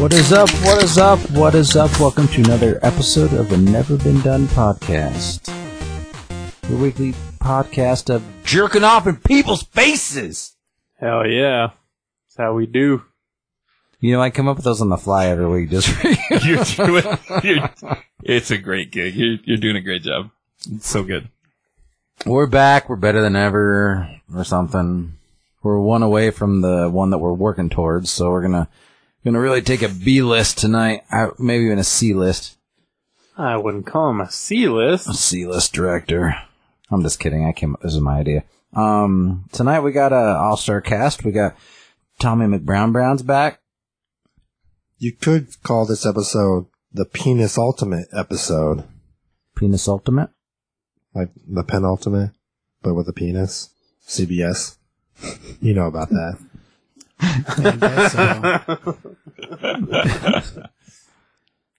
What is up? What is up? What is up? Welcome to another episode of the Never Been Done podcast, the weekly podcast of jerking off in people's faces. Hell yeah. That's how we do. You know, I come up with those on the fly every week just for you. You're doing. You're, it's a great gig. You're, you're doing a great job. It's so good. We're back. We're better than ever, or something. We're one away from the one that we're working towards, so we're gonna gonna really take a B list tonight. I, maybe even a C list. I wouldn't call him a C list. C list director. I'm just kidding. I came. This is my idea. Um, tonight we got a all star cast. We got Tommy McBrown Brown's back. You could call this episode the penis ultimate episode, Penis Ultimate. like the penultimate, but with a penis. CBS. You know about that.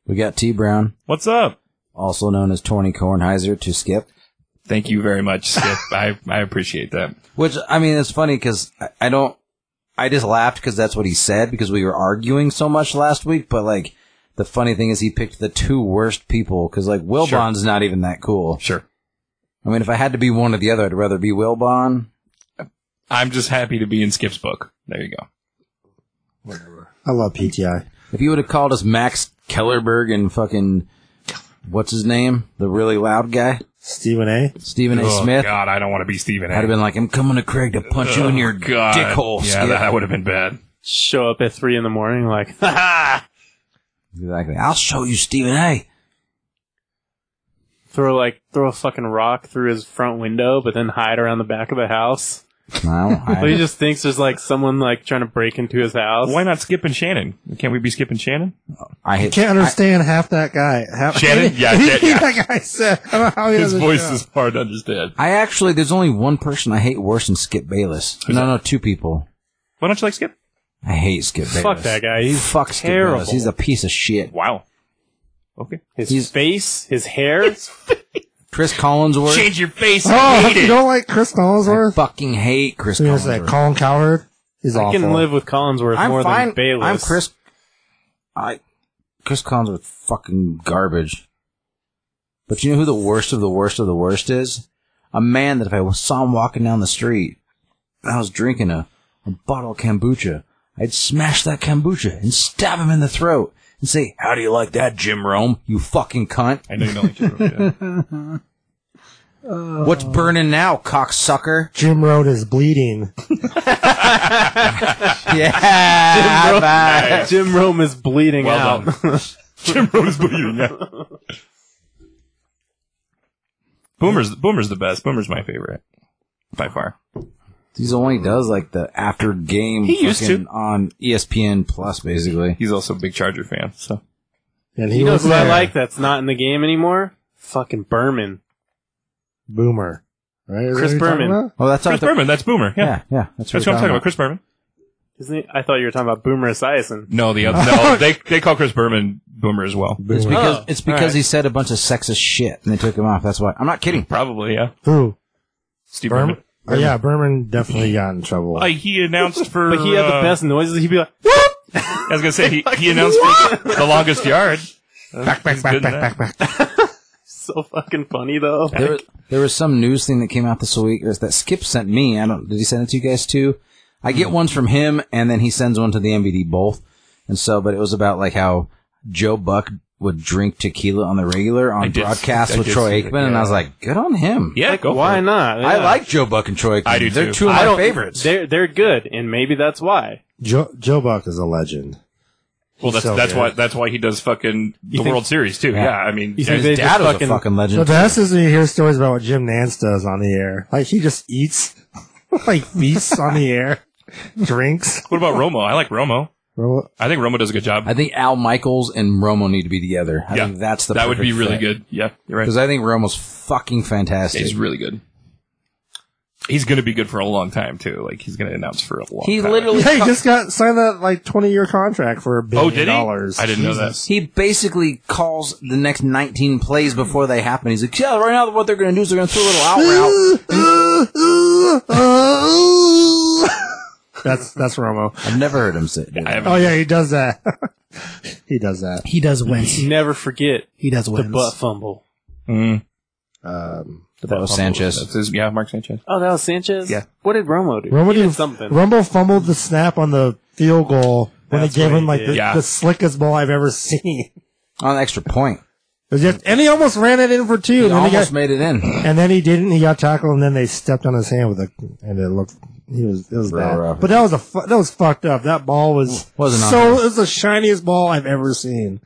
We got T Brown, What's up? also known as Tony Kornheiser, to Skip. Thank you very much, Skip. I, I appreciate that. Which I mean, it's funny because I, I don't. I just laughed because that's what he said because we were arguing so much last week. But like, the funny thing is he picked the two worst people because like Will Sure. Bond's not even that cool. Sure. I mean, if I had to be one or the other, I'd rather be Will Bond. I'm just happy to be in Skip's book. There you go. I love PTI. If you would have called us Max Kellerberg and fucking what's his name, the really loud guy, Stephen A. Stephen A. Oh, Smith, God, I don't want to be Steven. I'd have been like, "I'm coming to Craig to punch you in your God. dick hole." Yeah, Skip." that would have been bad. Show up at three in the morning like, ha ha! exactly. I'll show you Stephen A. Throw like, throw a fucking rock through his front window, but then hide around the back of the house. No, But he I, just thinks there's like someone like trying to break into his house. Why not Skip and Shannon? Can't we be Skip and Shannon? I hit. Can't understand half that guy. Half, Shannon? Yeah, anything yeah. that guy said. I don't know how he His doesn't voice know. is hard to understand. I actually, there's only one person I hate worse than Skip Bayless. no, no, two people. Why don't you like Skip? I hate Skip Bayless. Fuck that guy. He's Fuck Skip terrible. Bayless. He's a piece of shit. Wow. Okay. his he's- face, his hair. Chris Collinsworth. Change your face. I Oh, hate you it. don't like Chris I Collinsworth? fucking hate Chris You're gonna say Collinsworth. Colin Coward is I awful. can live with Collinsworth I'm more fine. than Bayless. I'm Chris. I Chris Collinsworth fucking garbage. But you know who the worst of the worst of the worst is? A man that if I saw him walking down the street, and I was drinking a, a bottle of kombucha. I'd smash that kombucha and stab him in the throat and say, "How do you like that, Jim Rome? You fucking cunt! I know you don't like Jim. Rome, yeah. What's burning now, cocksucker?" Jim Rohn is bleeding. Yeah, high five. Jim Rome is bleeding Well out. Jim Rome is bleeding out. Boomer's Boomer's the best. Boomer's my favorite by far. He's only does like the after game. He used fucking to. on E ESPN Plus, basically. He's also a big Charger fan. So And he, you know was who I there. like that's not in the game anymore? Fucking Berman. Boomer. Right? Is that Chris who you're talking Berman. about? Oh, that's Chris not the- Berman, that's Boomer. Yeah, Yeah, yeah, that's, that's what I'm talking about. Chris Berman. Isn't he? I thought you were talking about Boomer Esiason. No, the other no, they they call Chris Berman Boomer as well. It's Boomer. because Oh, it's because he said a bunch of sexist shit and they took him off. That's why I'm not kidding. Probably, yeah. Who? Steve Berman. Berman? Oh, yeah, Berman definitely got in trouble. Like Uh, he announced for, But he had the uh, best noises. He'd be like, I was gonna say he, he announced for the longest yard. back, back, He's back, good in back, that. back, back. so fucking funny though. There, there was some news thing that came out this week or that Skip sent me. I don't. Did he send it to you guys too? I Hmm. get ones from him and then he sends one to the MVD both. And so, but it was about like how Joe Buck would drink tequila on the regular I on did- broadcast I with did Troy see that, Aikman, and I yeah. was like, good on him. Yeah, Like, go for why it. not? I Yeah. like Joe Buck and Troy Aikman. I do, They're too. two of I my don't- favorites. They're they're good, and maybe that's why. Joe, Joe Buck is a legend. Well, that's so that's good. why that's why he does fucking the think- World Series too. Yeah, I mean, You think there's- they His dad just was fucking- a fucking So legend. that's just when you hear stories about what Jim Nance does on the air. Like he just eats, like feasts on the air, drinks. what about Romo? I like Romo. Ro- I think Romo does a good job. I think Al Michaels and Romo need to be together. I Yeah. think that's the that would be perfect really fit. good. Yeah, you're right. Because I think Romo's fucking fantastic. He's really good. He's going to be good for a long time too. Like he's going to announce for a long. he time. literally, Yeah, he just got signed that like twenty year contract for a billion Oh, did he? dollars. I didn't know that. he basically calls the next 19 plays before they happen. He's like, yeah, right now what they're going to do is they're going to throw a little out route. know that. that's that's Romo. I've never heard him say I that. haven't- Oh yeah, he does that. He does that. He does wince. Never forget He does the wince. butt fumble. Mm. Um, That was Sanchez. That's his, yeah, Mark Sanchez. Oh, that was Sanchez. Yeah. What did Romo do? Romo He did did- something. Rumble fumbled the snap on the field goal when That's they gave what him he like did. the, Yeah. the slickest ball I've ever seen. On Oh, an extra point. It was just- and he almost ran it in for two. He and, then he almost got, made it in. and then he didn't. He got tackled, and then they stepped on his hand with a. And it looked. He was. It was Real bad. rough. But that was a. Fu- that was fucked up. That ball was. Wasn't on so. him. It was the shiniest ball I've ever seen.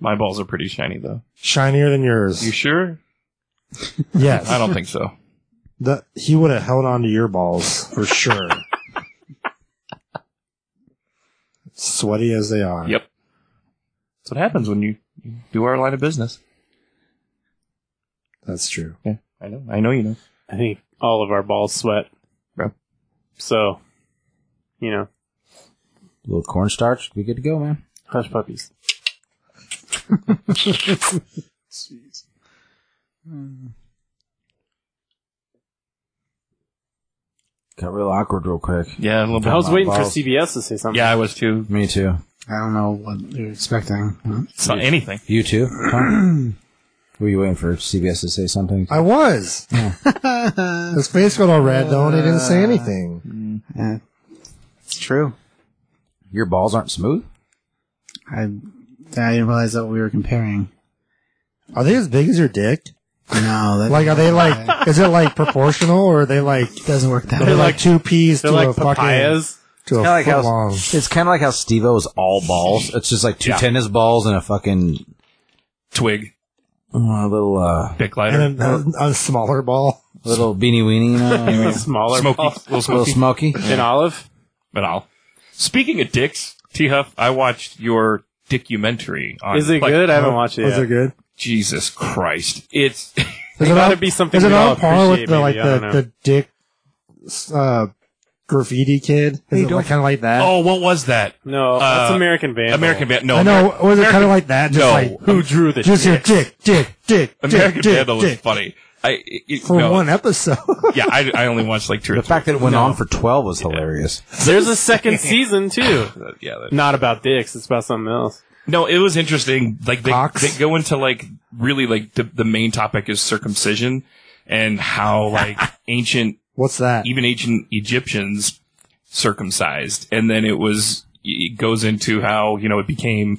My balls are pretty shiny though. Shinier than yours. You sure? yes. I don't think so. The, he would have held on to your balls for sure. Sweaty as they are. Yep. That's what happens when you you do our line of business. That's true. Yeah, I know. I know you know. I think all of our balls sweat. Bro. So, you A know, little cornstarch. Be good to go, man. hush puppies. Got real awkward real quick. Yeah, a little bit. I was my waiting for balls. CBS to say something. yeah, I was too. Me too. I don't know what you're expecting. It's not anything. You too? Huh? Were you waiting for CBS to say something? I was. His face got all red though, and he didn't say anything. Yeah, it's true. Your balls aren't smooth? I I didn't realize that we were comparing. Are they as big as your dick? No, that Like, are they like? is it like proportional, or are they like? doesn't work that They're way. like, two peas to They're a like fucking papayas. to a Kinda like foot how- long. It's kind of like how Steve O is all balls. It's just like two tennis balls and a fucking Twig, uh, little uh, pick lighter, And a, a smaller ball. little beanie weenie, you know? Smaller smoky, balls. little little smoky. smoky. An olive. but I'll. Speaking of dicks, T Huff, I watched your documentary. On, Is it like, good? I haven't watched it oh, Is yet. it good? Jesus Christ! It's Is It's it gotta on- be something Is it we all on par with appreciate, the maybe. like I the, don't know. the dick uh, graffiti kid? Is it like, kind of like that? oh, what was that? No, that's Uh, American Vandal. American Band? No, Oh, I know. Was it kind of like that? Just No. like Who drew the just your shit? dick, dick, dick, American dick, dick, Vandal was dick. funny. I it, for no. one episode. Yeah, I, I only watched like two. The fact that it went on for 12 was hilarious. There's a second season too. yeah, that- Not about dicks. It's about something else. No, it was interesting. Like they, Cocks? they go into like really like the, the main topic is circumcision and how like ancient, What's that? even ancient Egyptians circumcised. And then it was, it goes into how, you know, it became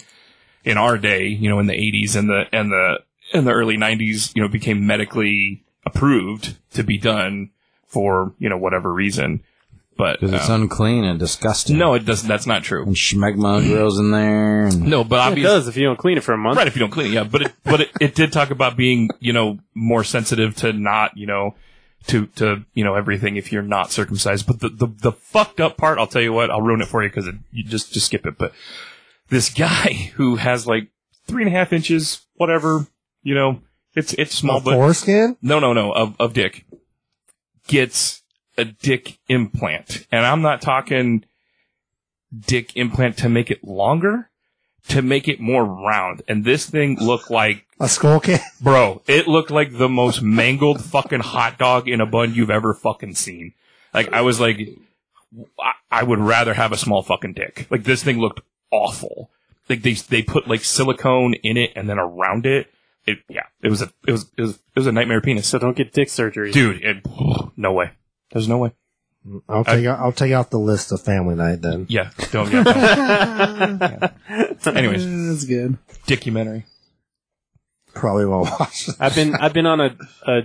in our day, you know, in the eighties and the, and the, and the early nineties, you know, it became medically approved to be done for, you know, whatever reason. But Because it's uh, unclean and disgusting. no, it doesn't. That's not true. And schmegma grows in there. And No, but It obviously, does if you don't clean it for a month. Right, if you don't clean it, yeah. But it, but it, it did talk about being, you know, more sensitive to not, you know, to to you know everything if you're not circumcised. But the the, the fucked up part, I'll tell you what, I'll ruin it for you because you just just skip it. But this guy who has like three and a half inches, whatever, you know, it's it's small, A but foreskin? no, no, no, of, of dick gets a dick implant. And I'm not talking dick implant to make it longer, to make it more round. And this thing looked like, A skull can? bro, it looked like the most mangled fucking hot dog in a bun you've ever fucking seen. Like, I was like, I, I would rather have a small fucking dick. Like, this thing looked awful. Like they they put like silicone in it and then around it. It yeah, it was a it was it was, it was a nightmare penis So don't get dick surgery. dude. It, no way. There's no way. I'll take out, I'll take out the list of family night then. Yeah, don't. Yeah, don't. Anyways, Yeah, "Eh, that's good. documentary. Probably won't watch. it. I've been I've been on a, a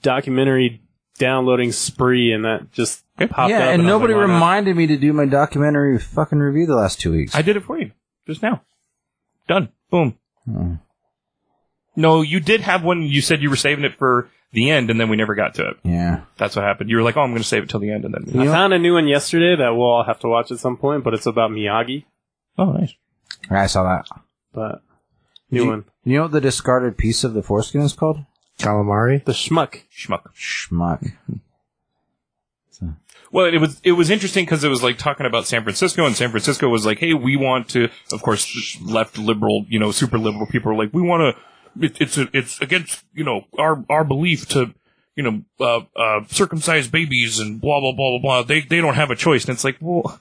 documentary downloading spree, and that just popped up. yeah, and I was nobody like, why not? reminded me to do my documentary fucking review the last two weeks. I did it for you just now. Done. Boom. No, you did have one. You said you were saving it for the end, and then we never got to it. yeah. That's what happened. You were like, "Oh, I'm going to save it till the end," and then. I found a new one yesterday that we'll all have to watch at some point, but it's about Miyagi. Oh, nice. I saw that. But new you, one, You know what the discarded piece of the foreskin is called? Calamari? the schmuck. Schmuck. Schmuck. Well, it was it was interesting because it was like talking about San Francisco, and San Francisco was like, "Hey, we want to." Of course, left liberal, you know, super liberal people are like, "We want to." It, it's it's against you know our our belief to you know uh, uh, circumcise babies and blah blah blah blah blah. They they don't have a choice, and it's like, well,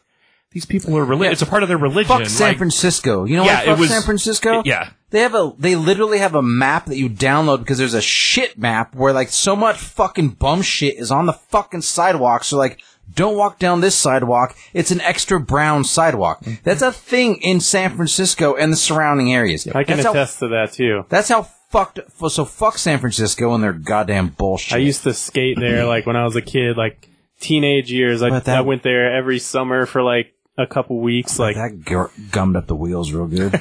these people are religious. It's a part of their religion. Fuck San like- Francisco. You know Yeah, what? it Fuck was- San Francisco. yeah. They have a they literally have a map that you download because there's a shit map where like so much fucking bum shit is on the fucking sidewalk. So like don't walk down this sidewalk. It's an extra brown sidewalk. That's a thing in San Francisco and the surrounding areas. I can that's How, attest to that too. that's how fucked. So fuck San Francisco and their goddamn bullshit. I used to skate there like when I was a kid, like teenage years. I, But that- I went there every summer for like a couple weeks, like that gr- gummed up the wheels real good.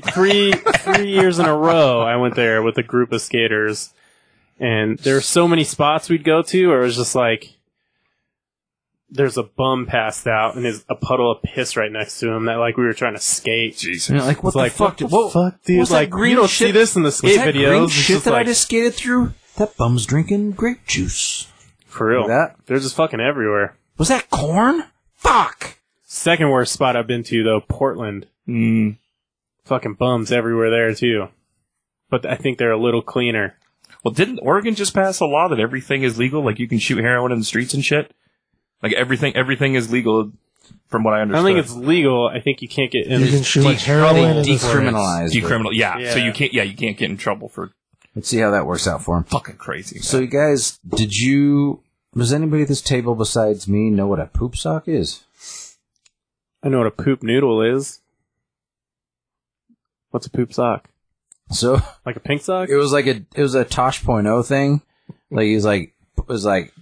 three three years in a row. I went there with a group of skaters, and there were so many spots we'd go to where it was just like. There's a bum passed out and there's a puddle of piss right next to him that like we were trying to skate. You know, like what It's the like, fuck? what the dude? Whoa, fuck, dude? what's that Like, green you don't shit- see this in the skate what's that videos. Green It's shit just that I like- just skated through. That bum's drinking grape juice. For real. That- They're just fucking everywhere. Was that corn? Fuck. Second worst spot I've been to though, Portland. Mm. Fucking bums everywhere there too. But I think they're a little cleaner. Well, didn't Oregon just pass a law that everything is legal? Like you can shoot heroin in the streets and shit. Like everything, everything is legal, from what I I understand. don't think it's legal. I think you can't get in. You can shoot heroin Probably in the streets. decriminalized. it. decriminal. Yeah. Yeah. So you can't. Yeah, you can't get in trouble for Let's see how that works out for him. fucking crazy. man. So, you guys, did you? Does anybody at this table besides me know what a poop sock is? I know what a poop noodle is. What's a poop sock? So Like a pink sock? it was like a it was a Tosh point oh thing. Like he was like it was like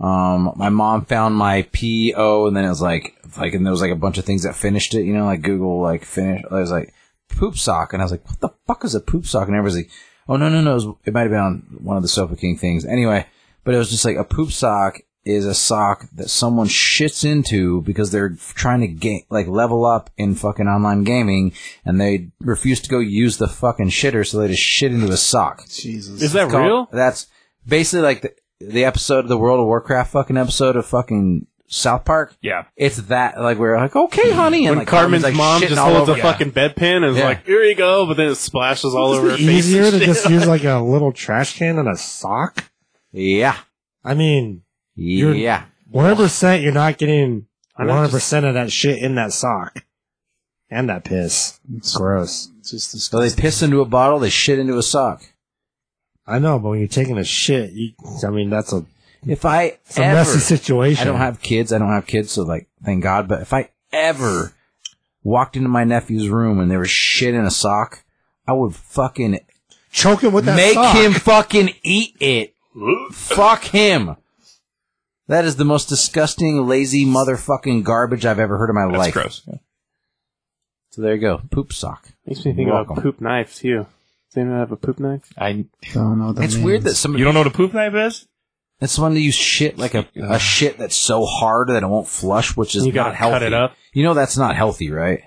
um my mom found my P O and then it was like like and there was like a bunch of things that finished it, you know, like Google like finish I was like poop sock and I was like, What the fuck is a poop sock? And everybody's like, Oh no no no it, was- it might have been on one of the Sofa King things. Anyway, but it was just like a poop sock is a sock that someone shits into because they're trying to ga- like level up in fucking online gaming and they refuse to go use the fucking shitter so they just shit into a sock. Jesus. Is that Called- real? That's basically like the, the episode of the World of Warcraft fucking episode of fucking South Park. yeah. It's that like we're like okay, honey, and When like Carmen's like, mom shitting just all holds over a fucking bedpan and is Yeah. like, here you go, but then it splashes all over her Isn't it face. easier and to shit. just use like a little trash can and a sock? Yeah, I mean, You're- yeah. 100% you're not getting Why not 100% of that shit in that sock. And that piss. It's gross. It's just So they disgusting. piss into a bottle, they shit into a sock. I know, but when you're taking a shit, you, I mean, that's a, If I it's a ever, messy situation. I don't have kids. I don't have kids, so like, thank God. But if I ever walked into my nephew's room and there was shit in a sock, I would fucking choking with that make sock. him fucking eat it. Fuck him. That is the most disgusting, lazy motherfucking garbage I've ever heard in my That's life. gross. Yeah. So there you go, poop sock. Makes me You're think about welcome. poop knife too. Does anyone have a poop knife? I. Don't know what that It's weird that means. somebody You don't know what a poop knife is? That's the one that you shit like a, a shit that's so hard that it won't flush, which is You gotta not healthy. cut it up. You know that's not healthy, right?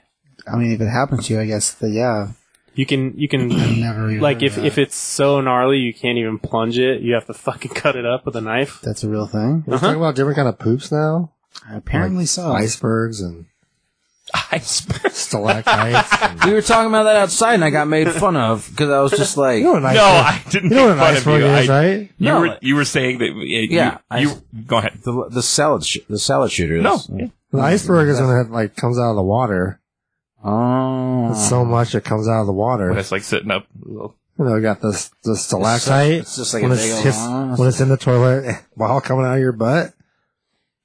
I mean, if it happens to you, I guess. That, yeah, You can you can I've never. even like heard if of if that. it's so gnarly you can't even plunge it, you have to fucking cut it up with a knife. that's a real thing, We're Uh-huh. talking about different kind of poops now. apparently Oh. so. Icebergs and Iceberg. stalactites. and- We were talking about that outside, and I got made fun of because I was just like, you know what an No, iceberg, I didn't you know what an make iceberg fun of you. is, uh, I, right? you No. were you were saying that. yeah. Yeah, I- You, go ahead. the the salad sh- the salad shooter. No. An Mm. iceberg is when it like comes out of the water. Oh, It's so much it comes out of the water. Ah. When it's like sitting up. You know, you got this the stalactite. it's just like a when big it's old- hits- when it's in the toilet, ball coming out of your butt.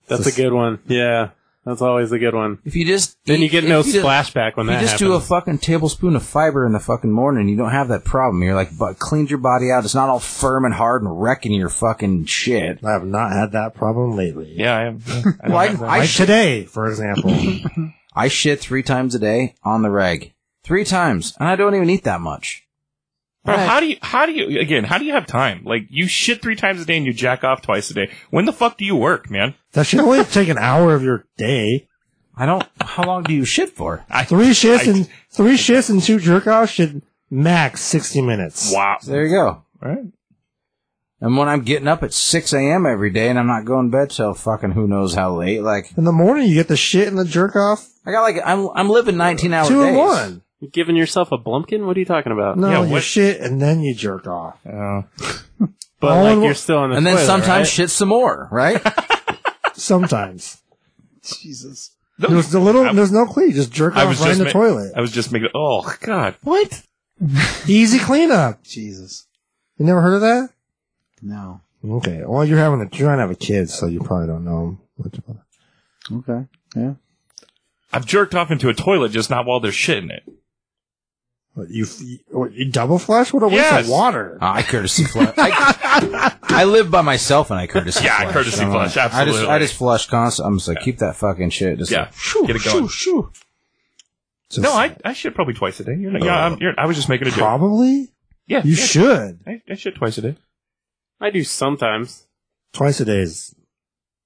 That's a Just- good one. Yeah. That's always a good one. if you just Then you eat- get if no you just- splashback when if you that just happens. do a fucking tablespoon of fiber in the fucking morning, you don't have that problem. You're like, but cleaned your body out. It's not all firm and hard and wrecking your fucking shit. I have not had that problem lately. Yeah, I am. I Well, don't know. I, I like shit today, for example. I shit three times a day on the reg. Three times. And I don't even eat that much. Bro, how do you, how do you, again, how do you have time? Like, you shit three times a day and you jack off twice a day. When the fuck do you work, man? that should only take an hour of your day. I don't. How long do you shit for? I, Three shifts I- and three shifts and two jerk offs should max sixty minutes. Wow. So there you go. All right. And when I'm getting up at 6 a.m. every day and I'm not going to bed till fucking who knows how late, like, In the morning, you get the shit and the jerk off I got like, I'm, I'm living 19 hour two days. and one. You giving yourself a blumpkin? What are you talking about? No, Yeah, you what- shit and then you jerk off. but all like in- you're still on the And then toilet, sometimes right? shit some more, right? Sometimes Jesus. There's the little. I- there's no clean. Just jerk I off was right in just the ma- toilet. I was just making. Oh God, what? Easy cleanup. Jesus. You never heard of that? No. Okay. Well, you're having a. You're trying to have a kid, so you probably don't know much about it. Okay. Yeah. I've jerked off into a toilet, just not while there's shit in it. What, you, f- you- what, you double flush? What a waste Yes. of water. I courtesy flush. I, I live by myself and I courtesy Yeah, flush. courtesy don't know. flush, I absolutely. just, I just flush constantly. I'm just like, keep that fucking shit. Just Yeah, like, shoo, get it going. shoo, shoo. Just- no, I I shit probably twice a day. You're not. yeah, I'm, you're, I was just making a joke. probably. Yeah, You yeah. should I, I shit twice a day. I do sometimes. twice a day is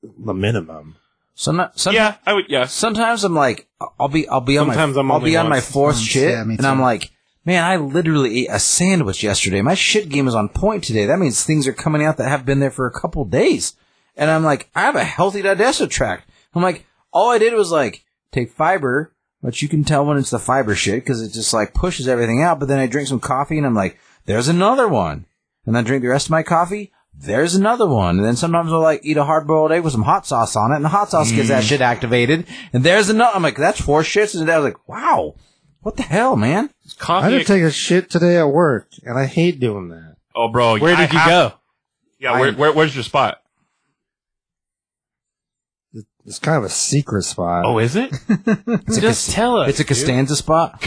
the minimum. Some, some, yeah, I would. Yeah, Sometimes I'm like, I'll be, I'll be on Sometimes my, I'm will only be on my once. fourth Once, shit, Oh, yeah, me and I'm too. like, man, I literally ate a sandwich yesterday. My shit game is on point today. That means things are coming out that have been there for a couple days, and I'm like, I have a healthy digestive tract. I'm like, all I did was like take fiber, but you can tell when it's the fiber shit because it just like pushes everything out. But then I drink some coffee, and I'm like, there's another one, and then drink the rest of my coffee. There's another one, and then sometimes I'll like eat a hard boiled egg with some hot sauce on it, and the hot sauce gets Mm. that shit activated. And there's another. I'm like, that's four shits, and I was like, wow, what the hell, man? I coffee. did take a shit today at work, and I hate doing that. oh, bro, Where I did you have- go? Yeah, where, I- where, where's your spot? It's kind of a secret spot. Oh, is it? It's a Just cas- tell us. It's a Costanza spot.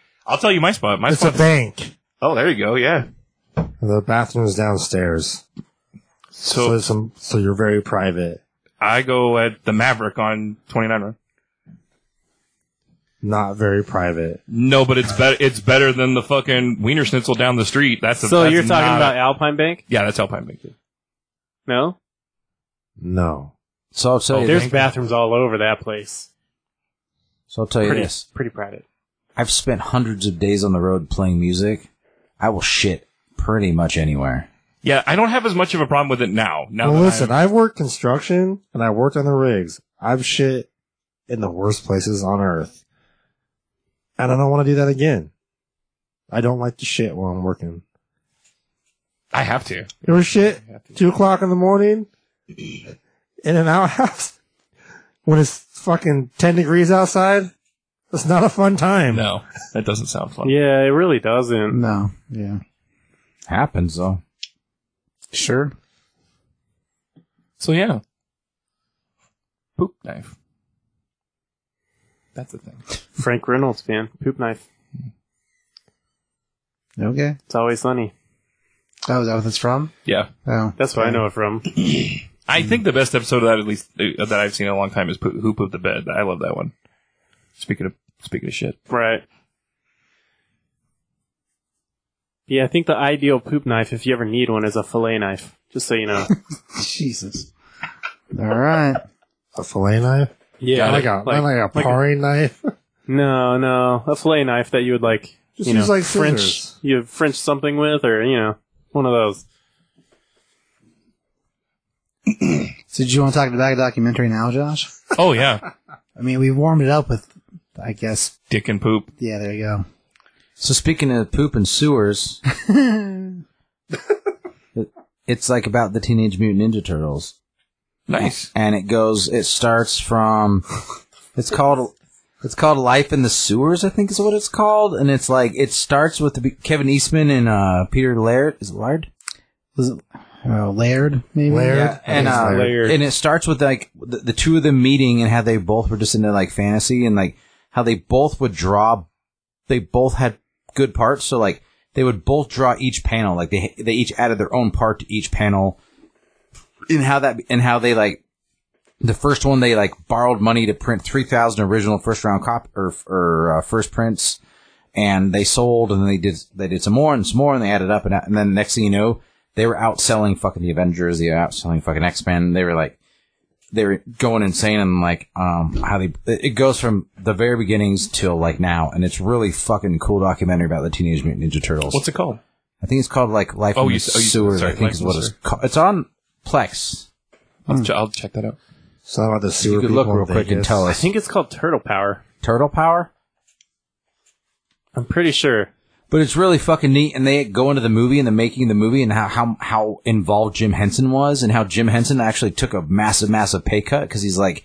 I'll tell you my spot. My it's a spot. bank. oh, there you go. Yeah. The bathroom is downstairs, so So it's some, so you're very private. I go at the Maverick on 29 Run. Not very private. No, but it's better. It's better than the fucking wiener schnitzel down the street. That's a, so that's you're talking not a- about Alpine Bank? yeah, that's Alpine Bank. No, No. So I'll tell you. Oh, there's this. bathrooms all over that place. So I'll tell you Pretty, this. pretty private. I've spent hundreds of days on the road playing music. I will shit pretty much anywhere. Yeah, I don't have as much of a problem with it now. Now, well, that listen, I've worked construction and I worked on the rigs. I've shit in the worst places on earth, and I don't want to do that again. I don't like to shit while I'm working. I, I have to. You ever shit two o'clock in the morning in an outhouse when it's fucking ten degrees outside? It's not a fun time. No, that doesn't sound fun. Yeah, it really doesn't. No. Yeah. Happens though. Sure. So yeah, poop knife. That's a thing. Frank Reynolds fan, poop knife. Okay. It's always sunny. Oh, is that what it's from? Yeah, Oh. That's what I know it from. I Hmm. think the best episode of that, at least uh, that I've seen in a long time, is Poo- Who Pooped the Bed. I love that one. Speaking of speaking of shit, Right. Yeah, I think the ideal poop knife, if you ever need one, is a fillet knife. Just so you know. Jesus. All right. A fillet knife? yeah, like a like, a paring knife. no, no, a fillet knife that you would like. Just you use know, like French. scissors. You French something with, or you know, one of those. So, did you want to talk about a documentary now, Josh? oh yeah, I mean, we warmed it up with, I guess. dick and poop. Yeah, there you go. So speaking of poop and sewers, it's like about the Teenage Mutant Ninja Turtles. Nice. and it goes it starts from it's called it's called life in the sewers i think is what it's called and it's like it starts with the, be- kevin eastman and uh, peter laird is it laird Was it uh, Laird? Maybe. Laird? yeah, and I uh, think it's Laird. and it starts with like the, the two of them meeting and how they both were just into like fantasy and like how they both would draw. They both had good parts, so like they would both draw each panel. Like they they each added their own part to each panel. And how that and how they like the first one they like borrowed money to print three thousand original first round cop or or uh, first prints and they sold and then they did they did some more and some more and they added up and, and then next thing you know they were outselling fucking the Avengers they were outselling fucking X Men they were like they were going insane and like um how they it it goes from the very beginnings till like now and it's really fucking cool documentary about the Teenage Mutant Ninja Turtles What's it called? I think it's called like Life Oh, in you the s- oh, you s- Sewers sorry, I think Life is in what the it's Sewer. called it's on Plex Hmm. I'll, ch- I'll check that out. So about the you sewer could people look in real quick and Vegas. tell I us think it's called Turtle Power. Turtle Power I'm pretty sure. But it's really fucking neat, and they go into the movie and the making of the movie, and how, how how involved Jim Henson was, and how Jim Henson actually took a massive, massive pay cut because he's like,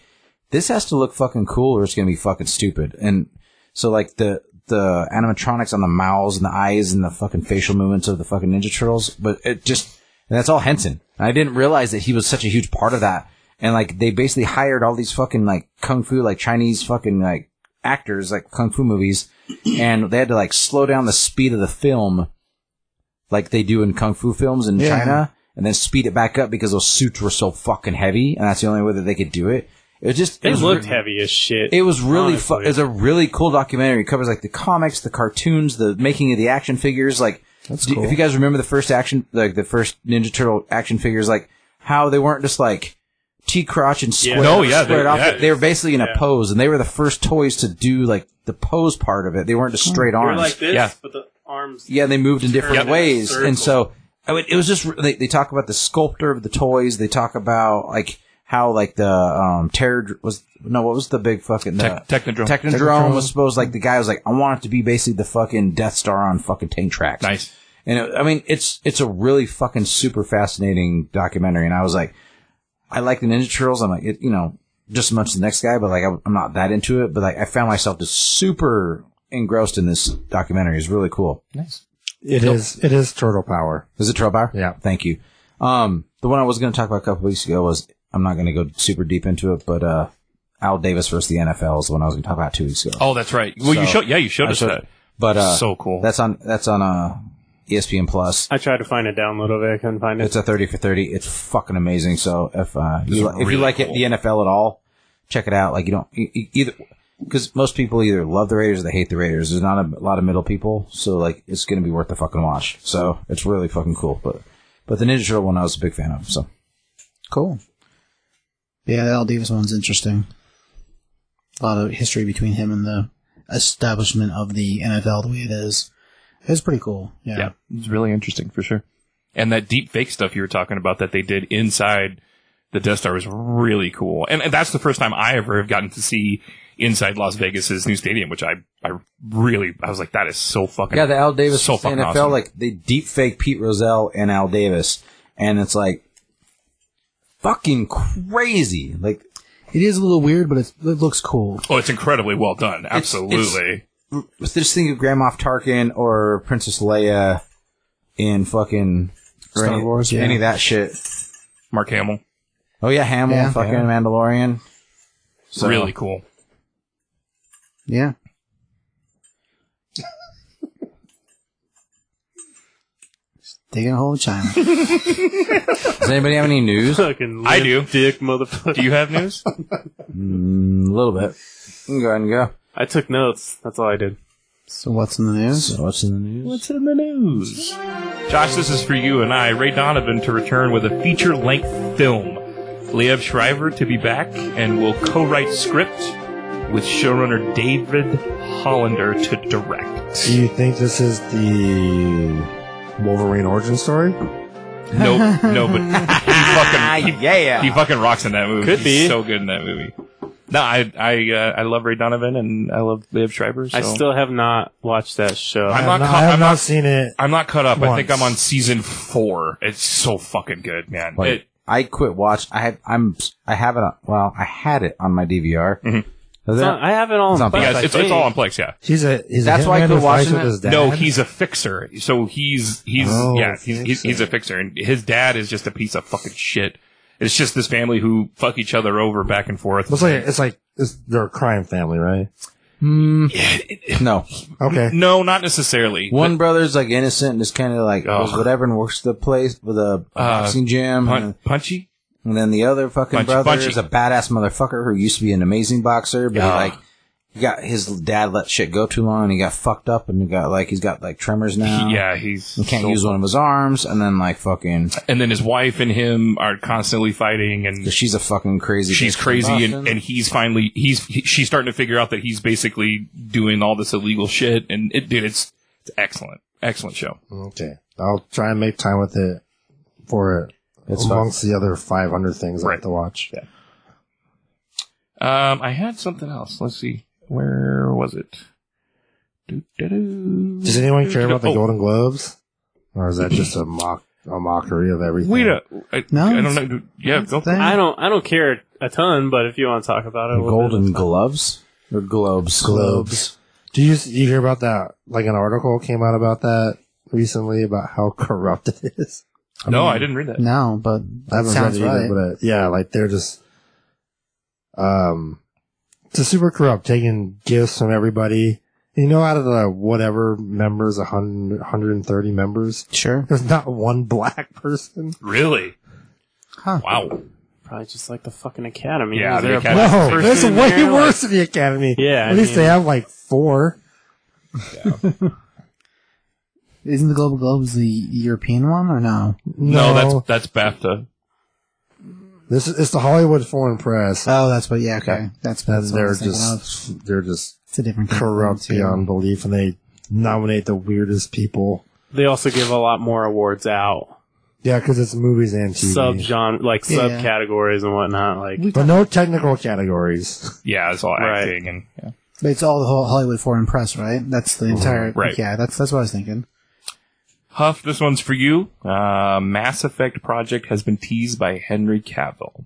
this has to look fucking cool or it's gonna be fucking stupid. And so like the the animatronics on the mouths and the eyes and the fucking facial movements of the fucking Ninja Turtles, but it just and that's all Henson. And I didn't realize that he was such a huge part of that. And like they basically hired all these fucking like kung fu like Chinese fucking like actors like kung fu movies, and they had to like slow down the speed of the film, like they do in kung fu films in Yeah. China, and then speed it back up because those suits were so fucking heavy, and that's the only way that they could do it. It was just it They was looked re- heavy as shit. it was really fu- honestly. it was a really cool documentary. It covers like the comics, the cartoons, the making of the action figures. Like, do- if you guys remember the first action, like the first Ninja Turtle action figures, like how they weren't just like T crotch and squared, Yeah. No, yeah, squared they- off. yeah. They were basically in a Yeah. pose, and they were the first toys to do like the pose part of it. They weren't just straight They were arms. like this, Yeah. but the arms. Yeah, they moved in different Yep. ways, Circle. and so I mean, it was just they, they talk about the sculptor of the toys. They talk about like how like the um terror was no, what was the big fucking the, Tech- Technodrome. Technodrome, Technodrome. was supposed like the guy was like I want it to be basically the fucking Death Star on fucking tank tracks. Nice. And it, I mean, it's it's a really fucking super fascinating documentary. And I was like, I like the Ninja Turtles. I'm like, it, you know, just as much as the next guy, but like, I, I'm not that into it. But like, I found myself just super engrossed in this documentary. It's really cool. It is. It is turtle power. Is it Trail Power? Yeah. Thank you. Um, the one I was going to talk about a couple weeks ago was I'm not going to go super deep into it, but uh, Al Davis versus the NFL is the one I was going to talk about two weeks ago. Oh, that's right. Well, you So- showed. Yeah, you showed I us showed- that. but uh, so cool. That's on that's on uh, ESPN Plus. I tried to find a download of it. I couldn't find it. It's a thirty for thirty. It's fucking amazing. So if uh, you, is li- if really you like cool. it, the NFL at all, check it out. Like you don't e- e- either because most people either love the Raiders or they hate the Raiders. There's not a lot of middle people, so like it's gonna be worth the fucking watch. So it's really fucking cool. But but the Ninja Turtle one I was a big fan of. So Cool. Yeah, that Al Davis one's interesting. A lot of history between him and the establishment of the NFL the way it is. It's pretty cool. Yeah. yeah, it's really interesting for sure. And that deep fake stuff you were talking about that they did inside the Death Star was really cool. And, and that's the first time I ever have gotten to see inside Las Vegas's new stadium, which I I really I was like, that is so fucking. yeah, the Al Davis So fucking NFL awesome. like they deep fake Pete Rozelle and Al Davis, and it's like fucking crazy. Like It is a little weird, but it's, it looks cool. oh, it's incredibly well done. it's- Absolutely. just think of Grand Moff Tarkin or Princess Leia in fucking or Star any, Wars, yeah. any of that shit. Mark Hamill, Oh yeah, Hamill, Yeah, fucking yeah. Mandalorian. So, really cool. Yeah. Just Digging a hole in China. Does anybody have any news? Fucking I limp do. dick motherfucker. Do you have news? Mm, a little bit. You can go ahead and go. I took notes. That's all I did. so what's in the news? So what's in the news? What's in the news? Josh, this is for you and I, Ray Donovan, to return with a feature length film. Liev Shriver to be back and will co write script with showrunner David Hollander to direct. Do you think this is the Wolverine origin story? Nope, no, but he fucking, he, Ah, yeah. he fucking rocks in that movie. Could He's be. so good in that movie. No, I I uh, I love Ray Donovan and I love Liev Schreiber. So. I still have not watched that show. I I'm have not not, cu- I have I'm not not- seen it. I'm not caught up. I think Once. I'm on season four. It's so fucking good, man. Like, It- I quit watch. I had. I'm. I have it. On, well, I had it on my DVR. So It's then- on- I have it all It's on on Plex, Plex. yeah, I it's, it's, it's all on think. Plex. Yeah. He's a he's That's a why I hitman quit who watching fights with it. his dad. No, he's a fixer. So he's he's Oh, yeah, he's, he's, he's a fixer, and his dad is just a piece of fucking shit. It's just this family who fuck each other over back and forth. It's like it's like it's, they're a crime family, right? no, Okay. no, not necessarily. one brother's like innocent and just kind of like Ugh. does whatever and works the place with a boxing gym. and- Pun- punchy. And then the other fucking Bunchy- brother Bunchy. is a badass motherfucker who used to be an amazing boxer, but he, Ah. like he got his dad let shit go too long and he got fucked up and he got like he's got like tremors now. He- yeah, he's He can't so- use one of his arms and then like fucking And then his wife and him are constantly fighting, 'cause and she's a fucking crazy she's bitch crazy, from and, Boston. and he's finally he's he, she's starting to figure out that he's basically doing all this illegal shit. And it, dude, it's it's excellent, excellent show. Okay. I'll try and make time with it for it. It's amongst the other 500 things I Right. have to watch. Yeah. Um, I had something else. Let's see. Where was it? Doo-doo-doo. Does anyone care about the Oh, Golden Globes? Or is that just a mock a mockery of everything? Wait a. I, No, I don't it's- know. Yeah, it's go. a thing. I don't. I don't care a ton, but if you want to talk about it, a little Golden bit, gloves or globes? Globes. Do you you hear about that? Like an article came out about that recently about how corrupt it is. no, mean, I didn't read that. No, but I that haven't sounds read it right. either, but uh, yeah, like they're just um, it's a super corrupt, taking gifts from everybody. You know, out of the whatever members, 100, 130 members, sure. there's not one black person. Really? Huh. Wow. Probably just like the fucking academy. Yeah, Is the there a academy. black No, person there's in way there? Like, worse in the academy. Yeah, at I least they mean- have like four. Isn't the Global Globes the European one or no? No, that's that's BAFTA. This is it's the Hollywood Foreign Press. Oh, that's what. Yeah, okay. That's and that's what I they're was thinking of. just they're just It's a different kind of thing, corrupt too. beyond belief, and they nominate the weirdest people. they also give a lot more awards out, Yeah, because it's movies and TV, sub genre, like Yeah. subcategories and whatnot. Like but no technical categories. Yeah, it's all Right. acting and yeah. But it's all the whole Hollywood Foreign Press, right? That's the entire. Right. Yeah, that's that's what I was thinking. Huff, this one's for you. Uh, Mass Effect project has been teased by Henry Cavill.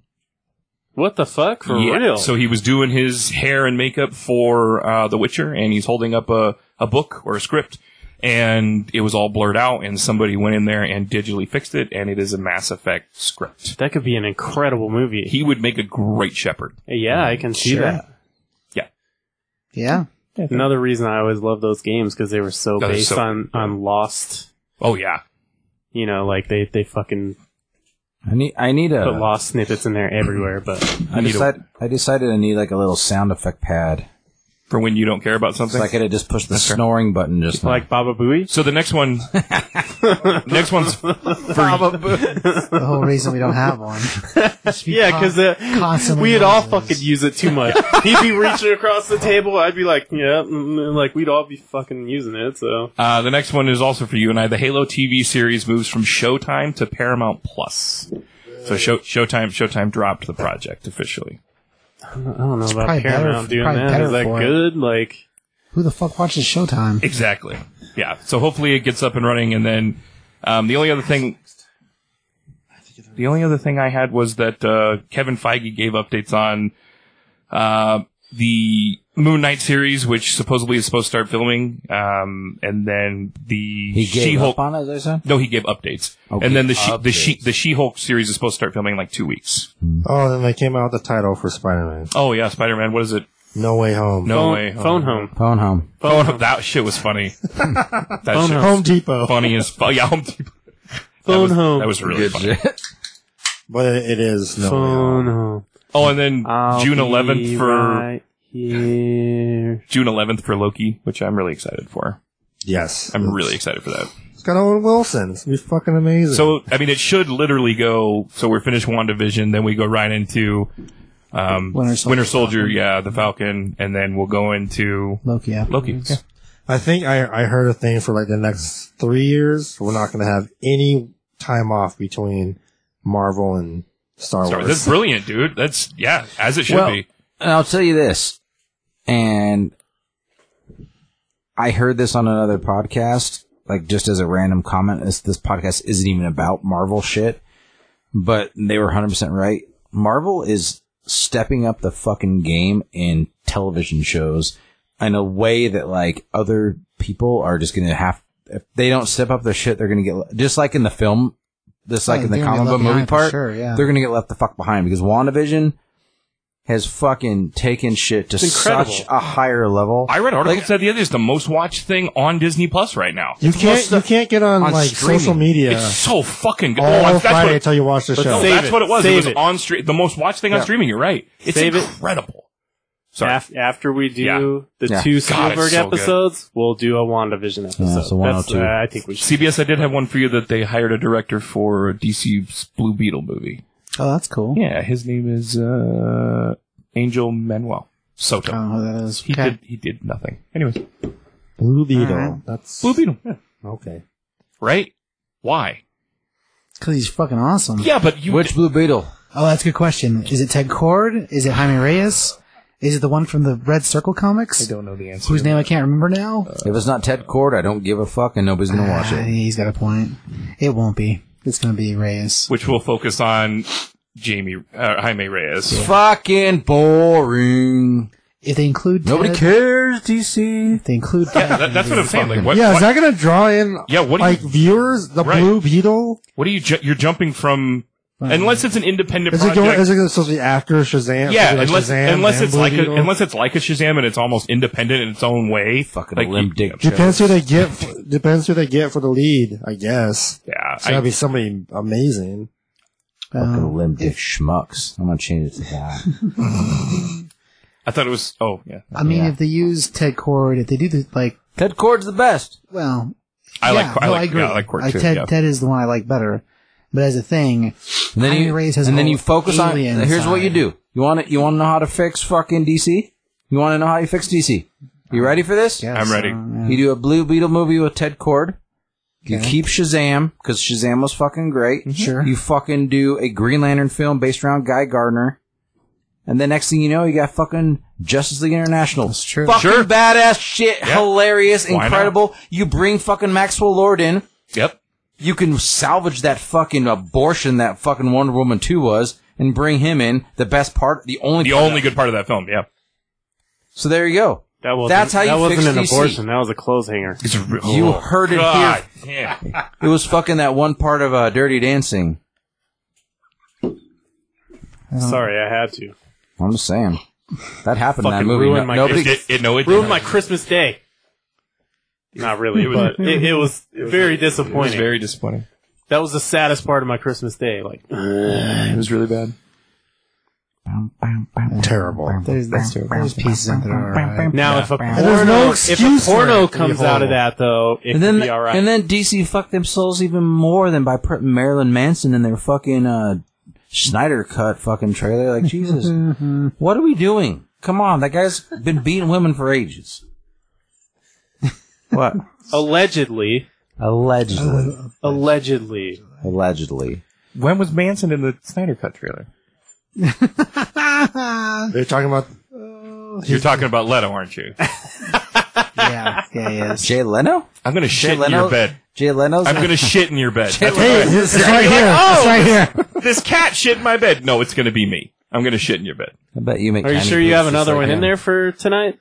what the fuck for Yeah, real? So he was doing his hair and makeup for uh, The Witcher, and he's holding up a, a book or a script, and it was all blurred out, and somebody went in there and digitally fixed it, and it is a Mass Effect script. that could be an incredible movie. He would make a great shepherd. yeah, I can see Sure. that. Yeah. Another reason I always loved those games because they were so That is based so- on on Lost. Oh yeah, You know, like they they fucking I need. I need put a. Lost snippets in there everywhere. But I need a- decide, I decided I need like a little sound effect pad. for when you don't care about something. So I could have just pushed the That's fair. snoring button just now. like Baba Booey, so the next one, next one's The whole reason we don't have one. yeah, because constantly we'd all noises. fucking use it too much. He'd be reaching across the table. I'd be like, yeah, mm, and, like we'd all be fucking using it. So uh, the next one is also for you and I. The Halo TV series moves from Showtime to Paramount Plus. So Show, Showtime Showtime dropped the project officially. I don't know probably about better- Paramount doing probably that. better Is that for it. good? Like, Who the fuck watches Showtime? Exactly. Yeah. So hopefully it gets up and running, and then um, the only other thing, the only other thing I had was that uh, Kevin Feige gave updates on uh, the Moon Knight series, which supposedly is supposed to start filming, um, and then the he gave She-Hulk. up on it, as I said. no, he gave updates, Okay, and then the she, the updates. she the She-Hulk series is supposed to start filming in like two weeks. Oh, then they came out with the title for Spider-Man: Oh yeah, Spider-Man. What is it? No Way Home. No phone, way. Oh. phone home. Phone home. Phone home. That shit was funny. that Phone shit home. Home Depot, was funny as fuck. Yeah, Home Depot. Phone was- home. That was really funny. but it, it is No phone Way Home. home. Oh, and then I'll June be 11th for right here. June 11th for Loki, which I'm really excited for. Yes, I'm really excited for that. It's got Owen Wilson. It's gonna be fucking amazing. So, I mean, it should literally go. So we're finished WandaVision, then we go right into um, Winter Soldier. yeah, the Falcon, and then we'll go into Loki. Yeah. Loki. Yeah. I think I I heard a thing for like the next three years. We're not gonna have any time off between Marvel and Star Sorry, Wars. that's brilliant, dude. That's yeah, as it should Well- be. And I'll tell you this, and I heard this on another podcast, like just as a random comment. This, this podcast isn't even about Marvel shit, but they were 100% right. Marvel is stepping up the fucking game in television shows in a way that, like, other people are just going to have. If they don't step up their shit, they're going to get. Just like in the film, just like Oh, in the they're gonna comic get book left movie behind for part, sure, yeah. they're going to get left the fuck behind because WandaVision has fucking taken shit to It's incredible. such a higher level. I read an article that said the other is the most watched thing on Disney Plus right now. You can't Plus the- you can't get on, on like streaming. social media It's so fucking good. all Oh, that's- that's Friday what, until you watch the But show. no, Save that's it. what it was. Save it was it. on stream, the most watched thing on Yeah. streaming. You're right. It's Save it. incredible. Sorry. Af- after we do Yeah. the Yeah. two God, it's Spielberg so good. episodes, we'll do a WandaVision episode. Yeah, so That's, 102. uh, I think we should. CBS, I did have one for you that they hired a director for DC's Blue Beetle movie. Oh, that's cool. Yeah, his name is uh, Angel Manuel I Soto. don't know who that is. He Oh, Okay. did he did nothing. Anyways, Blue Beetle. Alright. That's Blue Beetle. Yeah. okay. Right? Why? Because he's fucking awesome. Yeah, but you Which Blue Beetle? Oh, that's a good question. Is it Ted Cord? Is it Jaime Reyes? Is it the one from the Red Circle comics? don't know the answer. Whose name I can't remember now? If it's not Ted Cord, I don't give a fuck, and nobody's gonna watch Ah, it. he's got a point. It won't be. It's going to be Reyes. Which will focus on Jamie uh, Jaime Reyes. Fucking boring. If they include Nobody Ted- cares, DC. If they include Yeah, Ted that, in that's the what I'm saying. Like, what? yeah, what, is that going to draw in yeah. What do like you? viewers? The Right. Blue Beetle? What do you? Ju- you're jumping from. Unless it's an independent Is it project. going? Is it gonna supposed to be after Shazam? yeah, Should it be like unless Shazam unless and it's Blue like a, Beetle? unless it's like a Shazam and it's almost independent in its own way. Fucking like, limp dick. depends who they get. f- depends who they get for the lead, I guess. Yeah, It's I, gotta be somebody amazing. Fucking Um, limp dick if- schmucks. I'm gonna change it to that. I thought it was. Oh yeah, I mean, Yeah. if they use Ted Cord, if they do the like, Ted Cord's the best. well, I yeah, like. I no, like. agree. Yeah, I like Court too. Ted, yeah. Ted is the one I like better. But as a thing, And then Ivy you, Reyes has and an then you old focus on. alien Here's what you side. do. You want to you want to know how to fix fucking DC. You want to know how you fix DC. You ready for this? yes, I'm ready. um, You yeah. do a Blue Beetle movie with Ted Cord. You keep Shazam because Shazam was fucking great. Sure. You fucking do a Green Lantern film based around Guy Gardner. And the next thing you know, you got fucking Justice League International. That's true. Fucking Sure. badass shit, Yeah. hilarious, Why not? incredible. You bring fucking Maxwell Lord in. Yep. You can salvage that fucking abortion that fucking Wonder Woman 2 was and bring him in. The best part, the only The part of only that. good part of that film. Yeah. So there you go. That wasn't, That's how you that wasn't fix an DC. abortion. That was a clothes hanger. You heard it Oh, God. Yeah. It was fucking that one part of uh, Dirty Dancing. Sorry, I had to. I'm just saying. That happened in that Fucking movie. ruined No- my- nobody It, it, it, no, it Ruined didn't. my Christmas day. Not really, It was- but it, it was very It was disappointing. very disappointing. that was the saddest part of my Christmas day. Like, It was really bad. Terrible. There's, there's pieces in there. that are alright. Now, if a And there's porno, no if a excuse for porno it to be comes out of horrible. that, though, it and then, could be all right. and then DC fucked themselves even more than by putting Marilyn Manson in their fucking uh, Snyder cut fucking trailer. Like Jesus, what are we doing? Come on, that guy's been beating women for ages. What? allegedly, Allegedly. allegedly, Allegedly. When was Manson in the Snyder Cut trailer? They're talking about You're talking about Leto, aren't you? yeah, yeah, he is. Jay Leno. I'm gonna shit in Leno- your bed. Jay Leno's. I'm gonna shit in your bed. That's hey, what this is right here. oh! It's right here. I- this cat shit in my bed. No, it's gonna be me. I'm gonna shit in your bed. I bet you make. are you tiny sure you boobs have just another like one in him. there for tonight?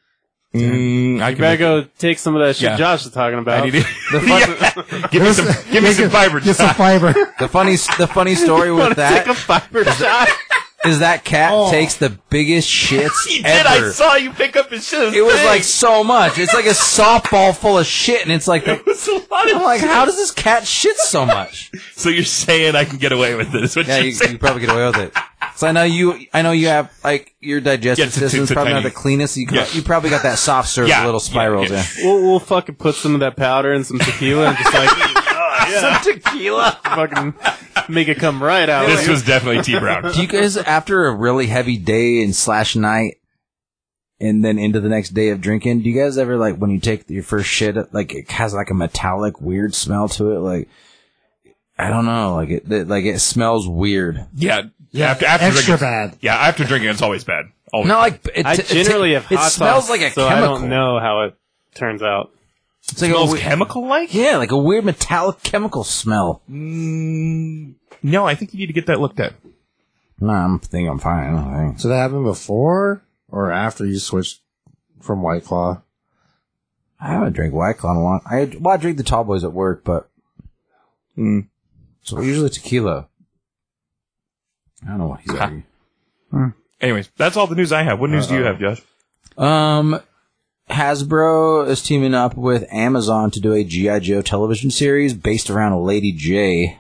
Mm, I You better go take some of that shit Yeah. Josh is talking about. I need The, to. fun, give me some. Give me some fiber. Get some fiber. the funny, the funny story with that Take a fiber shot. is that cat Oh. takes the biggest shits He did. ever. I saw you pick up his shit. It was like so much. It's like a softball full of shit, and it's like, the, It's a lot of I'm like, shit. how does this cat shit so much? So you're saying I can get away with this? What Yeah, you you, you probably get away with it. So I know you. I know you have like your digestive Yeah, it's a- system's it's a probably not tiny- the cleanest. You, can, Yeah. you probably got that soft serve Yeah, little yeah, spirals. Yeah, yeah. we'll, we'll fucking put some of that powder and some tequila and just like Some tequila. fucking make it come right out. This was definitely T Brown. Do you guys after a really heavy day and slash night, and then into the next day of drinking? Do you guys ever like when you take your first shit, like it has like a metallic weird smell to it, like. I don't know, like it, it- like it smells weird. Yeah, yeah. After, after Extra drinking, bad. yeah, after drinking, it's always bad. Always. No, like it, Oh, I it- generally have it hot smells sauce, like a so chemical. I don't know how it turns out. It's it like smells a, we- chemical like. yeah, like a weird metallic chemical smell. Mm, no, I think you need to get that looked at. No, I'm think I'm fine. I don't think. So that happened before or after you switched from White Claw? I haven't drank White Claw in a long. I well, I drink the Tall Boys at work, but Hmm. Mm. so usually tequila. I don't know what he's having. Anyways, that's all the news I have. What news do you have, Josh? Um, Hasbro is teaming up with Amazon to do a GI Joe television series based around a Lady J,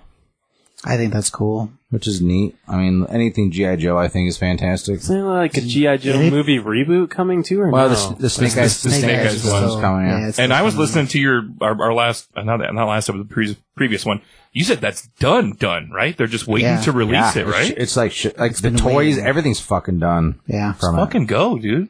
I think that's cool. which is neat. I mean, anything GI Joe, I think, is fantastic. Is there like a GI Joe movie reboot coming too, or Well, no? the, the Snake Eyes, the Snake Snake Eyes Eyes one one. is coming. Yeah. Yeah, it's And I was definitely- listening to your our, our last uh, not that not last episode, the pre- previous one. You said that's done, done, right? They're just waiting Yeah. to release it, it's- right? It's, like shit like the been toys, waiting. everything's fucking done. Yeah, From it. Fucking go, dude.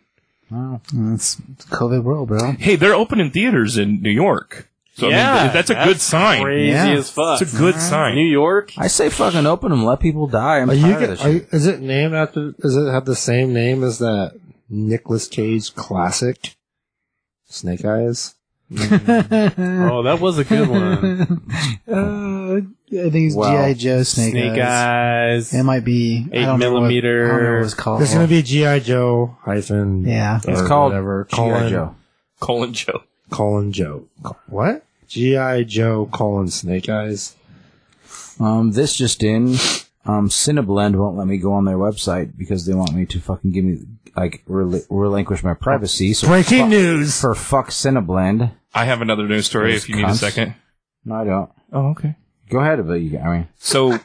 Mm, it's it's COVID world, bro. Hey, they're opening theaters in New York. So I mean, th- that's a good sign. Crazy Yeah. as fuck. It's a good sign. New York. I say fucking open them, let people die. I'm Are tired you, of get- this are shit. you- is it named after? Does it have the same name as that Nicolas Cage classic, Snake Eyes? Oh, that was a good one. Uh, I think it's Wow. GI Joe Snake, Snake Eyes. Eyes. It might be I Eight don't know what- millimeter. I don't know what it's called. There's gonna be GI Joe hyphen. Yeah. or It's called whatever. G.I. Colon Joe. Colon Joe. Colon Joe. Co- What? GI Joe colon Snake Eyes. Um, this just in. Um, Cineblend won't let me go on their website because they want me to fucking give me like rel- relinquish my privacy. So Breaking news. for fuck Cineblend. I have another news story Those if you need a cunts. second. No, I don't. Oh, okay. Go ahead, but you. I mean, So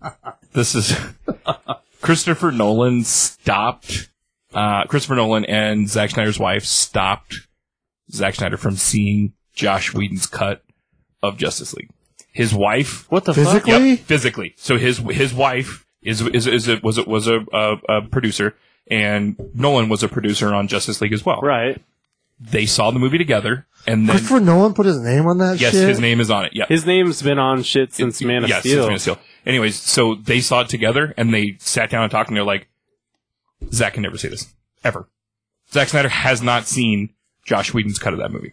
this is Christopher Nolan stopped uh, Christopher Nolan and Zack Snyder's wife stopped Zack Snyder from seeing Josh Whedon's cut of Justice League. His wife what the fuck? Physically? Yep, physically. So his his wife is is is a, was a, was a, a, a producer, and Nolan was a producer on Justice League as well. Right. They saw the movie together, and then Christopher Nolan put his name on that yes, shit? his name is on it. Yeah, His name's been on shit since It- Man of yes, Steel. It's Man of Steel. Anyways, so they saw it together and they sat down and talked, and they're like, Zach can never see this ever. Zack Snyder has not seen Josh Whedon's cut of that movie,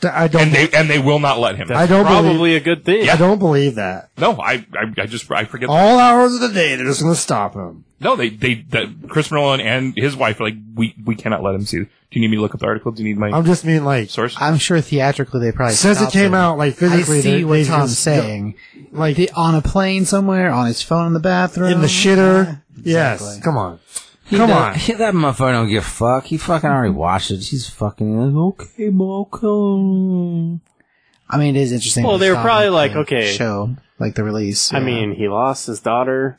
Th- I don't. and they and they will not let him. That's I don't probably believe- a good thing. I don't believe that. no, I, I I just I forget. All hours of the day, they're just gonna stop him. No, they they that Christopher Nolan and his wife are like we we cannot let him see. Do you need me to look up the article? Do you need my I'm just mean like source? I'm sure theatrically they probably since it stopped came it. out like I physically. see they- what they Tom's just- saying. Like The- on a plane somewhere, on his phone in the bathroom, in the shitter. Yeah, Yes. exactly. Come on. he Come don't- on. he- that motherfucker don't give a fuck. He fucking already watched it. He's fucking uh, okay, Malcolm. I mean, it is interesting. Well, that they were stopped probably the like, okay. show like the release. I yeah. mean, he lost his daughter.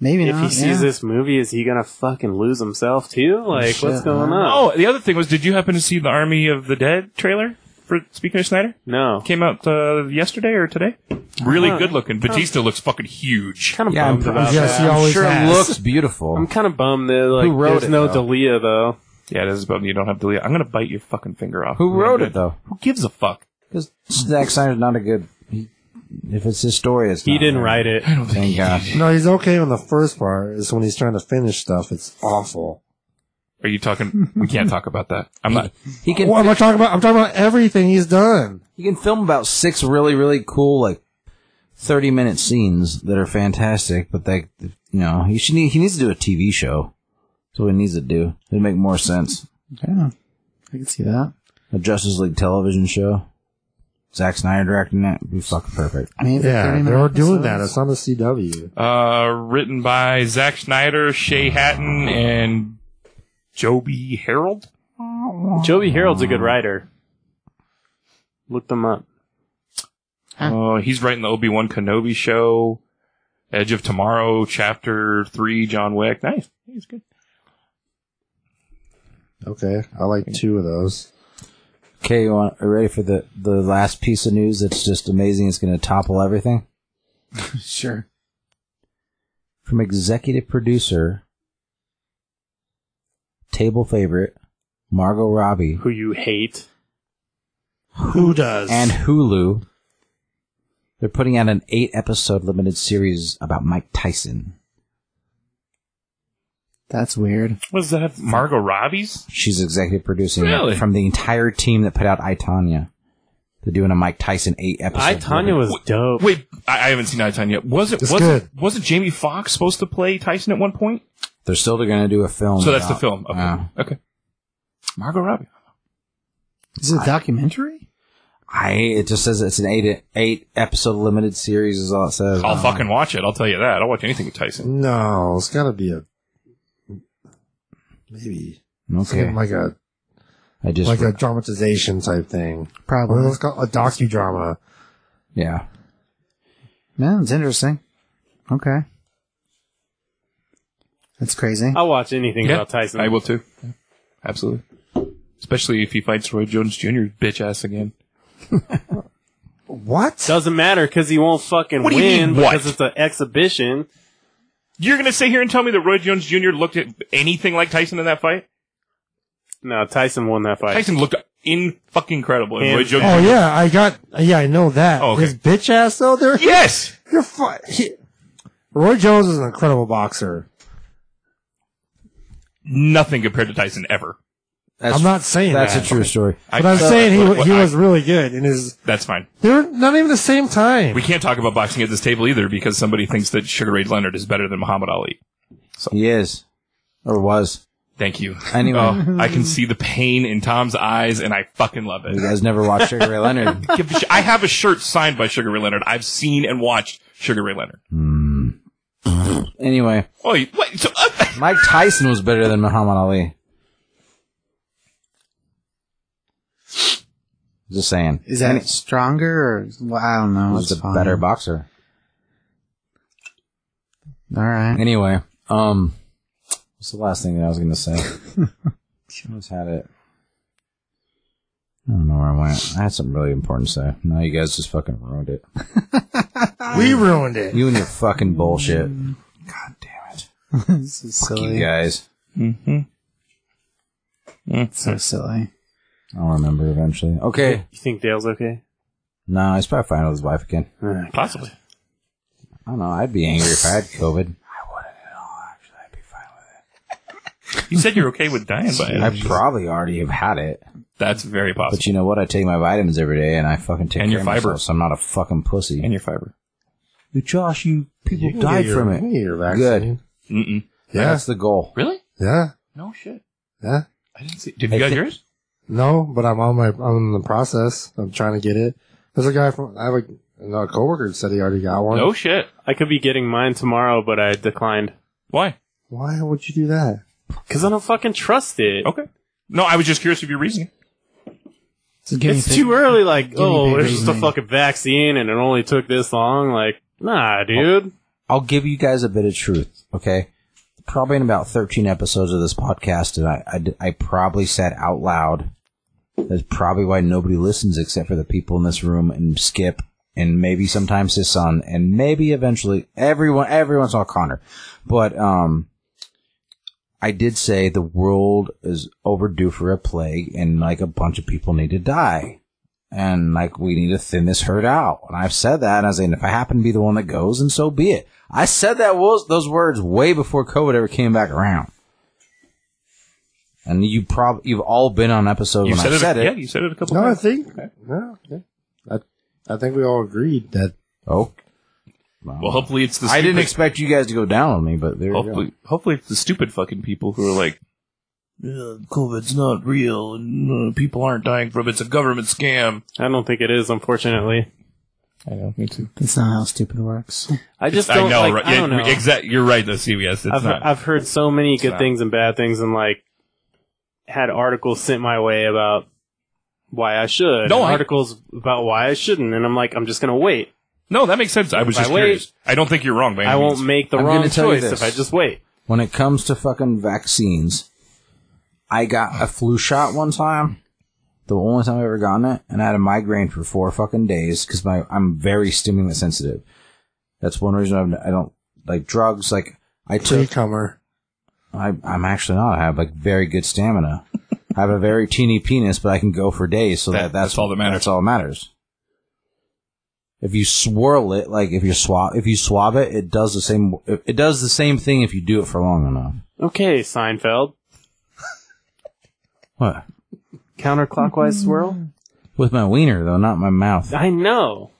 maybe if he not, sees yeah. this movie, is he gonna fucking lose himself too? Like, Shit, what's going man. on? Oh, the other thing was, did you happen to see the Army of the Dead trailer for Speaking of Snyder? no. Came out uh, yesterday or today. Really good looking. Batista looks fucking huge. Kind of Yeah, bummed I'm- about yes, that. he always Sure, has. looks beautiful. I'm kind of bummed that like Who wrote there's it, no though? Dalia though. Yeah, this is about you don't have to leave. I'm gonna bite your fucking finger off. Who Really wrote it good. though? Who gives a fuck? Because Zack Snyder's not a good. He, if it's his story, it's He not didn't right. write it. I don't Thank think. God. No, he's okay on the first part. It's when he's trying to finish stuff. It's awful. Are you talking? We can't talk about that. I'm not. He can What am I talking about? I'm talking about everything he's done. he can film about six really really cool like thirty minute scenes that are fantastic, but they you know he should need, he needs to do a TV show. That's what he needs to do. It'd make more sense. yeah, I can see that. A Justice League television show. Zack Snyder directing that would be fucking perfect. I mean, Yeah, 30 they are minute doing that. episodes. It's on the CW. Uh, written by Zack Snyder, Shay Hatton, and Joby Harold. Joey Harold's a good writer. Look them up. Uh, he's writing the Obi Wan Kenobi show, Edge of Tomorrow, Chapter Three, John Wick. Nice, he's good. Okay, I like two of those. Okay, you want, are you ready for the the last piece of news that's just amazing? It's going to topple everything. Sure. from executive producer, table favorite, Margot Robbie, Who you hate? Who does? and Hulu. They're putting out an eight episode limited series about Mike Tyson. That's weird. What does that have? Margot Robbie's? She's executive producing it Really? from the entire team that put out I Tanya. They're doing a Mike Tyson eight episode. I Tanya was dope. Wait, I, I haven't seen that time yet. Was it? It's Was good. it? Wasn't Jamie Foxx supposed to play Tyson at one point? They're still going to do a Oh film. so that's about- the uh, film. Okay. Yeah. okay. Margot Robbie. Is it a documentary? I. It just says it's an eight eight episode limited series is all it says. I'll fucking watch it. I'll tell you that. I'll watch anything with Tyson. no, it's got to be a maybe okay. Something like a I just like a dramatization type thing. What Probably. is it called? A docudrama. yeah. Man, it's interesting. Okay. That's crazy. I'll watch anything Yeah, about Tyson. I will too. Yeah. Absolutely. Especially if he fights Roy Jones Jr.'s bitch ass again. What? Doesn't matter because he won't fucking What do you win mean, what? because it's an exhibition. You're gonna sit here and tell me that Roy Jones Jr. looked at anything like Tyson in that fight? No, Tyson won that fight. Tyson looked in fucking incredible. And And- Roy Jones Oh Jr. yeah, I got. Yeah, I know that. Oh, okay. His bitch ass though. There, Yes! you're fine. He, Roy Jones is an incredible boxer. Nothing compared to Tyson ever. That's, I'm not saying That's that. a true story. But I, am saying he, he was really good in his. That's fine. They're not even the same time. We can't talk about boxing at this table either because somebody thinks that Sugar Ray Leonard is better than Muhammad Ali. He is, or was. Thank you. Anyway. Oh, I can see the pain in Tom's eyes, and I fucking love it. You guys never watched Sugar Ray Leonard. Give a sh- I have a shirt signed by Sugar Ray Leonard. I've seen and watched Sugar Ray Leonard. Hmm. Anyway, Oh, you- wait. So, Mike Tyson was better than Muhammad Ali. Just saying. Is that stronger or well, I don't know. He was It's a fine. better boxer. All right. Anyway, um, what's the last thing that I was going to say? I just had it. I don't know where I went. I had something really important to say. Now you guys just fucking ruined it. We ruined it. You and your fucking bullshit. God damn it. this is Fuck silly. you guys. So silly. I'll remember eventually. Okay. You think Dale's okay? No, he's probably fine with his wife again. possibly. I don't know. I'd be angry if I had COVID. You said you're okay with dying by it. I probably already have had it. That's very possible. But you know what? I take my vitamins every day and I fucking take And care your of fiber. myself, so I'm not a fucking pussy. and your fiber. Hey, Josh, you people You can died get your- from you can it. get your vaccine. Good. Mm-mm. Yeah. That's the goal. Really? Yeah. No shit. Yeah. I didn't see. Did you I guys thi- hear it? No, but I'm on my I'm in the process. I'm trying to get it. There's a guy from I have a, another coworker who said he already got one. No shit. I could be getting mine tomorrow, but I declined Why? Why would you do that? because I don't fucking trust it. Okay. No, I was just curious of your reasoning. So give me It's pic- too early. Like, me oh, big there's just a reasoning. fucking vaccine, and it only took this long. Like, Oh. nah, dude. I'll give you guys a bit of truth, okay? Probably in about 13 episodes of this podcast, and I, I d- I probably said out loud, that's probably why nobody listens except for the people in this room and Skip and maybe sometimes his son and maybe eventually everyone, everyone's all Connor. But, um, I did say the world is overdue for a plague and like a bunch of people need to die and like we need to thin this herd out. And I've said that, and I was saying if I happen to be the one that goes, and so be it. I said that was those words way before COVID ever came back around. And you probably you've all been on episodes You when said I it. said it. Yeah, you said it a couple No, I times. think no. yeah. I I think we all agreed that Oh, Well, hopefully it's the. I didn't stupid- expect you guys to go down on me, but there you go. Hopefully, hopefully it's the stupid fucking people who are like, "Yeah, COVID's not real and uh, people aren't dying from it. It's a government scam. I don't think it is. Unfortunately, I know, me too. That's not how stupid works. I just I don't. know, like, right? I don't yeah, know. Exactly. You're right, though, CBS. It's I've, not. I've heard so many good not. things and bad things, and like had articles sent my way about why I should, No, and I- articles about why I shouldn't, and I'm like, I'm just gonna wait. no, that makes sense. I was If I just wait, curious. I don't think you're wrong, man. I won't make the I'm wrong gonna tell you choice this. if I just wait. When it comes to fucking vaccines, I got a flu shot one time. The only time I've ever gotten it, and I had a migraine for four fucking days because my I'm very stimulant sensitive. That's one reason I'm, I don't like drugs. Like I took, newcomer. I, I'm actually not. I have like very good stamina. I have a very teeny penis, but I can go for days. So that, that's, That- that's all that matters. That's all that matters. If you swirl it, like if you swab, if you swab it, it does the same. It it does the same thing if you do it for long enough. Okay, Seinfeld, What? counterclockwise swirl. With my wiener though, not my mouth. I know.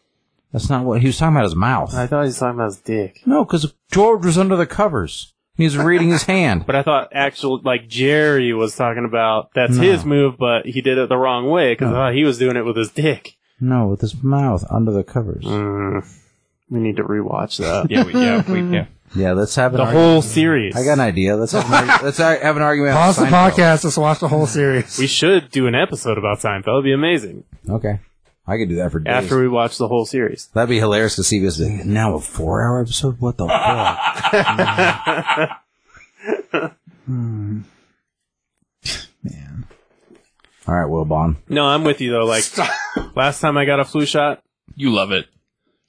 That's not what he was talking about. His mouth. I thought he was talking about his dick, No, because George was under the covers. He was reading his hand. but I thought actual like Jerry was talking about that's his move, but he did it the wrong way because I thought he was doing it with his dick. No, with his mouth under the covers. Mm, we need to rewatch that. Yeah, we, yeah, we, yeah. Yeah, let's have an the argument. whole series. I got an idea. Let's have an, argu- let's ha- have an argument. about Pause the Seinfeld. podcast. Let's watch the whole series. We should do an episode about Seinfeld. It'd be amazing. Okay, I could do that for days. After we watch the whole series. That'd be hilarious to see this. Now a four-hour episode? What the fuck? Hmm. Man. All right, Will Bond. No, I'm with you though. Like last time I got a flu shot, You love it.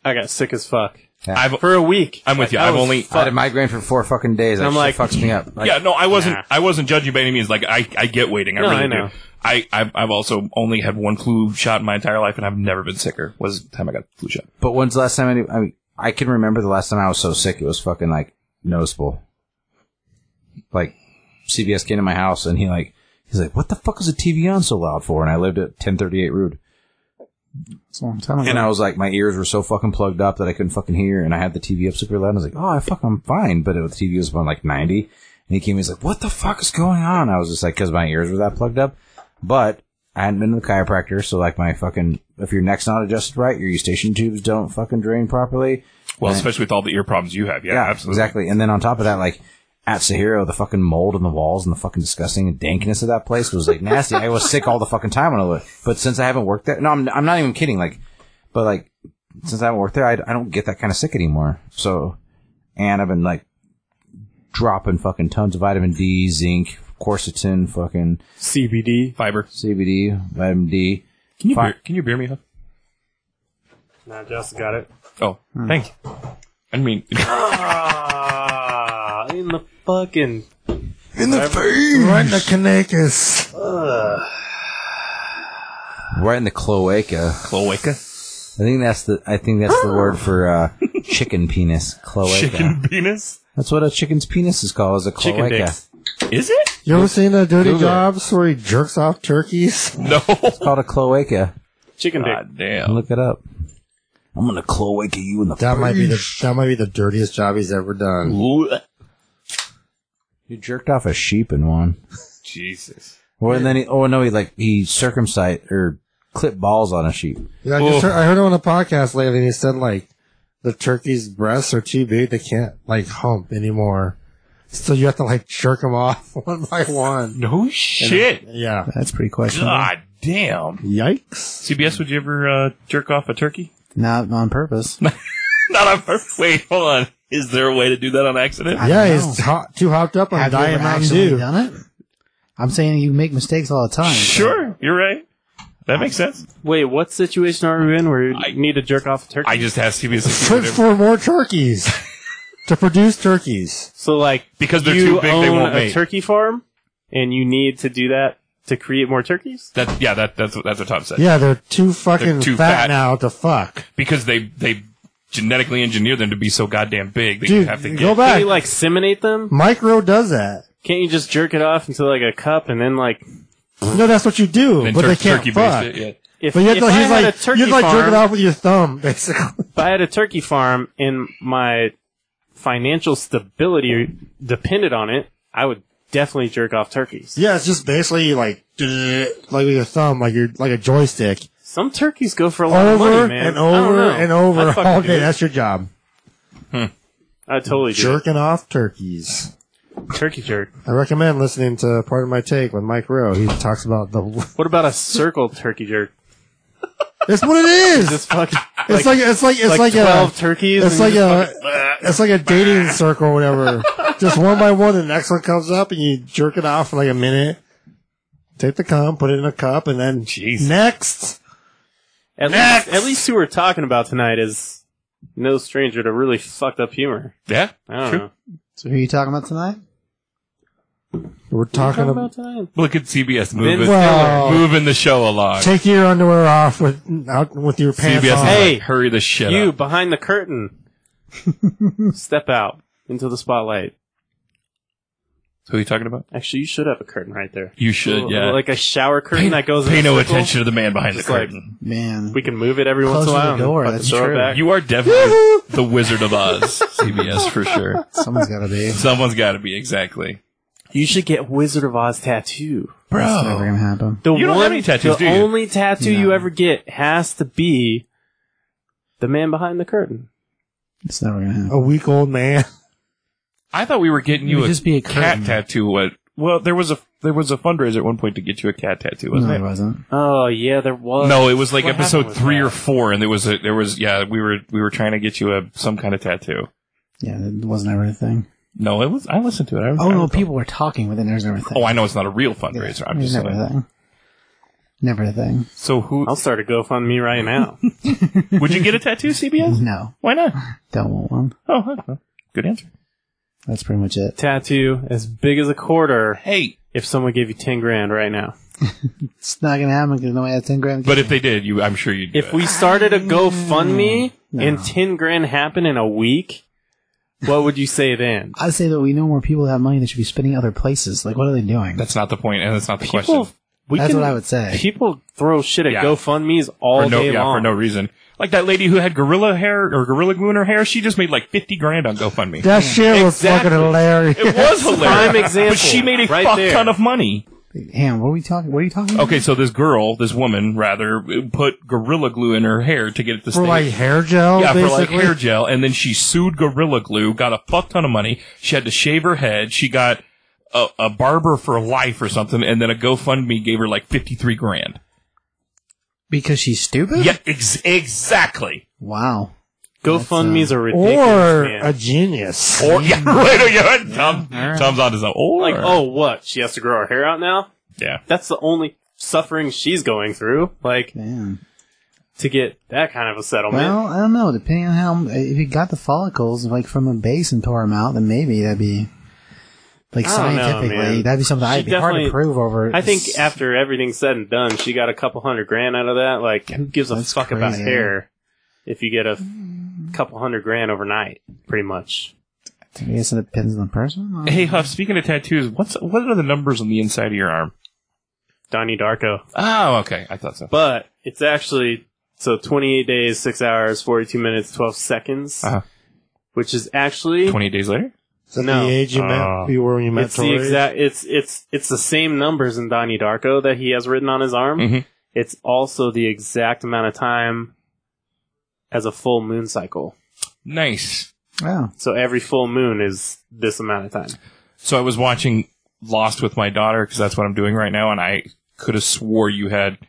I got sick as fuck I've, for a week. I'm with you. That I've was only. I had a migraine for four fucking days. That I'm shit like- fucks me up. Like, yeah, no, I wasn't. Nah. I wasn't judging by any means. Like, I, I get waiting. I No, really I know. do. I, I've, I've also only had one flu shot in my entire life, and I've never been sicker. Was the time I got the flu shot? But when's the last time? I, knew- I mean, I can remember the last time I was so sick. It was fucking like noticeable. Like CBS came to my house and he like He's like, "What the fuck is the TV on so loud for?" And I lived at 1038 Rude, It's a long time ago. and I was like, my ears were so fucking plugged up that I couldn't fucking hear, and I had the TV up super loud. And I was like, "Oh, I fuck, I'm fine," but it, the TV was on like 90, and he came, he's like, "What the fuck is going on?" I was just like, because my ears were that plugged up, but I hadn't been to the chiropractor, so like my fucking if your neck's not adjusted right, your eustachian tubes don't fucking drain properly. Well, Right. especially with all the ear problems you have. Yeah, absolutely. Exactly. And then on top of that, like at Sahiro, the fucking mold in the walls and the fucking disgusting dankness of that place was like nasty. I was sick all the fucking time when I lived. But since I haven't worked there, no, I'm, I'm not even kidding. Like, but like since I haven't worked there, I, I don't get that kind of sick anymore. So, and I've been like dropping fucking tons of vitamin D, zinc, quercetin, fucking CBD. Fiber. CBD, vitamin D. Can you Fi- beer, can you beer me up? Nah, Jess got it. Oh, thank you. I mean, Ah, in the fucking. In the face! Right in the Kanakis. Right in the cloaca. cloaca, I think that's the I think that's the word for uh, chicken penis. Cloaca. chicken penis. That's what a chicken's penis is called, is a Chicken cloaca. dicks. Is it? You ever seen the Dirty Google it. Jobs where he jerks off turkeys? No. Called a cloaca. Chicken dick. God damn. Look it up. I'm gonna cloaca you in the. That might be the that might be the dirtiest job he's ever done. You jerked off a sheep in one. Jesus. Well, and then he. Oh no, he like he circumcised or clipped balls on a sheep. Yeah, I just heard, I heard him on a podcast lately, and he said like the turkey's breasts are too big; they can't like hump anymore. So you have to like jerk them off one by one. No shit. Yeah. That's pretty questionable. God damn. Yikes. CBS, would you ever uh, jerk off a turkey? Not on purpose. Not on purpose. Wait, hold on. Is there a way to do that on accident? I yeah, don't he's hot, too hopped up on Have you Diet ever Mountain actually Dew. done it? I'm saying you make mistakes all the time. Sure, you're right. That makes sense. Wait, what situation are we in where you I- need to jerk off a turkey? I just asked CBS if you Search would ever- for more turkeys to produce turkeys. so like because they're you too big, own they won't a mate. turkey farm, and you need to do that to create more turkeys. That yeah, that that's what- that's what Tom said. Yeah, they're too fucking too fat, fat. now to fuck. Because they they genetically engineer them to be so goddamn big that you Dude, have to go get. Can back. you like seminate them? Micro does that. Can't you just jerk it off into like a cup and then like No, that's what you do, then but tur- they can't turkey fuck. based it. Yeah. if, But you have if to, I he's had a like, turkey you'd like jerk farm, it off with your thumb, basically. if I had a turkey farm and my financial stability depended on it, I would definitely jerk off turkeys. Yeah, it's just basically like like with your thumb, like your like a joystick, Some turkeys go for a lot of over money, man. and I don't over know. and over I'd fucking all do day. it. That's your job, I totally do. jerking off turkeys. it. Turkey jerk. I recommend listening to part of my take with Mike Rowe. He talks about the. What about a circle turkey jerk? It's what it is. Just fucking It's like it's like it's like, like, twelve a turkeys. it's and like you just a it's like a dating circle, or whatever. just one by one, the next one comes up, and you jerk it off for like a minute. Take the cum, put it in a cup, and then Jeez. next. At least, at least who we're talking about tonight is no stranger to really fucked up humor. Yeah, I don't true. know. So who are you talking about tonight? We're talking, Talking about about tonight. Look at CBS moving, Well- moving the show along. Take your underwear off with out with your pants CBS, on. Hey, hey, hurry the shit you up. behind the curtain, step out into the spotlight. Who are you talking about? Actually, you should have a curtain right there. You should, yeah. Like a shower curtain that goes. Pay in a no circle. attention to the man behind Just the like- curtain. Man. We can move it every once Close in a to the while. and door, fucking that's throw it true. back. you are definitely the Wizard of Oz, CBS for sure. Someone's got to be. Someone's got to be exactly, You should get Wizard of Oz tattoo. It's never bro. going to happen. The You don't one, have any tattoos, the do you? only tattoo you No. ever get has to be the man behind the curtain. It's never going to Oh, happen. a week old man. I thought we were getting you It would a, just be a cat curtain. tattoo. What? Well, there was a there was a fundraiser at one point to get you a cat tattoo, wasn't No, it? it wasn't. Oh yeah, there was. No, it was like What happened episode with three that? or four, and there was a there was yeah we were we were trying to get you a some kind of tattoo. Yeah, it wasn't ever a thing. No, it was I listened to it. I was, Oh, I no, was- people were talking, but then there's never a thing. Oh, I know it's not a real fundraiser. I'm There's just never saying. a thing. Never a thing. So who I'll start a GoFundMe right now. would you get a tattoo? CBS? No. Why not? Don't want one. Oh, I don't know. good answer. That's pretty much it. tattoo as big as a quarter. Hey, If someone gave you ten grand right now, It's not going to happen because nobody has 10 grand. but if they did, you I'm sure you'd. do if it. we started a GoFundMe No. and ten grand happened in a week, what would you say then? I say that we know more people that have money that should be spending other places. Like, what are they doing? That's not the point, and that's not the People, question. we That's can- what I would say. People throw shit at Yeah. GoFundmes all For no, day yeah, long. for no reason. Like that lady who had gorilla hair or gorilla glue in her hair, she just made like fifty grand on GoFundMe. That shit was Exactly. fucking hilarious. It was hilarious. Prime example, But she made a right fuck there. ton of money. Ham, what are we talking? What are you talking about? Okay, so this girl, this woman rather, put gorilla glue in her hair to get it For to stay. like hair gel, yeah, for like basically. hair gel, and then she sued Gorilla Glue, got a fuck ton of money. She had to shave her head. She got a, a barber for life or something, and then a GoFundMe gave her like fifty three grand. Because she's stupid. Yeah, ex- exactly. Wow. GoFundMe's uh, are ridiculous. or man. a genius. Or yeah, right. Or yeah, Tom, alright. Tom's on his own. Or, like, oh, what? She has to grow her hair out now? yeah. That's the only suffering she's going through. Like, Man. to get that kind of a settlement. Well, I don't know. Depending on how, if you got the follicles like from a base and tore them out, then maybe that'd be like I don't know, scientifically man. that'd be something She I'd be hard to definitely- prove over. I think after everything's said and done, she got a couple hundred grand out of that. Like, who gives a That's fuck about crazy. Mm. hair if you get a f- couple hundred grand overnight? Pretty much. I guess it depends on the person. Hey Huff, speaking of tattoos, what's what are the numbers on the inside of your arm? Donnie Darko. Oh, okay, I thought so. But it's actually so 28 days, 6 hours, 42 minutes, 12 seconds, Uh-huh. which is actually Twenty days later, Is that No. the age you Uh, met? You were when you met it's the Tori? exact it's it's it's the same numbers in Donnie Darko that he has written on his arm. Mhm. It's also the exact amount of time as a full moon cycle. nice. Wow. So every full moon is this amount of time. So I was watching Lost with my daughter because that's what I'm doing right now, and I could have swore you had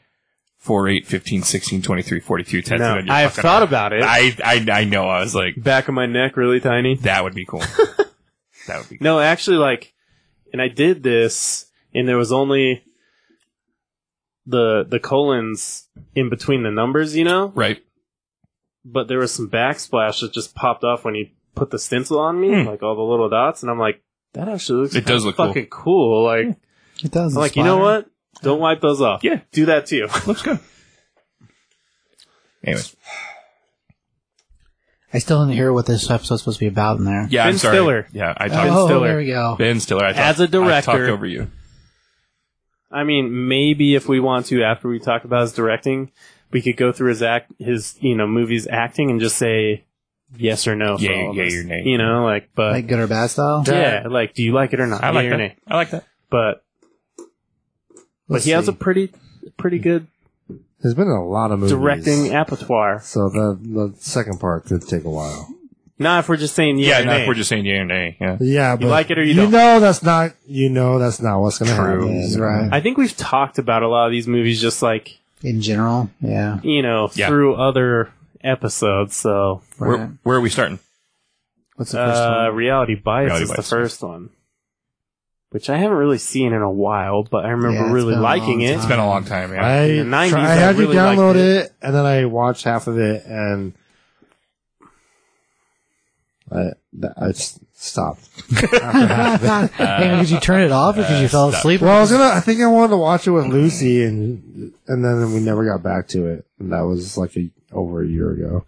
4, 8, 15, 16, 23, 42 tattooed on your I've fucking thought arm. about it. I, I, I know. I was like, Back of my neck really tiny. that would be cool. that would be cool. No, actually, like, and I did this, and there was only the the colons in between the numbers, you know. Right. But there was some backsplash that just popped off when he put the stencil on me, Hmm. like all the little dots, and I'm like, that actually looks It does kinda look cool. fucking cool. Like, It does. I'm like, you inspire. know what? Don't wipe those off. Yeah. do that too. Looks good. Anyway. I still didn't hear what this episode's supposed to be about in there. Yeah, I'm Ben sorry. Stiller. Yeah, I talked. Oh, Stiller. there we go. Ben Stiller. I talked, As a I talked director. over you. I mean, maybe if we want to, after we talk about his directing, we could go through his act, his you know movies acting, and just say yes or no. for Yay- all of yay us. or nay. You know, like, but Like good or bad style. yeah, like, do you like it or not? I like yay or that. nay. I like that. But but Let's he has see. a pretty pretty good There's been a lot of movies. directing abattoir. So the, the second part could take a while. Not if we're just saying yay Yeah, or no, nay. if we're just saying yay or nay. Yeah. Yeah, but like it or you don't. know that's not. You know that's not what's going to True. happen. He's right. I think we've talked about a lot of these movies, just like In general, yeah. you know Yeah. through other episodes. So Right. Where, where are we starting? What's the first Uh, one? Reality Bites Reality is Bites. the first one, which I haven't really seen in a while, but I remember Yeah, it's really been a liking long it. It's been a long time. Yeah. I, In the 90s, try- I I had really you liked download it. it. and then I watched half of it, and I, th- I just stopped. after half of Uh, it. Hey, did you turn it off or because you fell asleep? Well, I was gonna. I think I wanted to watch it with Lucy, and and then we never got back to it. And that was like a, over a year ago.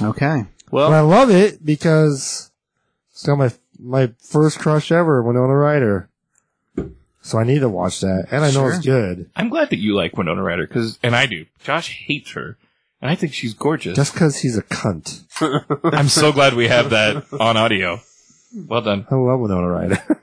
okay. But Well, I love it because it's got my my first crush ever, Winona Ryder. So I need to watch that, and I know it's good I'm glad that you like Winona Ryder because, and I do. Josh hates her, and I think she's gorgeous. just because he's a cunt. I'm so glad we have that on audio. Well done. I love Winona Ryder.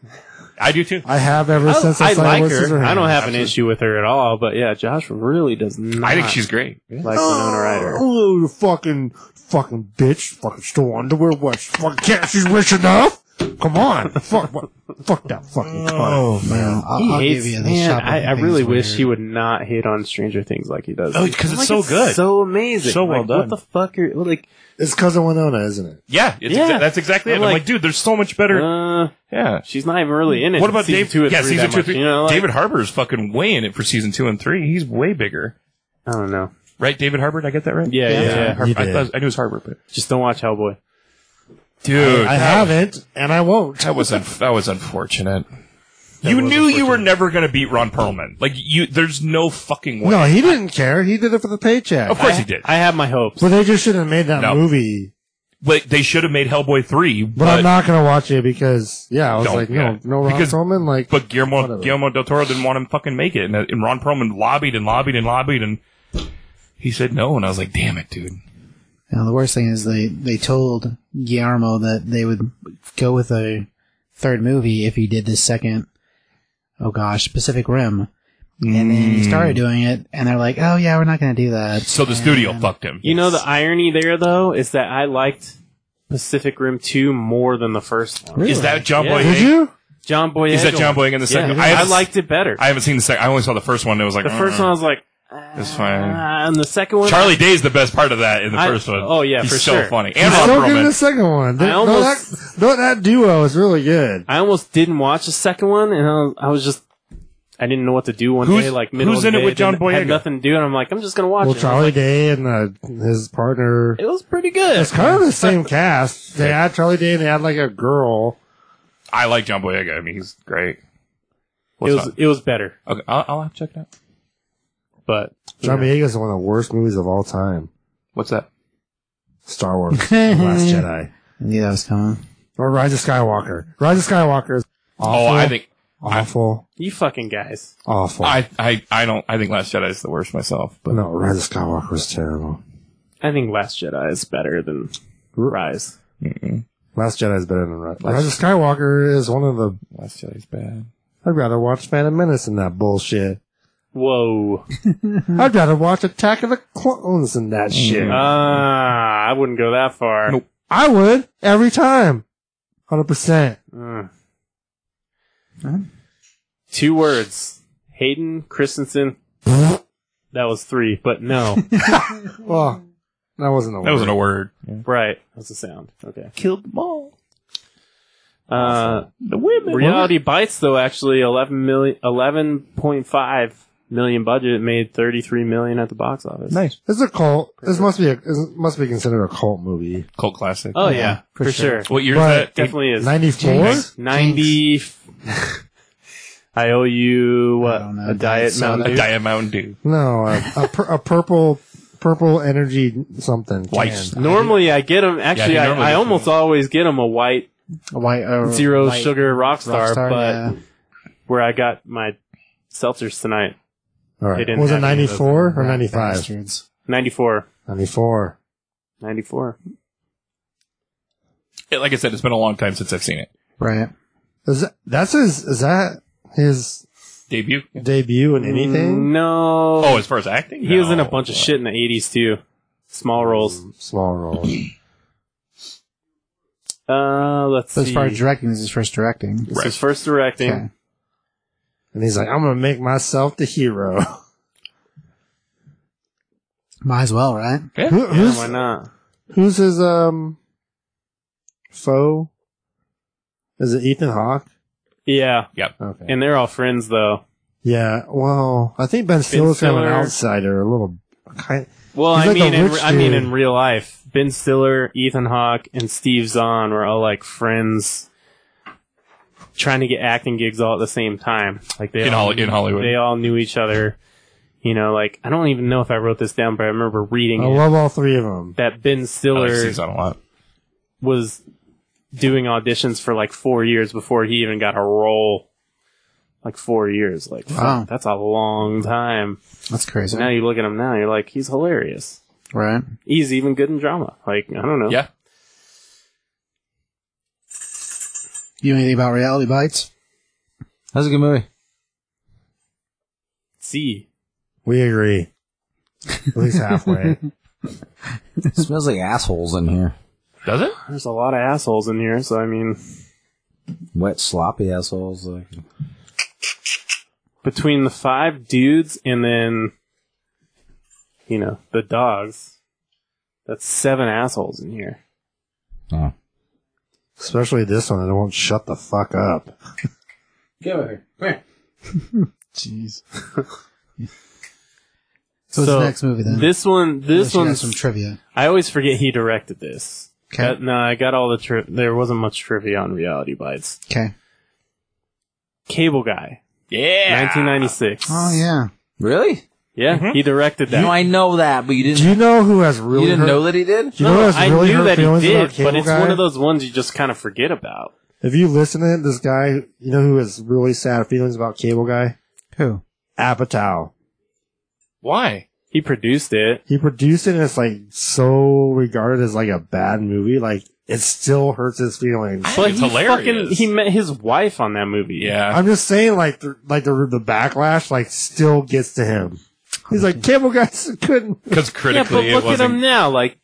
I do too. I have ever I, since I, Oh, I saw like What's His her. I don't have Absolutely. an issue with her at all, but yeah, Josh really does not. I think she's great. like Winona Ryder. Oh, you fucking, fucking bitch. Fucking stole underwear. What? She Fucking can't. She's rich enough. Come on. Fuck. What? Fuck that fucking cunt. Well, I'll, He I'll hates. give you the man, shopping I, I things really wish weird. he would not hit on Stranger Things like he does. Oh, 'cause I'm it's like, so good. so amazing, So well Like, done. What the fuck are well, like? It's because of Winona, isn't it? Yeah, it's Yeah. exa- that's exactly it. I'm I'm like- like, dude, there's so much better. Uh, yeah. she's not even really in it. What about season Dave? two and yeah, three season that two, much, three. You know, like, David Harbour is fucking way in it for season two and three. He's way bigger, I don't know. right? David Harbour, did I get that right? Yeah, yeah, yeah. Harbour. You I, did. thought, I knew it was Harbour, but Just don't watch Hellboy. dude, I that- haven't, and I won't. That was un- that was unfortunate. you knew you were never going to beat Ron Perlman. Like you, there's no fucking way. No, he Oh, didn't care. He did it for the paycheck. of course he did. I have my hopes. But they just should have made that No. movie. like they should have made Hellboy three, but But, I'm not gonna watch it because yeah, I was Don't, like, no, yeah. no Ron Because- Perlman, like, but Guillermo Whatever. Guillermo del Toro didn't want him fucking make it, and, and Ron Perlman lobbied and lobbied and lobbied, and he said no, and I was like, damn it, dude. Now the worst thing is they they told Guillermo that they would go with a third movie if he did this second. Oh gosh, Pacific Rim, and then he Mm. started doing it, and they're like, "Oh yeah, we're not going to do that." So the studio fucked him. You know the irony there though is that I liked Pacific Rim 2 more than the first one. Is that John Yeah. Boy? did you? John Boyega. Is that John one. Boyega in the Yeah, second? I, I, haven't- liked it better. I haven't seen the second. I only saw the first one. It was like the first "Uh-uh." one I was like, It's fine. ah, and the second one Charlie Day's the best part of that in the I- first one. oh, yeah, He's for so sure. funny. And It's Ron so good in the Perlman. second one. I They- no, almost- that, no, that duo is really good. I almost didn't watch the second one, and I was, I was just I didn't know what to do one Who's- day, like middle who's of the in it day, with John didn't- Had Boyega? nothing to do, and I'm like, I'm just gonna watch Well, it. Charlie Day and uh, his partner. It was pretty good. It's kind of the same cast. They had Charlie Day and they had like a girl. I like John Boyega. I mean, he's great. it What's was up? it was better, Okay, I'll, I'll have to check it out. but John Boyega's one of the worst movies of all time. What's that? Star Wars: The Last Jedi I knew that was coming. or Rise of Skywalker. Rise of Skywalker is awful. Oh, I think awful, you fucking guys, awful. I, I I don't. I think Last Jedi is the worst myself. But no, Rise of Skywalker is terrible. I think Last Jedi is better than Rise. Last Jedi is better than Rise. Rise of Skywalker is one of the. Last Jedi's bad. I'd rather watch Phantom Menace than that bullshit. Whoa, I'd rather watch Attack of the Clones than that shit. Mm-hmm. ah, I wouldn't go that far. Hmm. Nope. I would every time, hundred percent. Mm. Huh? Two words: Hayden Christensen. that was three, but no, Well, Oh, that wasn't a That wasn't a word. right? That's a sound. Okay. Killed them all. Uh, The women. Reality Bites, though, actually 11 million, 11.5 million budget made 33 million at the box office. Nice. It's a cult. This must be a this must be considered a cult movie. Cult classic. Oh, yeah, Yeah, for, for sure. What year is Right. that? Definitely is. Ninety four. Jinx. 90. I owe you, what? don't know. a diet Diet Mountain soda. A Dew? Diet Mountain Dew. No, a, a, pur- a purple purple energy something. White. can. Normally, I get them. Actually, he normally I, I gets almost them. always get them a white A white uh, zero light sugar rock star, Rockstar, but yeah. where I got my seltzers tonight, They All right. didn't Was it have any ninety of those. four or Rat ninety five? bastards. 94. Ninety four. 94. It- like I said, it's been a long time since I've seen it. Right. Is that, that's his? Is that his Debut. debut in Mm, anything? No. Oh, as far as acting, Oh. he was in a No. bunch of shit in the 80s, too. Small roles. Mm, Small role. Uh, let's So as see. far as directing, this is first directing. This is first directing. Okay. And he's like, I'm gonna make myself the hero. Might as well, right? Who- Yeah, who's why not? who's his um foe? Is it Ethan Hawke? Yeah, Okay. and they're all friends though. yeah. Well, I think Ben Stiller's kind of an Stiller. outsider, a little. Kind, Well, He's I like mean, the in, rich I mean, dude. in real life, Ben Stiller, Ethan Hawke, and Steve Zahn were all like friends, trying to get acting gigs all at the same time. Like they In all, Holly- in Hollywood. they all knew each other. You know, like I don't even know if I wrote this down, but I remember reading I it, love all three of them. that Ben I like Stiller Steve Zahn a lot. was doing auditions for like four years before he even got a role. Like four years, like fuck, Wow. that's a long time. That's crazy. So now you look at him now, you're like, he's hilarious. Right. He's even good in drama. Like I don't know. Yeah. You know anything about Reality Bites? That's a good movie. See, We agree. At least halfway. It smells like assholes in here. Does it? there's a lot of assholes in here. So I mean, Wet, sloppy assholes. Like between the five dudes and then, you know, the dogs, that's seven assholes in here. oh. Especially this one, it won't shut the fuck up. Get over here. Jeez. so, what's So, the next movie then? This one, Unless this you got one's some trivia. I always forget he directed this. Okay. That- no, I got all the tri- there wasn't much trivia on Reality Bites. Okay. Cable Guy, Yeah. 1996. Oh yeah. Really? Yeah, he directed that. no, I know that, but you didn't. Do you know who has you really? didn't hurt- know that he did. Do you know who has I really knew hurt that he feelings did, about Cable but it's Guy? one of those ones you just kind of forget about. If you listen to it, this guy, you know who has really sad feelings about Cable Guy? Who? Apatow. Why? He produced it. He produced it, and it's like so regarded as like a bad movie. Like it still hurts his feelings. think But it's he hilarious. fucking he met his wife on that movie. Yeah. I'm just saying, like, the, like the the backlash, like, still gets to him. He's like, Cable Guy's couldn't. Because Yeah, but critically, it look at wasn't. him now. Like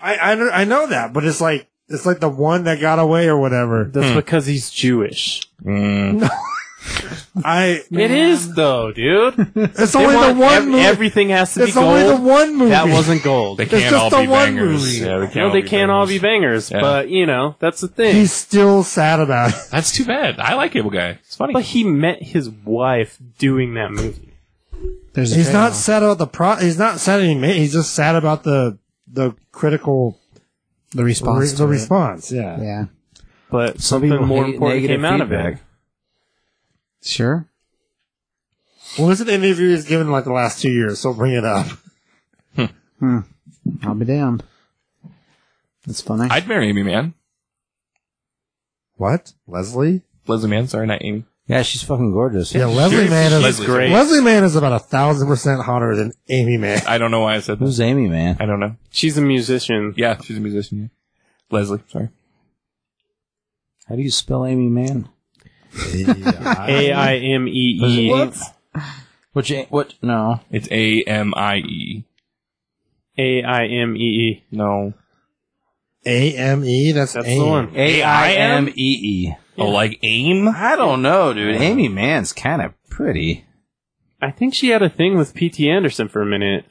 I, I kn- I know that, but it's like it's like the one that got away or whatever. that's because he's Jewish. Mm. I It is though, dude. it's They only the want one ev- movie. Everything has to be it's only the gold. one movie. That wasn't gold. They They, It's can't just all the be one bangers. movie. Yeah, they can't no, all they be can't all be bangers, bangers. Yeah. but you know that's the thing. He's still sad about it. That's too bad. I like Cable Guy. It's funny. but he met his wife doing that movie. There's a He's not trade-off. sad about the pro. He's not sad he made. He's just sad about the the critical the response. re- to the it. response. Yeah. Yeah. But Some something people more hate important negative came out of it. feedback. Sure. Well, listen to interview he's given like the last two years, so bring it up. I'll be damned. That's funny. I'd marry Amy Man. What Leslie? Leslie Man. Sorry, not Amy. Yeah, she's fucking gorgeous. Yeah, Leslie She's Man is great. Leslie Man is about a thousand percent hotter than Amy Man. I don't know why I said that. Who's Amy, man? I don't know. She's a musician. Yeah, she's a musician. Yeah. Leslie. Sorry. How do you spell Amy, man? A I M E E. Which what? No, It's A M I E. A I M E E. No. A M E. That's That's Amy. the one. A I M E E. Oh, like aim? I don't know, dude. Amy, man's kind of pretty. I think she had a thing with P.T. Anderson for a minute.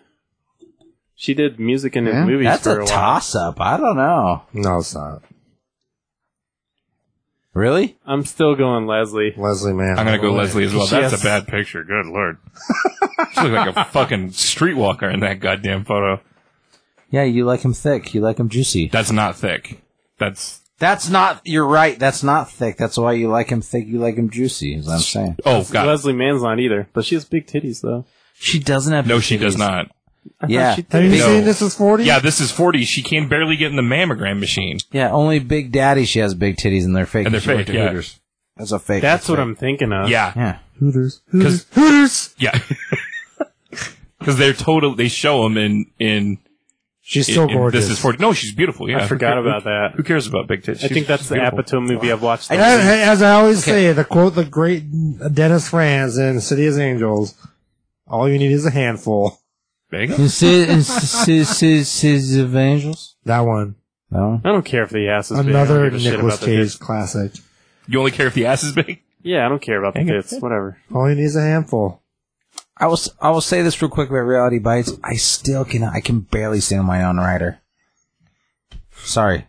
She did music in his Yeah, movies That's for a a, while. toss up. I don't know. No, it's not Really? I'm still going Leslie. Leslie Man. I'm gonna go Leslie as well. She That's has- a bad picture. Good lord. she looks like a fucking streetwalker in that goddamn photo. Yeah, you like him thick. You like him juicy. That's not thick. That's That's not. You're right. That's not thick. That's why you like him thick. You like him juicy. Is what I'm saying. oh god. Leslie Mann's not either, but she has big titties though. She doesn't have. No, she does not. I thought Yeah. she Have did. you No. seen This Is Forty? Yeah, this is 40. She can barely get in the mammogram machine. Yeah, only Big Daddy. She has big titties, and they're fake. And they're She worked fake, at yeah. Hooters. That's a fake. That's what I'm thinking of. Yeah, Yeah. Hooters. 'Cause- Hooters. Hooters. yeah. Because they're total. They show them in in. She's in- so in gorgeous. This is 40. No, she's beautiful. Yeah, I forgot about that. Who cares about big tits? I think that's the Apatow movie I've watched. I- As, as I always say, the quote the great Dennis Franz in City as Angels, all you need is a handful. apple. Sis of Angels. That one. No. I don't care if the ass is big. I don't Another give a shit Nicolas about the tits. Cage classic. You only care if the ass is big. Yeah, I don't care about the Hang on. tits. Whatever. All you need is a handful. I will. s- I will say this real quick about Reality Bites. I still can. I can barely stand my own writer. Sorry.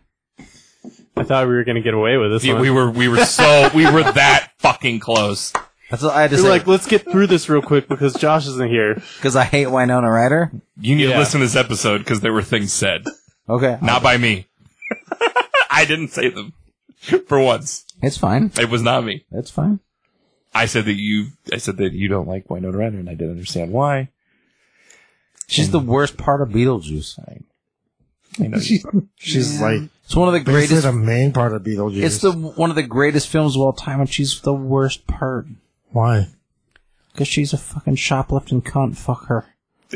I thought we were gonna get away with this. Yeah, one. we were we were so we were that fucking close. That's all I had to We're say. like, let's get through this real quick because Josh isn't here. Because I hate Winona Ryder. You need Yeah. to listen to this episode because there were things said, Okay. not by me. I didn't say them. For once, It's fine. it was not me. It's fine. I said that you. I said that you don't like Winona Ryder, and I didn't understand why. She's the worst part of Beetlejuice. I know you- She's like It's one of the basically greatest. the main part of Beetlejuice. It's the one of the greatest films of all time, and she's the worst part why? because she's a fucking shoplifting cunt. Fuck her.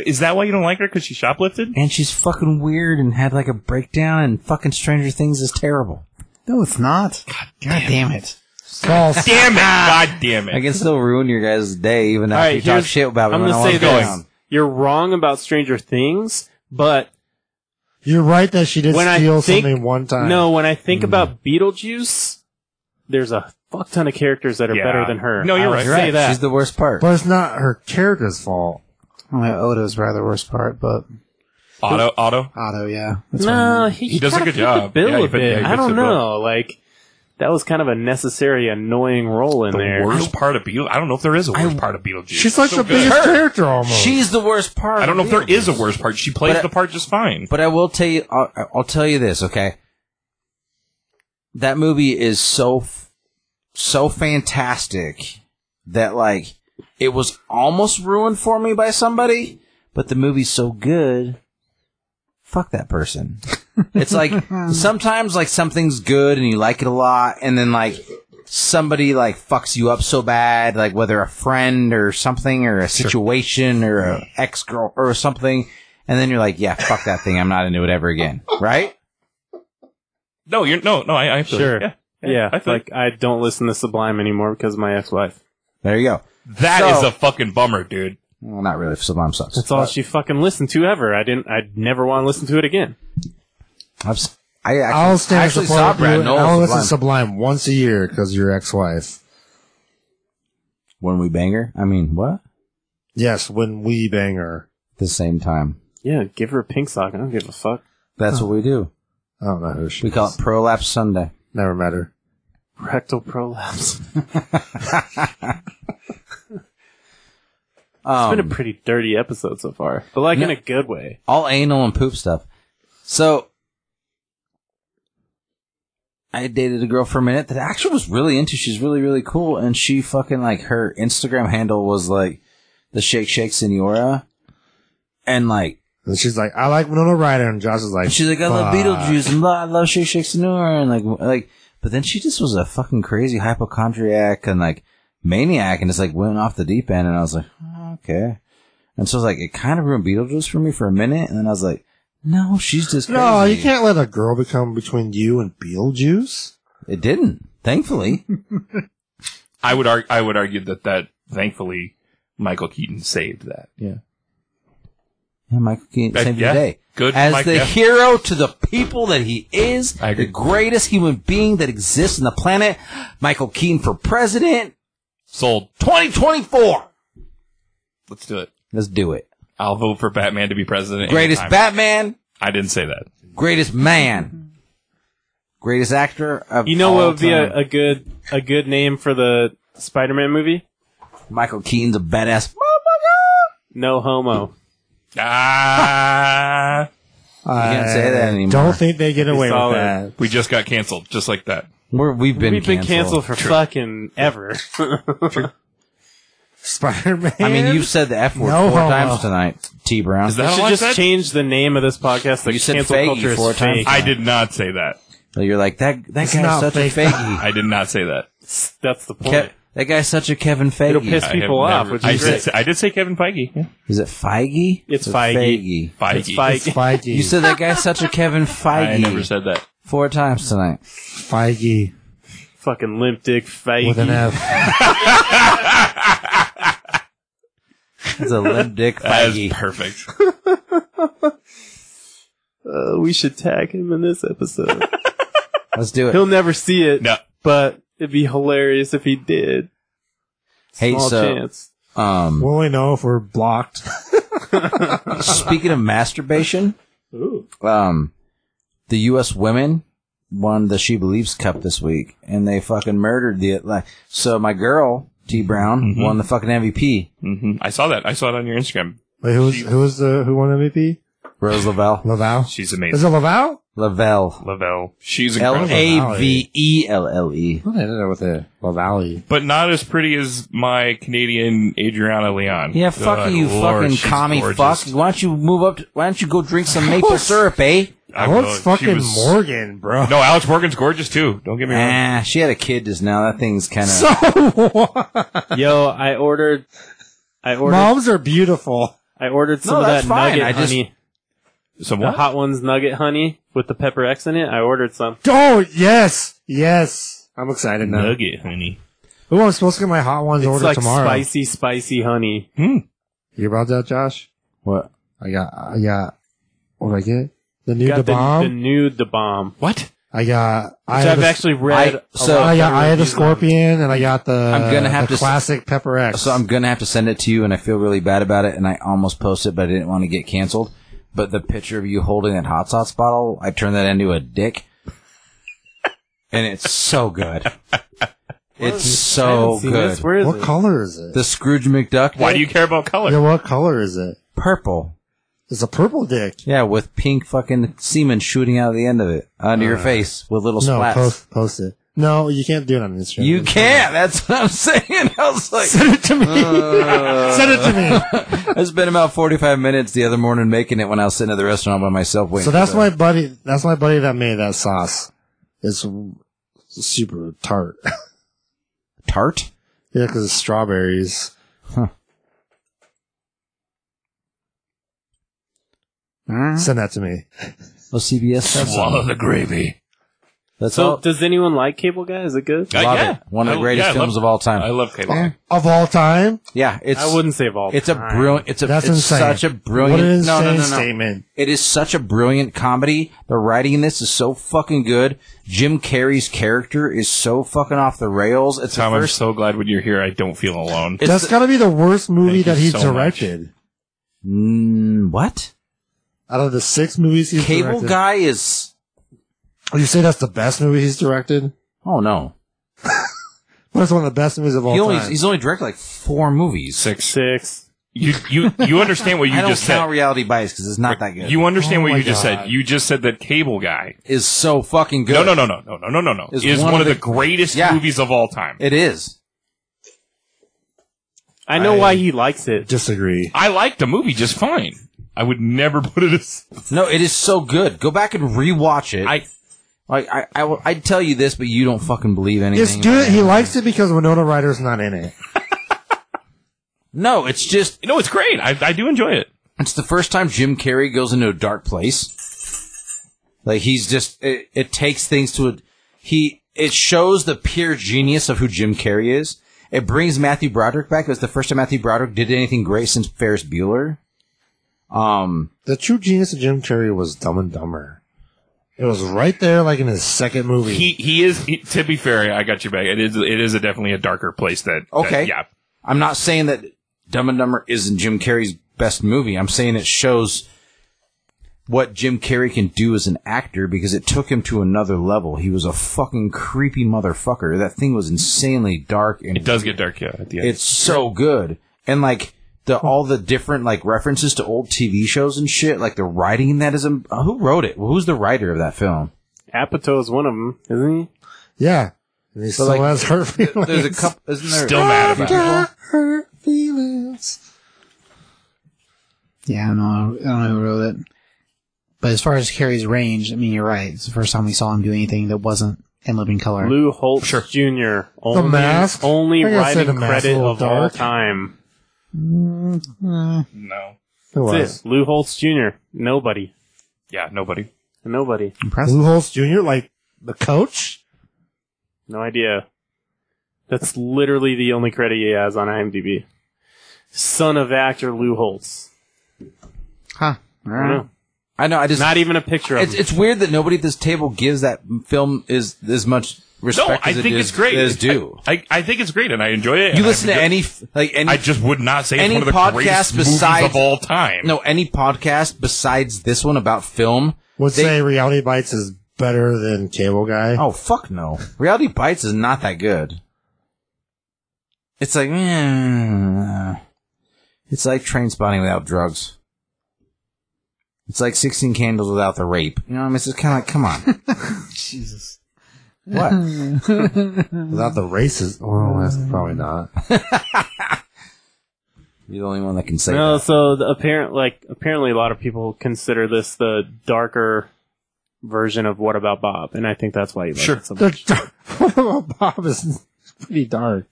Is that why you don't like her? Because she shoplifted? And she's fucking weird and had like a breakdown, and fucking Stranger Things is terrible. no, it's not. God, damn it. False. Damn it! God damn it! I can still ruin your guys' day, even after you talk here's- shit about me. I'm when gonna I say walk this: down. you're wrong about Stranger Things, but You're right that she did when I steal think something one time. no, when I think about Beetlejuice, there's a fuck ton of characters that are Yeah. better than her. No, you're I'll right. Say You're right. that. She's the worst part. But it's not her character's fault. Well, Odo's probably the worst part, but Auto, auto. Otto, yeah. That's no, he, He does a kinda good fit the job. bill Yeah, he a fit- yeah, bit. he I fits don't the bill. know. Like that was kind of a necessary, annoying role in The there. worst part of Beetle. I don't know if there is a worst I- part of Beetlejuice. She's like So the good. biggest character almost. she's the worst part. I don't know if of there is a Beetlejuice. worst part. She plays But I- the part just fine. But I will tell you, I'll, I'll tell you this, okay? That movie is so, f- so fantastic that like it was almost ruined for me by somebody, but the movie's so good. Fuck that person. It's like sometimes like something's good and you like it a lot, and then like somebody like fucks you up so bad, like whether a friend or something or a situation or a ex girl or something, and then you're like, yeah, fuck that thing. I'm not into it ever again. Right? No, you're no, no. I, I feel Sure. you. Yeah. Yeah, I feel like I don't listen to Sublime anymore because of my ex-wife. There you go. That is So- a fucking bummer, dude. Well, not really. Sublime sucks. That's all she fucking listened to ever. I didn't. I'd never want to listen to it again. I've, s- I actually, I'll stand I in actually support saw of you, Brad and Noel I'll listen to Sublime. Sublime once a year because of your ex-wife. when we bang her. I mean, what? Yes, when we bang her. the same time. Yeah, give her a pink sock. I don't give a fuck. That's what we do. I don't know who she We call is. it Prolapse Sunday. Never met her. Rectal prolapse. It's Um, been a pretty dirty episode so far, but like in a good way. all anal and poop stuff. So I dated a girl for a minute that I actually was really into. She's really really cool, and she fucking like her Instagram handle was like the Shake Shake Senora, and like And she's like, I like Winona Ryder, and Josh is like, she's like I love "Fuck." Beetlejuice and blah, I love Shake Shake Senora, and like like. But then she just was a fucking crazy hypochondriac and like maniac, and just like went off the deep end, and I was like, "Oh, okay. And so like it kind of ruined Beetlejuice for me for a minute, and then I was like, no, she's just crazy. No, you can't let a girl become between you and Beetlejuice. It didn't, thankfully. I would argue. I would argue that that thankfully Michael Keaton saved that. Yeah. Yeah, Michael Keaton Uh, saved yeah. the day. Good As Mike, the yeah. hero to the people that he is, I agree. the greatest human being that exists on the planet, Michael Keaton for president, Sold. 2024. Let's do it. Let's do it. I'll vote for Batman to be president. Greatest anytime. Batman, I didn't say that. greatest man, greatest actor of You know uh, all what would be time. a, a good a good name for the Spider-Man movie? Michael Keaton's a badass. No homo. Ah, I can't say that anymore. Don't think they get away saw with that. that. we just got canceled, just like that. We're, we've been We've been canceled for fucking ever. Spider-Man. I mean, you've said the F word No four homo. times tonight, T Brown. Is I that all should I just said? change the name of this podcast. Like You said cancel faggy culture is four times. fake. I did not say that. You're like that. That guy's not such a fake. faggy. I did not say that. That's the point. Kev- that guy's such a Kevin Feige. It'll piss I people have off, never- which I is did, great. say, I did say Kevin Feige. Yeah. Is it Feige? It's Or Feige. Feige. Feige. It's Feige. Feige. You said that guy's such a Kevin Feige. I never said that. Four times tonight. Feige fucking limp dick with Feige. an F. It's a limp dick That is Feige. perfect. Uh, we should tag him in this episode. Let's do it. He'll never see it, No. but it'd be hilarious if he did. Hey, Small so- chance. Um, We'll only know if we're blocked. speaking of masturbation, um, the U.S. women won the She Believes Cup this week, and they fucking murdered the. Like, so my girl T Brown Mm-hmm. won the fucking MVP. hmm I saw that. I saw it on your Instagram. Wait, who was who was the who won MVP? Rose Lavelle. Laval. She's Is amazing. it Laval? Lavelle. Lavelle. She's L incredible. A V E L L E. I ended up with a Laval. but not as pretty as my Canadian Adriana Leon. Yeah, fuck Good you, lord, fucking she's commie gorgeous. fuck. Why don't you move up? To, why don't you go drink some maple syrup, eh? I What's will. She fucking was- Morgan, bro? No, Alex Morgan's gorgeous too. Don't get me wrong. Ah, she had a kid just now. That thing's kind of. So what? Yo, I ordered. I ordered. Moms are beautiful. I ordered some No, of that's that fine. nugget I just- honey, Some the what? hot ones nugget honey with the pepper X in it. I ordered some. Don't. Oh, Yes. Yes. I'm excited now. nugget, honey. Ooh, I'm supposed to get my hot ones It's ordered like tomorrow. spicy, spicy honey. You about that, Josh? What? I got, I got, what did I get? The new Got the, bomb. the new the bomb, which What? I got, I I've had a, actually read. I- a so- lot I got, of I had a reviews on. scorpion, and I got the. I'm gonna have the to s- classic pepper X. So I'm gonna have to send it to you, and I feel really bad about it. And I almost posted, but I didn't want to get canceled. But the picture of you holding that hot sauce bottle, I turned that into a dick, and it's so good. it's I haven't so seen Oh, good. this. Where is what it? color is it? The Scrooge McDuck. Why do you dick? care about color? yeah, what color is it? purple? It's a purple dick. Yeah, with pink fucking semen shooting out of the end of it onto your face with little No, splats. post, post it. No, you can't do it on Instagram. You can't. That's what I'm saying. I was like, send it to me. Send it to me. I spent about 45 minutes the other morning making it when I was sitting at the restaurant by myself waiting. So that's for my buddy. That's my buddy that made that sauce. It's super tart. the tart. yeah, because it's strawberries. Mm. Alright. Send that to me. Oh, CBS. That's Swallow the gravy. That's So, all. does anyone like Cable Guy? Is it good? Uh, Love yeah. it. One of I- the greatest yeah, I films love- of all time. I love cable. Yeah. Of all time, yeah, it's I wouldn't say Vault. it's a brilliant. It's a that's it's insane. such a brilliant. What an insane no, no, no, no. statement. It is such a brilliant comedy. The writing in this is so fucking good. Jim Carrey's character is so fucking off the rails. It's Tom, the I'm first. so glad when you're here. I don't feel alone. It's that's the- got to be the worst movie Thank that he you so directed. Mm, what? Out of the six movies he's Cable directed, Guy is. you say that's the best movie he's directed. Oh no, But it's one of the best movies of all he only time. he's only directed like four movies. Six. six. You you you understand what you I don't just count said? reality bias because it's not that good. You understand Oh what my you just God. said? You just said that cable guy. is so fucking good. No no no no no no no no no Is is, one, of the, greatest Yeah. movies of all time. It is. I know I- why he likes it. disagree. I liked the movie just fine. I would never put it as No, it is so good. Go back and rewatch it. I like I, I, will- I'd tell you this, but you don't fucking believe anything. It's good. He likes it because Winona Ryder's not in it. No, it's just no, it's great. I I do enjoy it. It's the first time Jim Carrey goes into a dark place. Like he's just it, it takes things to a he it shows the pure genius of who Jim Carrey is. It brings Matthew Broderick back. It was the first time Matthew Broderick did anything great since Ferris Bueller. Um The true genius of Jim Carrey was Dumb and Dumber. It was right there, like in his second movie. He he is he, to be fair. I got your back. It is it is a definitely a darker place that that- Okay. yeah. I'm not saying that Dumb and Dumber isn't Jim Carrey's best movie. I'm saying it shows what Jim Carrey can do as an actor because it took him to another level. He was a fucking creepy motherfucker. That thing was insanely dark and It does get dark yeah at the end. it's so good. And like the all the different like references to old TV shows and shit, like the writing in that is um, who wrote it? Who's the writer of that film? Apatow is one of them, isn't he? yeah. And he still like, has hurt feelings. There's a couple isn't there Still mad about it. Got hurt feelings. Yeah, I don't know. I don't know who wrote it. But as far as Carrie's range, I mean, you're right. It's the first time we saw him do anything that wasn't in Living Color. Lou Holtz Jr. Only, Mask? Only I think I writing said The Mask was a credit little of all dark. time. Uh, No. That's It was. it. Lou Holtz Jr. Nobody. Yeah, nobody. Nobody. impressive. Lou Holtz Jr., like the coach? No idea. That's literally the only credit he has on IMDb. Son of actor Lou Holtz. Huh. All I don't right. know. I know, I just Not even a picture of it's, him. it's weird that nobody at this table gives that film is as much respect No, I as it think is- it's great. as due. I, I, I think it's great, and I enjoy it. you and listen I, to any f- like any I just would not say any it's one of the podcast greatest besides- movies of all time. no any podcast besides this one about film Would They- say Reality Bites is better than Cable Guy. Oh fuck no! Reality Bites is not that good. It's like, mm, it's like Train Spotting without drugs. It's like Sixteen Candles without the rape. You know, what I mean, it's just kind of like, come on, Jesus. what? Without the races. Well, that's probably not. You're the only one that can say no, that. so the apparent like apparently a lot of people consider this the darker version of What About Bob, and I think that's why he likes Sure. it so much. The- what about Bob is pretty dark.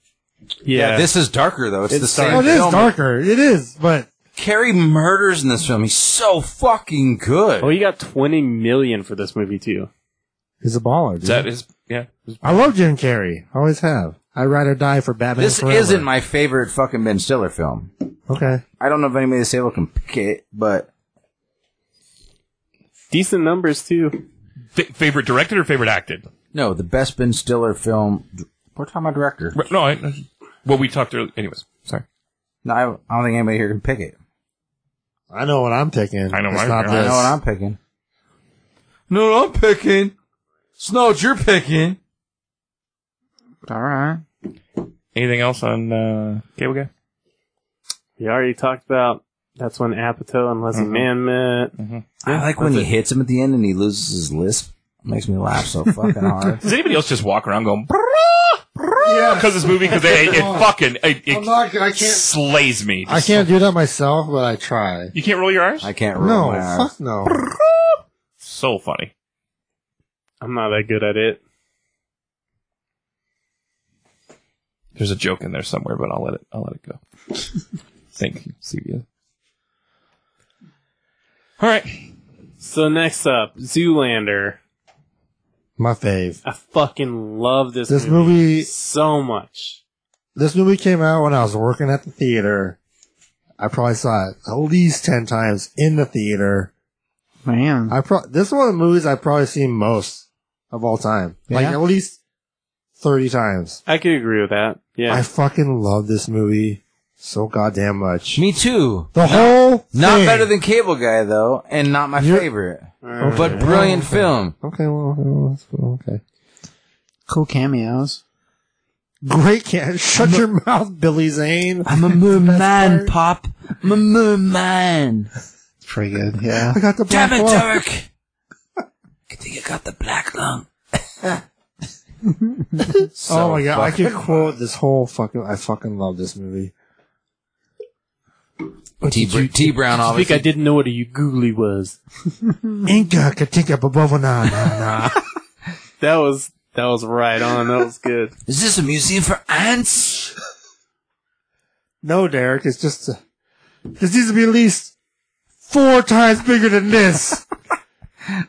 Yeah, Yeah, this is darker though. It's, the It's same. Oh, it is film. darker. It is, but Carrie murders in this film. He's so fucking good. Oh, he got twenty million for this movie too. he's a baller. Dude. Is that is yeah. I love Jim Carrey. Always have. I'd rather die for Batman. this Forever. isn't my favorite fucking Ben Stiller film. Okay. I don't know if anybody at this table can pick it, but Decent numbers too. F- favorite directed or favorite acted? No, the best Ben Stiller film. We're talking about director. R- No, I, well, we talked earlier. Anyways, sorry. No, I, I don't think anybody here can pick it. I know what I'm picking. I know it's mine. not I I this. know what I'm picking. No, I'm picking. It's not what you're picking. All right. Anything else on uh, Cable Guy? We already talked about that's Mm-hmm. when Apatow and Leslie Man met. I like when he hits him at the end and he loses his lisp. Makes me laugh so fucking hard. Does anybody else just walk around going because this movie because it, it fucking it, it I'm not, I can't. slays me. I can't do that myself, but I try. You can't roll your eyes. I can't roll No, my eyes. fuck no. So funny. I'm not that good at it. There's a joke in there somewhere, but I'll let it. I'll let it go. Thank you, CBS. All right. So next up, Zoolander. My fave. I fucking love this, This movie- so much. This movie came out when I was working at the theater. I probably saw it at least ten times in the theater. Man. I pro- this is one of the movies I've probably seen most of all time. Like Yeah? at least thirty times. I could agree with that. Yeah, I fucking love this movie so goddamn much. Me too. The whole Not thing. better than Cable Guy though, and not my You're- favorite, Uh, but brilliant film. Okay, well, okay, well, that's cool, okay. Cool cameos. Great can shut your mouth, Billy Zane. I'm a moon man, man, Pop. I'm a moon man. It's pretty good. Yeah. I got the black Damn it, lung. Turk. Good thing you got the black lung. oh my god, I could quote this whole fucking. I fucking love this movie. T, Br- T Brown, I think obviously. I didn't know what a googly was. Inca Katinka Babova na na na. That was that was right on. That was good. Is this a museum for ants? No, Derek, it's just uh, this needs to be at least four times bigger than this.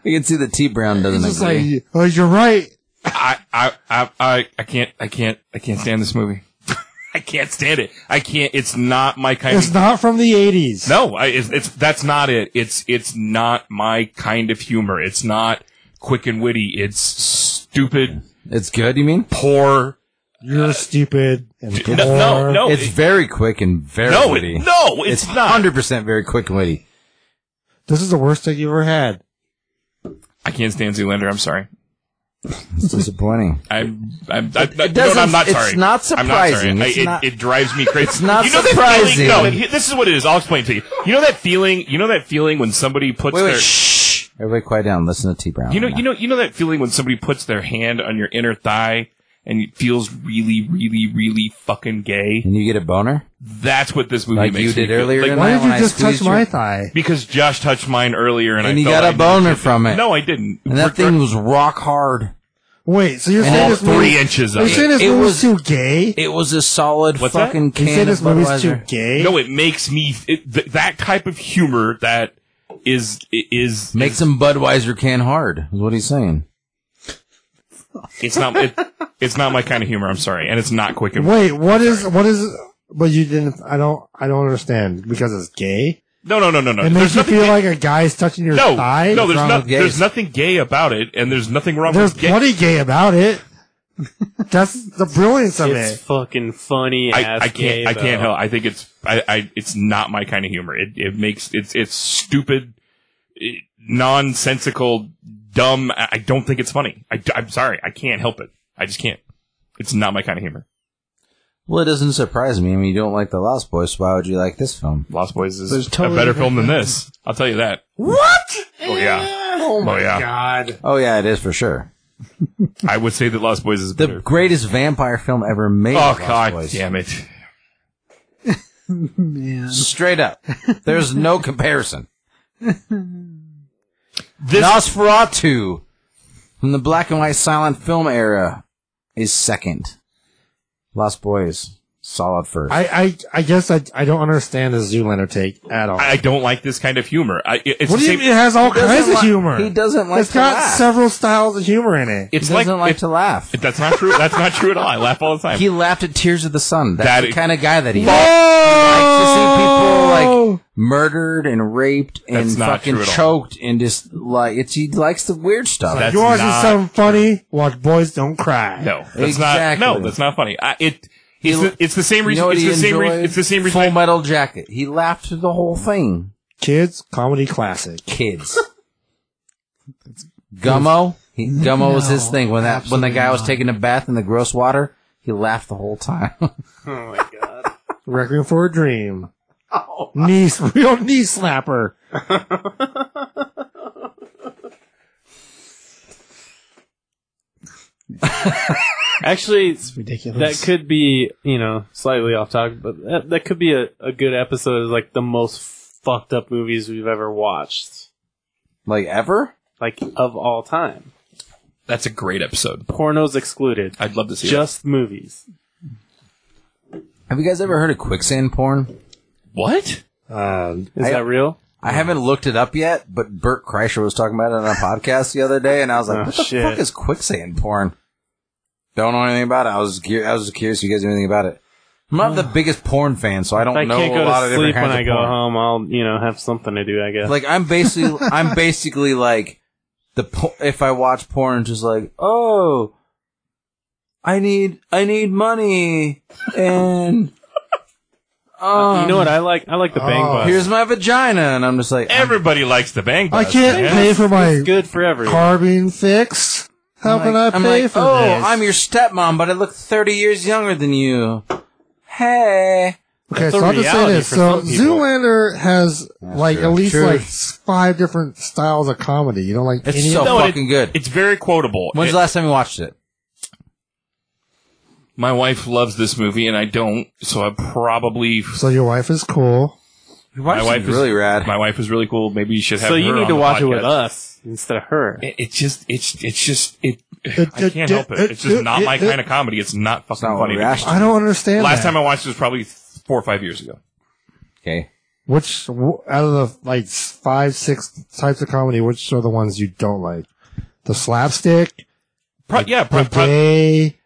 We can see that T Brown doesn't it's just agree. like, oh, you're right. I, I, I, I, I can't, I can't, I can't stand this movie. I can't stand it. I can't. It's not my kind. It's of, not from the '80s. no, I, it's, it's that's not it. It's it's not my kind of humor. It's not quick and witty. It's stupid, it's good, you mean? poor. You're stupid and No, no, no. it's it- very quick and very no, witty. it, no. It's, not. 100% very quick and witty. This is the worst thing you ever had. I can't stand Zoolander. I'm sorry. It's disappointing. I'm, I'm, I, It- it no, doesn't- I'm not it's sorry. not I'm not sorry. surprising. I- It's it, not- it drives me crazy. It's not you know surprising. That feeling, no, he- this is what it is. I'll explain to you. You know that feeling. You know that feeling when somebody puts Wait, their wait, shh. Everybody quiet down. Listen to T Brown. You know, right you now. know, you know that feeling when somebody puts their hand on your inner thigh and it feels really, really, really fucking gay. And you get a boner? That's what this movie Like makes you me did feel. earlier Like, tonight Why did when I you just touch squeezed your- my thigh? because Josh touched mine earlier, and, And I you felt got a I needed boner to- from it. No, I didn't. And that Regard- thing was rock hard. Wait, so you're And saying all this three movie? inches of You're saying it. this It movie's was- too gay? It was a solid What's that? fucking You say can of this movie's too Budweiser. gay? No, it makes me it, th- that type of humor that is is Make some Budweiser can hard. Is what he's saying. it's not it, it's not my kind of humor. I'm sorry, and it's not quick and Wait, what is what is? But you didn't. I don't. I don't understand because it's gay. no, no, no, no, no. It makes Uh, There's you nothing. feel like a guy's touching your no, thigh. no, What's there's, wrong no, with gays? there's nothing gay about it, and there's nothing wrong There's with gay. plenty gay about it. That's the brilliance of It's it. fucking funny. I, ass I can't. gay, I though. can't help. I think it's. I, I. It's not my kind of humor. It. It makes. It's. It's stupid, eh, nonsensical, dumb. I I don't think it's funny. I, am sorry. I can't help it. I just can't. It's not my kind of humor. Well, it doesn't surprise me. I mean, you don't like The Lost Boys, so why would you like this film? Lost Boys is There's totally a better film different than this. I'll tell you that. What? Oh yeah. Oh my yeah. god. Oh yeah, it is for sure. I would say that Lost Boys is The better. greatest vampire film ever made. oh Lost god Boys. damn it. Man. Straight up, there's no comparison. This. Nosferatu from the black and white silent film era is second. Lost Boys, solid first. I, I I guess I I don't understand the Zoolander take at all. I don't like this kind of humor. I, it- it's what the do you same- mean? It has all He doesn't kinds of li- humor. He doesn't like it's to got laugh. several styles of humor in it. He It's like, doesn't like it- to laugh. that's not true. That's not true at all. I laugh all the time. He laughed at Tears of the Sun. That's That the is- kind of guy that he is. Oh! likes to see people like murdered and raped and That's not fucking true at all. choked and just like it's he likes the weird stuff. That's you want to see not- something funny? Watch Boys Don't Cry. No, that's Exactly. not. No, that's not funny. I, it. It's the, it's the same you reason. know what it's, he the same re- enjoyed? it's the same reason. Full I- Metal Jacket. He laughed through the whole thing. Kids comedy classic. Kids. Gummo. He, Gummo was his thing when that when the guy was taking a bath in the gross water. He laughed the whole time. Oh my god. Requiem for a Dream. Knee, real knee slapper. Actually, It's ridiculous. that could be you know slightly off topic, but that, that could be a, a good episode. Is like the most fucked up movies we've ever watched, Like ever? like of all time. That's a great episode. Pornos excluded. I'd love to see that. Just movies. Have you guys ever heard of quicksand porn? What? Um, Is I- that real? I haven't looked it up yet, but Bert Kreischer was talking about it on a podcast the other day, and I was like, Oh, "What the shit. fuck is quicksand porn?" Don't know anything about it. I was cu- I was just curious if you guys knew anything about it. I'm not the biggest porn fan, so I don't I know can't a go lot to of different sleep kinds when I of go porn. home. I'll you know have something to do. I guess. Like I'm basically I'm basically like the po- if I watch porn, just like oh, I need I need money and um, you know what I like? I like the bang Oh. bus. Here's my vagina, and I'm just like I'm- Everybody likes the bang. I Bus, can't man. pay for my it's good for everyone. car being fixed. How I'm can like- I I'm pay like, for oh, this? I'm your stepmom, but I look 30 years younger than you. Hey. Okay, That's so a I'll just say reality this. for So some people. Zoolander has like true. at least True. like s- five different styles of comedy. You don't like It's any so of No, it- fucking good. It's very quotable. When's It- the last time you watched it? my wife loves this movie, and I don't, so I probably. So your wife is cool. My wife is really rad. My wife is really cool. Maybe you should have. So you her need on to the watch it podcast. with us instead of her. It, it just, it's, it's just, it. It- I can't it- help it. it- It's just it- not it- my it- kind of comedy. It's not fucking not what funny. we to me. asked I don't understand. Last that. time I watched it was probably four or five years ago. okay. which w- out of the like s- five, six types of comedy, which are the ones you don't like? The slapstick, Pro- yeah, pro- the pro- gay,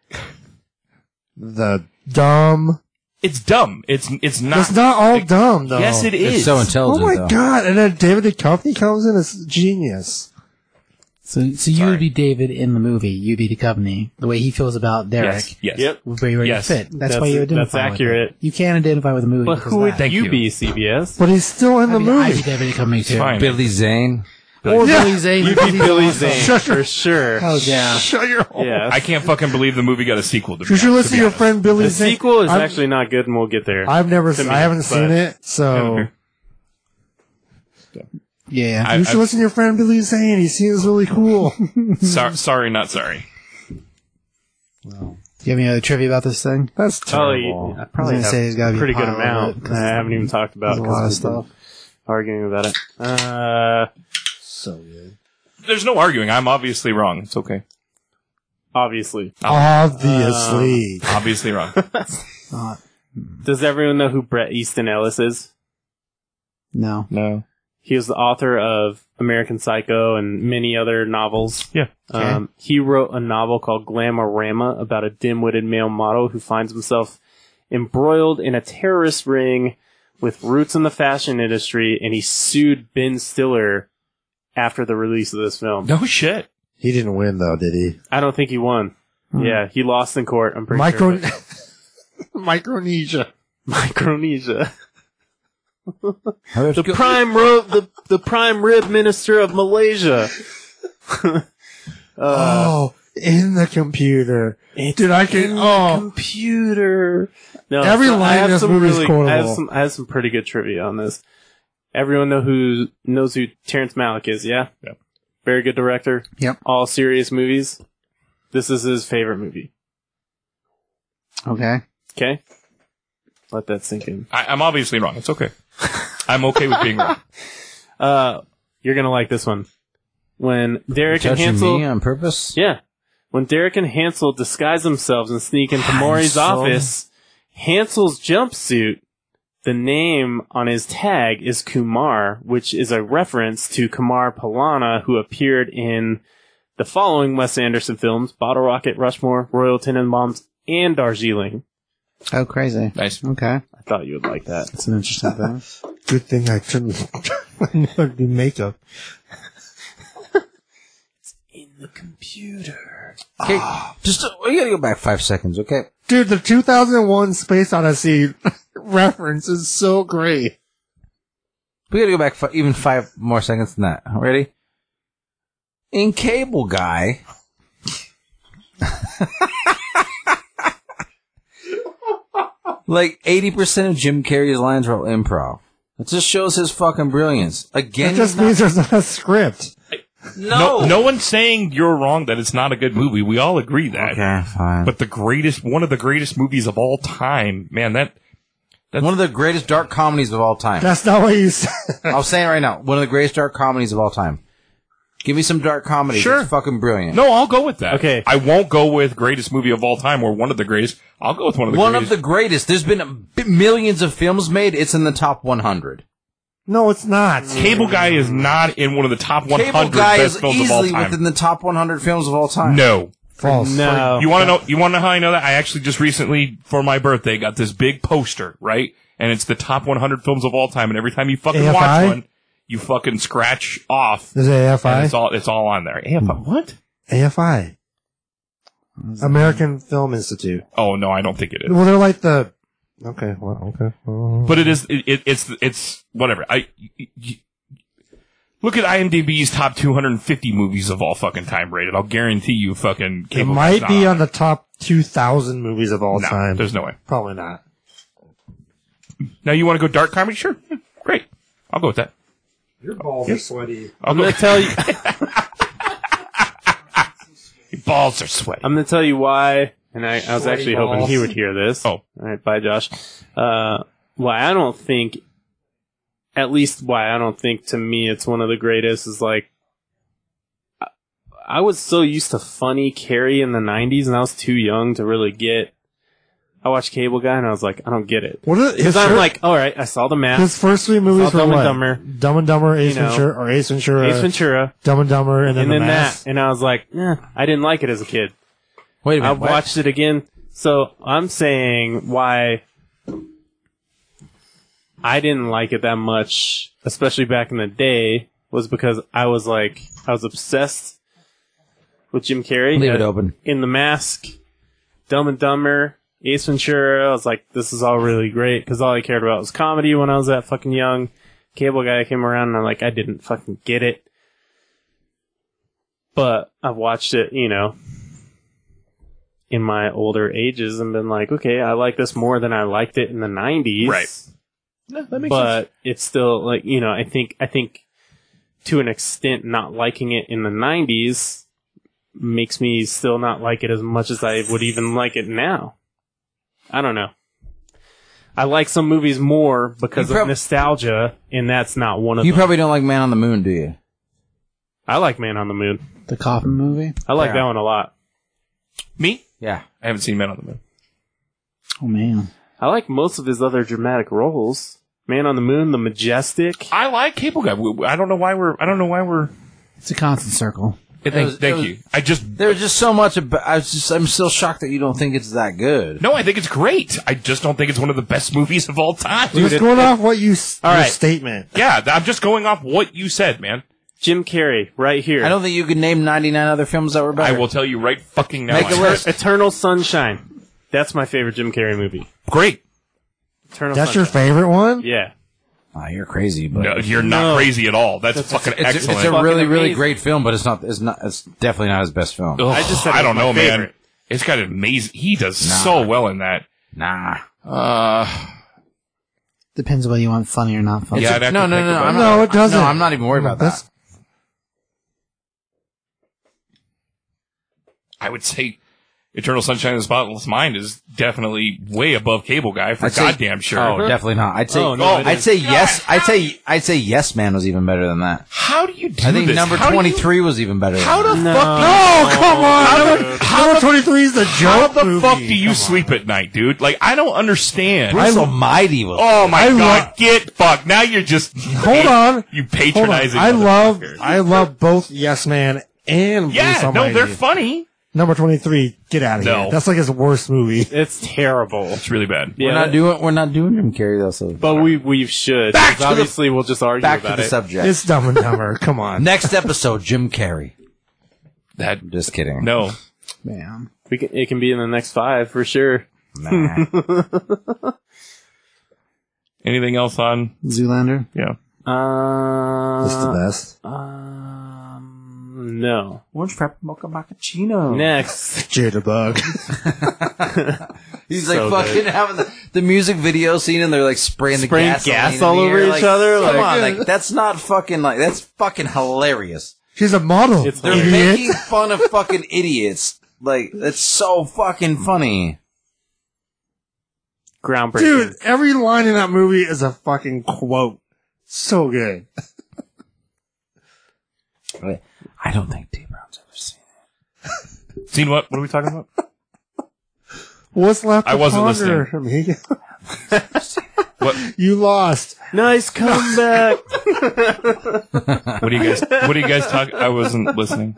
the dumb. it's dumb. It's it's not. It's not all dumb though. Yes, it is. It's so Oh intelligent. my though. god! And then David Duchovny comes in as genius. so, so you would be David in the movie. You'd be Duchovny. The way he feels about Derek. Yes. yes. Yep. Where you Yes. fit. That's, That's- why you identify. that's with it. accurate. You can identify with the movie. But because who of would that. Thank you you. be, CBS? But he's still in the I mean, I'd be movie. David Duchovny too. Fine. Billy Zane. Or Billy Zane. You'd because be he's Billy awesome. Zane Shut for sure. Hell yeah. Shut your hole. Yeah. I can't fucking believe the movie got a sequel. To be You should listen honest, to to be your honest. friend Billy The Zane. sequel is I'm- actually not good, and we'll get there. I've never, to seen, me, I haven't seen but- it, so Yeah. I- you should I- listen to your friend Billy Zane. He seems really cool. Sor- sorry, not sorry. Do you have any other trivia about this thing? That's probably, terrible. I I was probably gonna have say there's gotta be a a pretty good pile of amount. it, that 'cause I haven't even talked about There's a lot of because we've been stuff. arguing about it. Uh, So good. There's no arguing. I'm obviously wrong. It's okay. obviously, Obviously, Obviously wrong. Not- does everyone know who Brett Easton Ellis is? no. no. He was the author of American Psycho and many other novels. Yeah. Um, he wrote a novel called Glamorama about a dim-witted male model who finds himself embroiled in a terrorist ring with roots in the fashion industry, and he sued Ben Stiller after the release of this film. No shit. he didn't win though, did he? I don't think he won. Yeah, he lost in court. I'm pretty Hmm. Micro sure. but- Micronesia. Micronesia, How the about- prime ro- the the prime rib minister of Malaysia. Uh, oh, in the computer, dude! I can. Oh, computer. No, Every so I line in have this some movie is really- quotable. I have some. I have some pretty good trivia on this. Everyone know who knows who Terrence Malick is? Yeah. Yep. Very good director. Yep. All serious movies. This is his favorite movie. Okay. Okay. Let that sink in. I, I'm obviously wrong. It's okay. I'm okay with being wrong. Uh, you're gonna like this one. When Derek and touching Hansel, me on purpose? yeah, when Derek and Hansel disguise themselves and sneak into Maury's Hansel. office, Hansel's jumpsuit. The name on his tag is Kumar, which is a reference to Kumar Palana, who appeared in the following Wes Anderson films: Bottle Rocket, Rushmore, Royal Tenenbaums, and Darjeeling. Oh, crazy. Nice. Okay. I thought you would like that. That's an interesting thing. good thing I couldn't do makeup. In the computer. Okay. Just uh, we gotta go back five seconds. Okay. Dude, the 2001 Space Odyssey reference is so great. We gotta go back fi- even five more seconds than that. Ready? In Cable Guy. like 80% of Jim Carrey's lines are all improv. It just shows his fucking brilliance. Again, It just he's not- means there's not a script. No. no one's saying you're wrong that it's not a good movie. We all agree that. Okay, fine. But But the greatest, one of the greatest movies of all time, man. That one of the greatest dark comedies of all time. That's not what you said. I'll say it right now. One of the greatest dark comedies of all time. Give me some dark comedy. Sure. It's fucking brilliant. no, I'll go with that. Okay. I won't go with greatest movie of all time or one of the greatest. I'll go with one of the one greatest. of the greatest. There's been a b- millions of films made. It's in the top 100. No, it's not. Cable Guy is not in one of the top 100 Cable Guy best is films of all easily time. within the top 100 films of all time. no. False. No. You want to know? You want to know how I know that? I actually just recently, for my birthday, got this big poster, right? And it's the top 100 films of all time. And every time you fucking watch AFI? one, you fucking scratch off. Is it And AFI? it's all it's all on there. AFI? What? AFI. Mm-hmm. American Film Institute. Oh no, I don't think it is. Well, they're like the. Okay. Well. Okay. Well, But it is. It, it, it's it's whatever. I y- y- look at IMDb's top 250 movies of all fucking time rated. I'll guarantee you, fucking. it Cable might Guy's be not on the top two thousand movies of all No, time. there's no way. Probably not. Now you want to go dark comedy? Sure, Yeah, great. I'll go with that. Your balls are sweaty. I'll I'm go gonna tell you. Your balls are sweaty. I'm gonna tell you why. And I, I was actually hoping he would hear this. Oh. all right. Bye, Josh. Uh, why I don't think, at least why I don't think to me it's one of the greatest is like. I- I was so used to funny Carrie in the '90s, and I was too young to really get. I watched Cable Guy, and I was like, I don't get it What are because his I'm fir- like, all right, I saw the map. his first three movies Dumb were and what? Dumber. Dumb and Dumber, Ace You know, Ventura, or Ace Ventura, Ace Ventura, Dumb and Dumber, and then, and the then Mask. that, and I was like, eh, I didn't like it as a kid. Wait a I minute. what? watched it again. So I'm saying why I didn't like it that much, especially back in the day, was because I was like I was obsessed with Jim Carrey. Leave it Uh, open. In the Mask, Dumb and Dumber, Ace Ventura. I was like, this is all really great because all I cared about was comedy when I was that fucking young. Cable guy came around and I'm like, I didn't fucking get it. But I've watched it, you know, in my older ages and been like, okay, I like this more than I liked it in the 90s. Right. that makes but it's still like, you know, I think, I think to an extent, not liking it in the 90s makes me still not like it as much as I would even like it now. I don't know. I like some movies more because You prob- of nostalgia, and that's not one of You them. probably don't like Man on the Moon, do you? I like Man on the Moon. The coffin movie. I like Yeah. that one a lot. Me? Yeah. I haven't seen Men on the Moon. Oh man. I like most of his other dramatic roles. Man on the Moon, The Majestic. I like Cable Guy. We- we- I don't know why we're. I don't know why we're. It's a constant circle. thank was- thank it was- you. I just There's just so much about. I was just. I'm still shocked that you don't think it's that good. no. I think it's great. I just don't think it's one of the best movies of all time. Just going off what you s- All your right. statement. Yeah, th- I'm just going off what you said, man. Jim Carrey, right here. I don't think you could name 99 other films that were I better. will tell you right fucking now. Make a I- list. Eternal Sunshine. That's my favorite Jim Carrey movie. Great. Eternal That's your Sunshine. favorite one. yeah. Oh, you're crazy, but No, you're not No. crazy at all. That's, That's- fucking it's, excellent. it's a really, really amazing. great film, but it's not. It's not. It's definitely not his best film. Ugh, I just said it I was don't my know, man. favorite. It's got an amazing. He does so well in that. Nah. Uh, Depends whether you want funny or not funny. Yeah, It's I'd have no, to no, think no, about I'm it. not- No, it doesn't. No, I'm not even worried about That's- that. I would say Eternal Sunshine of the Spotless Mind is definitely way above Cable Guy for I'd say- goddamn sure. Oh, definitely not. I'd say. Oh, no, it I'd is. say yes. I'd say. I'd say yes. Man was even better than that. How do you do I think this? number How do you- 23 was even better. How the No. fuck? Oh come on! Number- how number twenty three is the joke. How the movie. fuck do you sleep at night, dude? Like, I don't understand. Bruce Almighty was. oh my I lo- god, get fucked. Now you're just Hold on. Hold You on. patronizing. I love motherfucker. I love both Yes Man and Bruce Yeah, no, Almighty. they're funny. number twenty three. Get out of No. here. That's like his worst movie. It's terrible. It's really bad. We're Yeah, not doing. We're not doing Jim Carrey though. So but we we should. Back 'cause to the- obviously, we'll just argue back to about the it. subject. It's Dumb and Dumber. Come on. Next episode, Jim Carrey. That Just kidding. no. Man. we can, it can be in the next five for sure. Nah. Anything else on? Zoolander. Yeah. It's the Uh, best. um, no. Orange prep mocha macchino. Next, Jitterbug. He's like So fucking having the, the music video scene, and they're like spraying, Spraying the gasoline gas in the all air, over each like, other, Come like- on, like that's not fucking like that's fucking hilarious. She's a model. It's They're Idiot. making fun of fucking idiots. Like, that's so fucking funny. Groundbreaking. Dude, every line in that movie is a fucking quote. So good. I don't think D Brown's ever seen it. Seen what? What are we talking about? What's left? I to wasn't ponder, Amiga? What? you lost. nice comeback. What do you guys? What do you guys talk? I wasn't listening.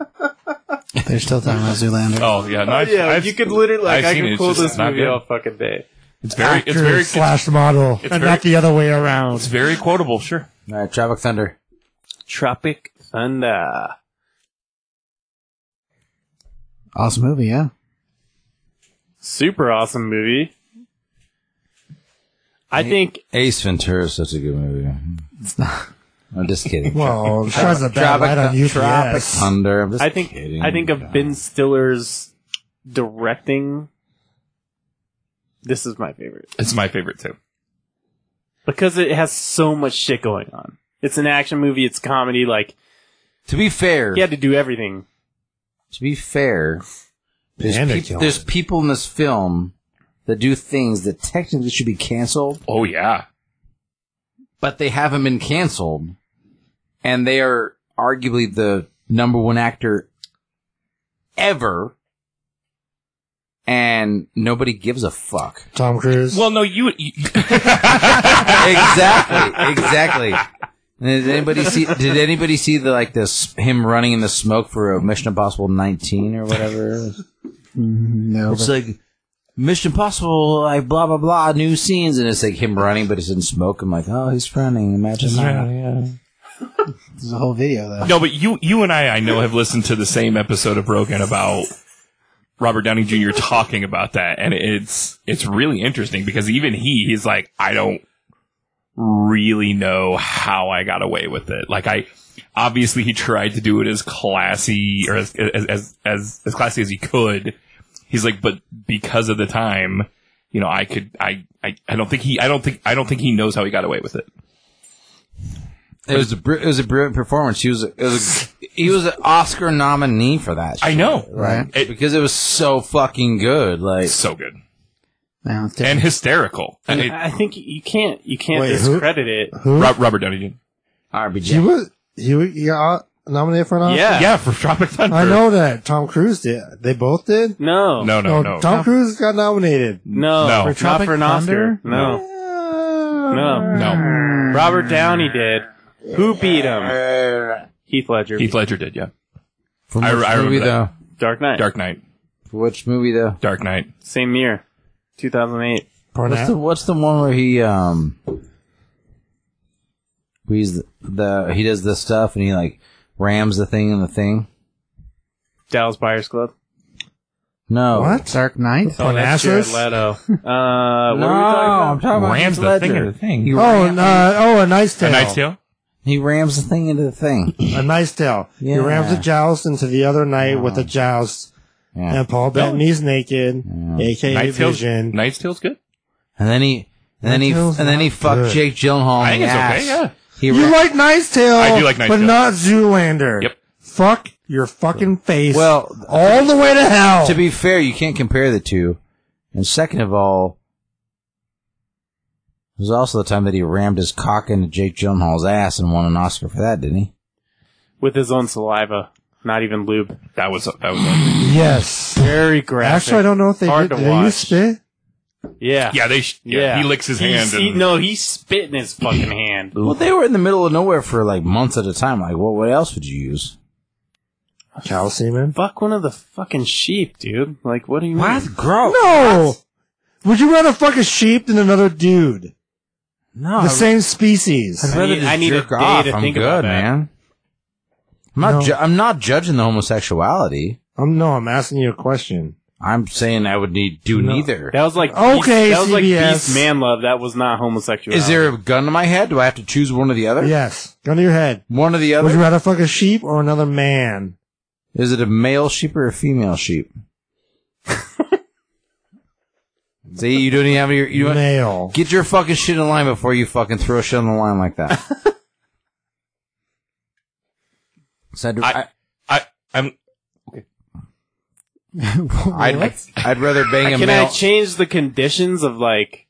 They're still talking about Zoolander. Oh yeah, no, I've, yeah, I've- you could literally like I've I seen it, could it's pull just this not movie good. all fucking day. It's very. It's Actor very. slash model, it's and very- not the other way It's around. very quotable. Sure. All right, Tropic Thunder. Tropic Thunder. Awesome movie, yeah. Super awesome movie. I think Ace Ventura is such a good movie. It's not. I'm just kidding. Well, shines a bad Tropic, light on Tropic UPS. Thunder. I'm just I think kidding. I think of Ben Stiller's directing. This is my favorite It's my favorite too. because it has so much shit going on. It's an action movie. It's comedy. Like To be fair, he had to do everything. to be fair, there's, And they're peop- killing there's it. people in this film that do things that technically should be canceled, Oh yeah. but they haven't been canceled, and they are arguably the number one actor ever, and nobody gives a fuck. Tom Cruise. Well, no, you. you exactly, exactly. Did anybody see? Did anybody see the like this him running in the smoke for a Mission Impossible 19 or whatever? it was? No, It's like Mission Impossible, like blah blah blah, new scenes, and it's like him running, but it's in smoke. I'm like, oh, he's running. Imagine Oh, that. there's a whole video though. no, but you. You and I, I know, have listened to the same episode of Broken about Robert Downey Jr. talking about that, and it's it's really interesting because even he, he's like, I don't really know how I got away with it. Like I. Obviously, he tried to do it as classy or as as as as, as classy as he could. He's like, but because of the time, you know, I could, I, I, I don't think he, I don't think, I don't think he knows how he got away with it. It was a br- it was a brilliant performance. He was it was a, he was an Oscar nominee for that. I shit, know. right? It- because it was so fucking good. Like It's so good No, and it's different. hysterical. And it- I think you can't you can't Wait, who- discredit it. Who? Rob, Robert Downey Jr. RBJ. He was he was he got nominated for an Oscar. Yeah. Yeah, for Tropic Thunder. I know that Tom Cruise did. They both did. No. No, no, Oh, no. Tom Cruise got nominated. No. No. For Tropic Tropic for an Oscar. Thunder? No. No, No. Robert Downey did. Who beat him? Heath Ledger. Heath Ledger did, yeah. From I- which I remember movie though? that. Dark Knight. Dark Knight. For which movie though? Dark Knight. Same year. 2008. What's the What's the one where he um, where he's the, the he does this stuff and he like rams the thing and the thing. Dallas Buyers Club. Oh, No, What? Dark Knight. Oh, that's Jared Parnassus? No, Leto. Uh, what are I'm we talking about? talking about Rams Heath the thing Ledger. into the thing. He, Oh, and, uh, oh, a nice A tale. Knight's Tale? he rams the thing into the thing. A nice tale. Yeah. He rams a joust into the other night with a joust, Yeah. and Paul Bettany's naked, aka Knight's Tale's, Vision. Knight's Tale's good. And then he and then he That and feels then he not fucked good. Jake Gyllenhaal. I in think the it's ass. okay, yeah. He You ra- like Nice Tale, I do like Knight's but Tale. not Zoolander. Yep. Fuck your fucking face. well, all the way to hell. to be fair, you can't compare the two. And second of all, it was also the time that he rammed his cock into Jake Gyllenhaal's ass and won an Oscar for that, didn't he? With his own saliva. Not even lube. That was, that was, yes. Very graphic. Actually, I don't know if they Hard did. to Did you watch. spit? Yeah. yeah, they, sh- yeah, he licks his hand. He's- he- and, no, he spit in his fucking hand. Well, they were in the middle of nowhere for like months at a time. Like, what? What else would you use? Cow semen. Fuck one of the fucking sheep, dude. Like, what do you mean? gross. No. Would you rather fuck a sheep than another dude? No, the same species. I'd I rather need- just I need a jerk day off. to I'm think good, about that. man. I'm not. No. Ju- I'm not judging the homosexuality. Um, no, I'm asking you a question. I'm saying I would need do neither. That was like Okay, beast, that was like CBS. beast man love. That was not homosexuality. Is there a gun to my head? Do I have to choose one or the other? Yes. Gun to your head. One or the Would you other. rather fuck a sheep or another man? Is it a male sheep or a female sheep? See, you don't even have your. You don't, Male. get your fucking shit in line before you fucking throw shit on the line like that. So I'd, I- I, I I'm I'd, I'd rather bang a Can I male. change the conditions of like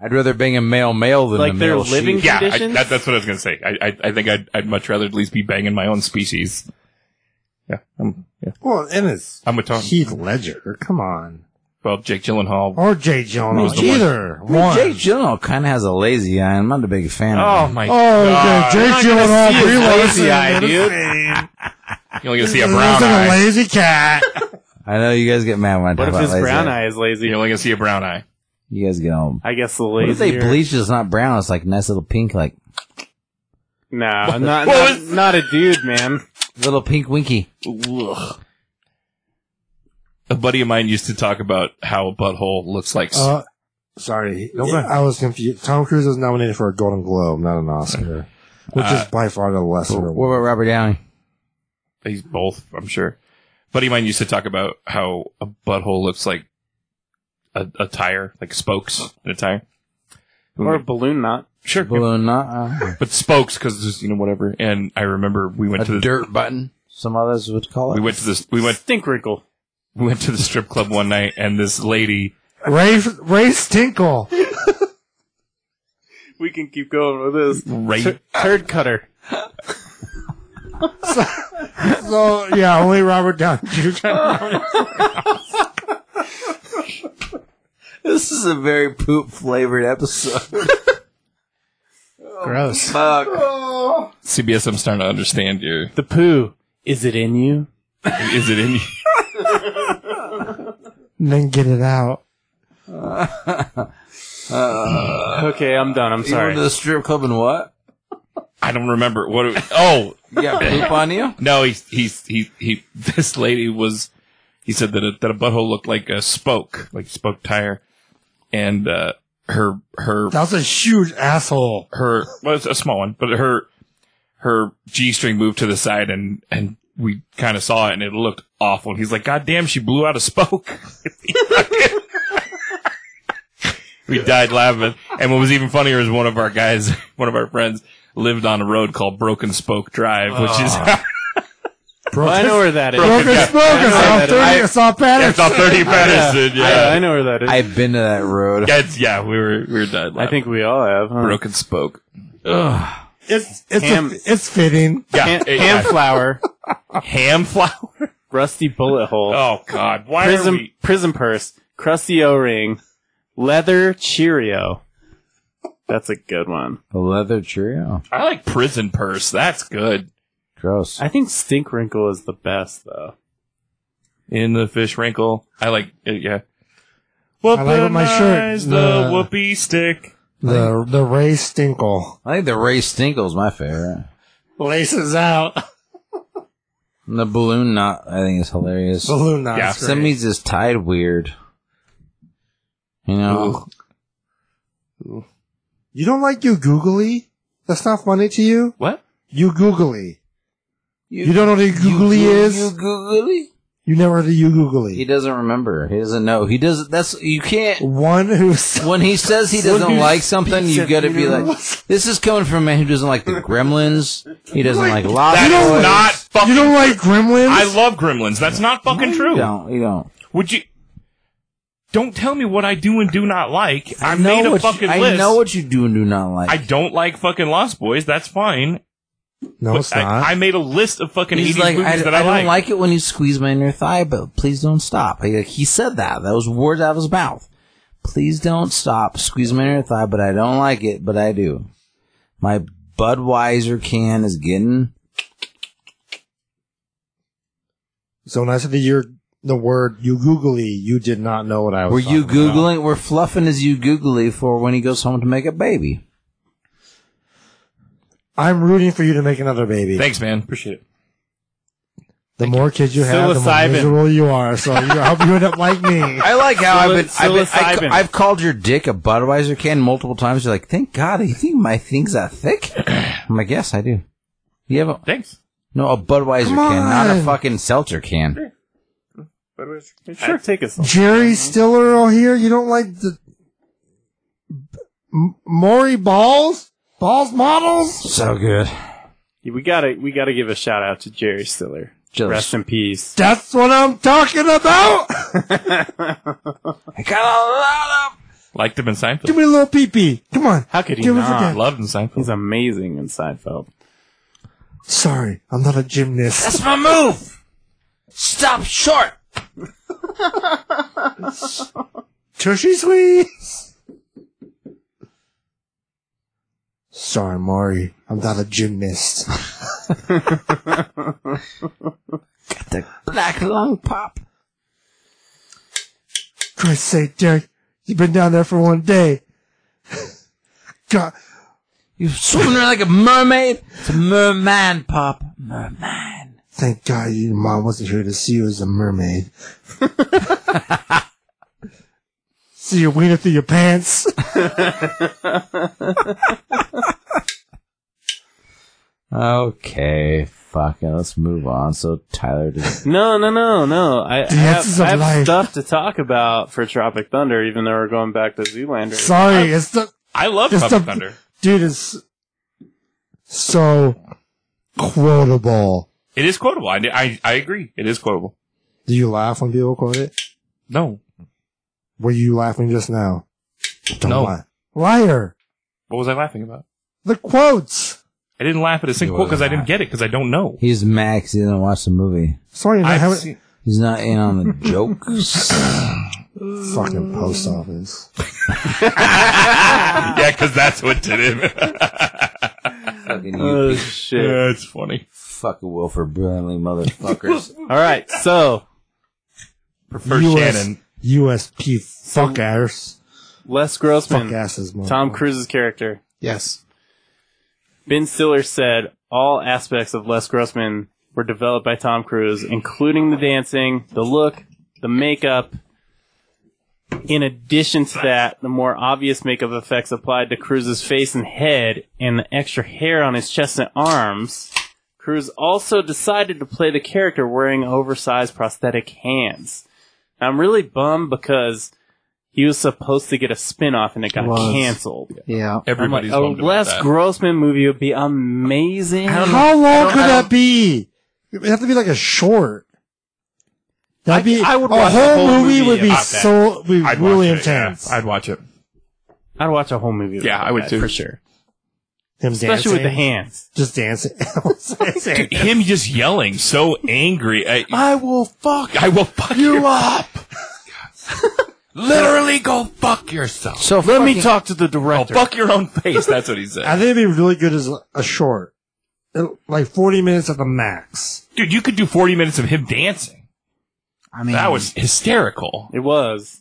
I'd rather bang a male male than Like a they're male living- sheep. yeah. I, Conditions? that, that's what I was gonna say. I I, I think I'd, I'd much rather at least be banging my own species. Yeah, I'm yeah. Well, and it's I'm with Tom. Heath Ledger. Come on. Well, Jake Gyllenhaal. Or Jay Gyllenhaal. Who's the one? Either I mean, one. Jake Gyllenhaal kind of has a lazy eye. and I'm not a big fan. Oh of him. my Oh, god! Jay Gyllenhaal. see his Brie lazy Larson, eye, they're the dude. same. You're only gonna see a They're brown just like a eye. lazy cat. I know you guys get mad when I talk what if about his lazy brown eye is lazy? You're only gonna see a brown eye. You guys get all. I guess the What if they lazy. bleach it? It's not brown. It's like nice little pink, like Nah, not not, What was- not a dude, man. little pink winky. Ugh. A buddy of mine used to talk about how a butthole looks like. Uh, sorry, No, go ahead. I was confused. Tom Cruise was nominated for a Golden Globe, not an Oscar, which Uh, is by far the lesser. What about Robert Downey? He's both, I'm sure. Buddy of mine used to talk about how a butthole looks like a, a tire, like spokes in a tire. Or a balloon knot. sure, Balloon knot? Uh, but spokes because just you know whatever. And I remember we went a to the dirt button. Some others would call we it. went to this we went Stink wrinkle. we went to the strip club one night, and this lady. Ray Ray Stinkle. We can keep going with this. Ray- Tur- turd cutter. so yeah, only Robert Downey. Jr. This is a very poop flavored episode. Gross. Fuck. CBS, I'm starting to understand you. The poo. Is it in you? Is it in you? and then get it out. Okay, I'm done. I'm You went sorry. to the strip club and what? I don't remember what. It, oh, You got poop on you? No, he's he's he he. This lady was. He said that a, that a butthole looked like a spoke, like spoke tire, and uh, her her That was a huge asshole. her well, it's a small one, but her her g string moved to the side, and and we kind of saw it, and it looked awful. And he's like, "God damn, she blew out a spoke." we died laughing, and what was even funnier is one of our guys, one of our friends, lived on a road called Broken Spoke Drive, which is. Bro, I know where that is. Broken Yeah. Spoke. I know It's all that- thirty. It's all Patterson. Yeah, it's on 30 Patterson. Yeah. I, I know where that is. I, I've been to that road. Yeah, it's- yeah, we were we were done. think we all have. Huh? broken spoke. Ugh. It's it's, Ham. a, it's fitting. Yeah, Ham, it- ham flour, yeah. ham flour. rusty bullet hole, Oh God, why are prism we? prism purse, crusty O ring, leather Cheerio. That's a good one. A leather Cheerio. I like prison purse. That's good. Gross. I think stink wrinkle is the best though. In the fish wrinkle. I like. It, yeah. Whoopin' like it with my shirt. eyes, The- the whoopee stick. The the Ray Stinkle I think the Ray Stinkle's my favorite. laces out. And the balloon knot, I think, is hilarious. Balloon knots. Yeah. great. Somebody's just tied weird. You know? You don't like you googly? That's not funny to you. What? You googly. You don't know what a googly you- is? You googly? You never heard of you googly. He doesn't remember. He doesn't know. He doesn't. That's you can't. One who's When he says he doesn't like something, you got to be like, "This is coming from a man who doesn't like the Gremlins. He doesn't like Lost That's Boys. not fucking. you don't like Gremlins. I love Gremlins. That's not fucking You true. don't. You don't. Would you? Don't tell me what I do and do not like. I, know made a what you- fucking I list. know what you do and do not like. I don't like fucking Lost Boys. That's fine. no, But it's I, not. I made a list of fucking He's 80s like, movies I, that I I, don't like. like it when you squeeze my inner thigh, but please don't stop. He, he said that. That was words out of his mouth. Please don't stop. Squeeze my inner thigh, but I don't like it, but I do. My Budweiser can is getting. so when I said the year, the word you googly, you did not know what I was. Were you talking about. googling? We're fluffing his you googly for when he goes home to make a baby. I'm rooting for you to make another baby. Thanks, man. Appreciate it. the more kids you have, the more Psilocybin. miserable you are. So you, I hope you end up like me. I like how I've been. I've, been I, have Psilocybin. been i have called your dick a Budweiser can multiple times. You're like, thank God, you think my thing's that thick? I'm like, yes, I do. You have a, Thanks. no a Budweiser Come can, not a on. fucking seltzer can. Sure, take us. Jerry Stiller over here. You don't like the M- Maury Balls, Balls models. So good. we gotta we gotta give a shout out to Jerry Stiller. Just- Rest in peace. That's what I'm talking about. I got a lot of. Liked him in Seinfeld. Give me a little pee pee. Come on. How could he Give us a not? guess. Loved in Seinfeld. He's amazing in Seinfeld. Sorry, I'm not a gymnast. That's my move. Stop short. Tushy squeeze. Sorry, Mari. I'm not a gymnast. The black lung pop. Christ's sake, Derek, you've been down there for one day. God, You swimming there like a mermaid. It's a merman pop. Merman. thank God your mom wasn't here to see you as a mermaid. see your wiener through your pants. Okay, fucking. Let's move on. So Tyler just No, no, no, no. I, I Dances have, I of have life. stuff to talk about for Tropic Thunder, even though we're going back to Zoolander. Sorry, it's the I love Just Tropic a- Thunder. dude is so quotable. It is quotable. I, I I agree. It is quotable. Do you laugh when people quote it? No. Were you laughing just now? Don't No. lie. Liar. What was I laughing about? The quotes. I didn't laugh at a single You quote because I wasn't didn't get it because I don't know. he's mad 'cause he didn't watch the movie. Sorry, I I've haven't. seen- He's not in on the jokes. Fucking post office. yeah, because that's what did it. fucking Uh, you, Oh shit! yeah, it's funny. fucking Wilford Brimley motherfuckers. All right, so Prefer US Shannon. USP fuck ass. Les Fuck Grossman, asses, motherfucker. Tom Cruise's character, Yes. Ben Stiller said all aspects of Les Grossman were developed by Tom Cruise, including the dancing, the look, the makeup. In addition to that, the more obvious makeup effects applied to Cruise's face and head and the extra hair on his chest and arms, Cruise also decided to play the character wearing oversized prosthetic hands. I'm really bummed because he was supposed to get a spin-off and it got Was. canceled. Yeah. Everybody's I'm like, bummed a about Les that. Grossman movie would be amazing. How long could that be? It'd have to be like a short. That'd I- be I would a watch the whole, whole movie, movie would be about that. so be I'd watch really it, intense. yeah. I'd watch it. I'd watch a whole movie. Yeah, about I would that, too. for sure. Him Especially with the dancing. hands. just dancing. Him just yelling, so angry. I, I will fuck. I will fuck you up. Literally, go fuck yourself. So let me talk to the Go director. fuck your own face. That's what he said. I think it'd be really good as a short, It- like forty minutes at the max. Dude, you could do 40 minutes of him dancing. I mean, That was hysterical. It was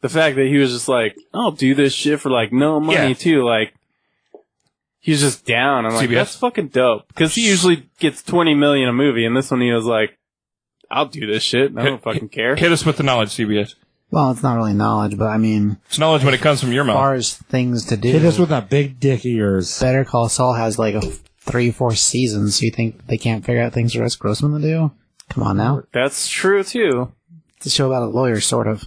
the fact that he was just like, "I'll do this shit for like no money Yeah. too." Like he was just down. I'm like, CBS? that's fucking dope because he usually gets 20 million a movie, and this one he was like, "I'll do this shit. I don't Hit- fucking care." Hit us with the knowledge, CBS. well, it's not really knowledge, but I mean, It's knowledge when it comes from your as mouth. far as things to do, Hit us with that big dick of yours. Better Call Saul has like a f- three, four seasons. So you think they can't figure out things for us Grossman to do? Come on now. That's true too. It's a show about a lawyer, sort of.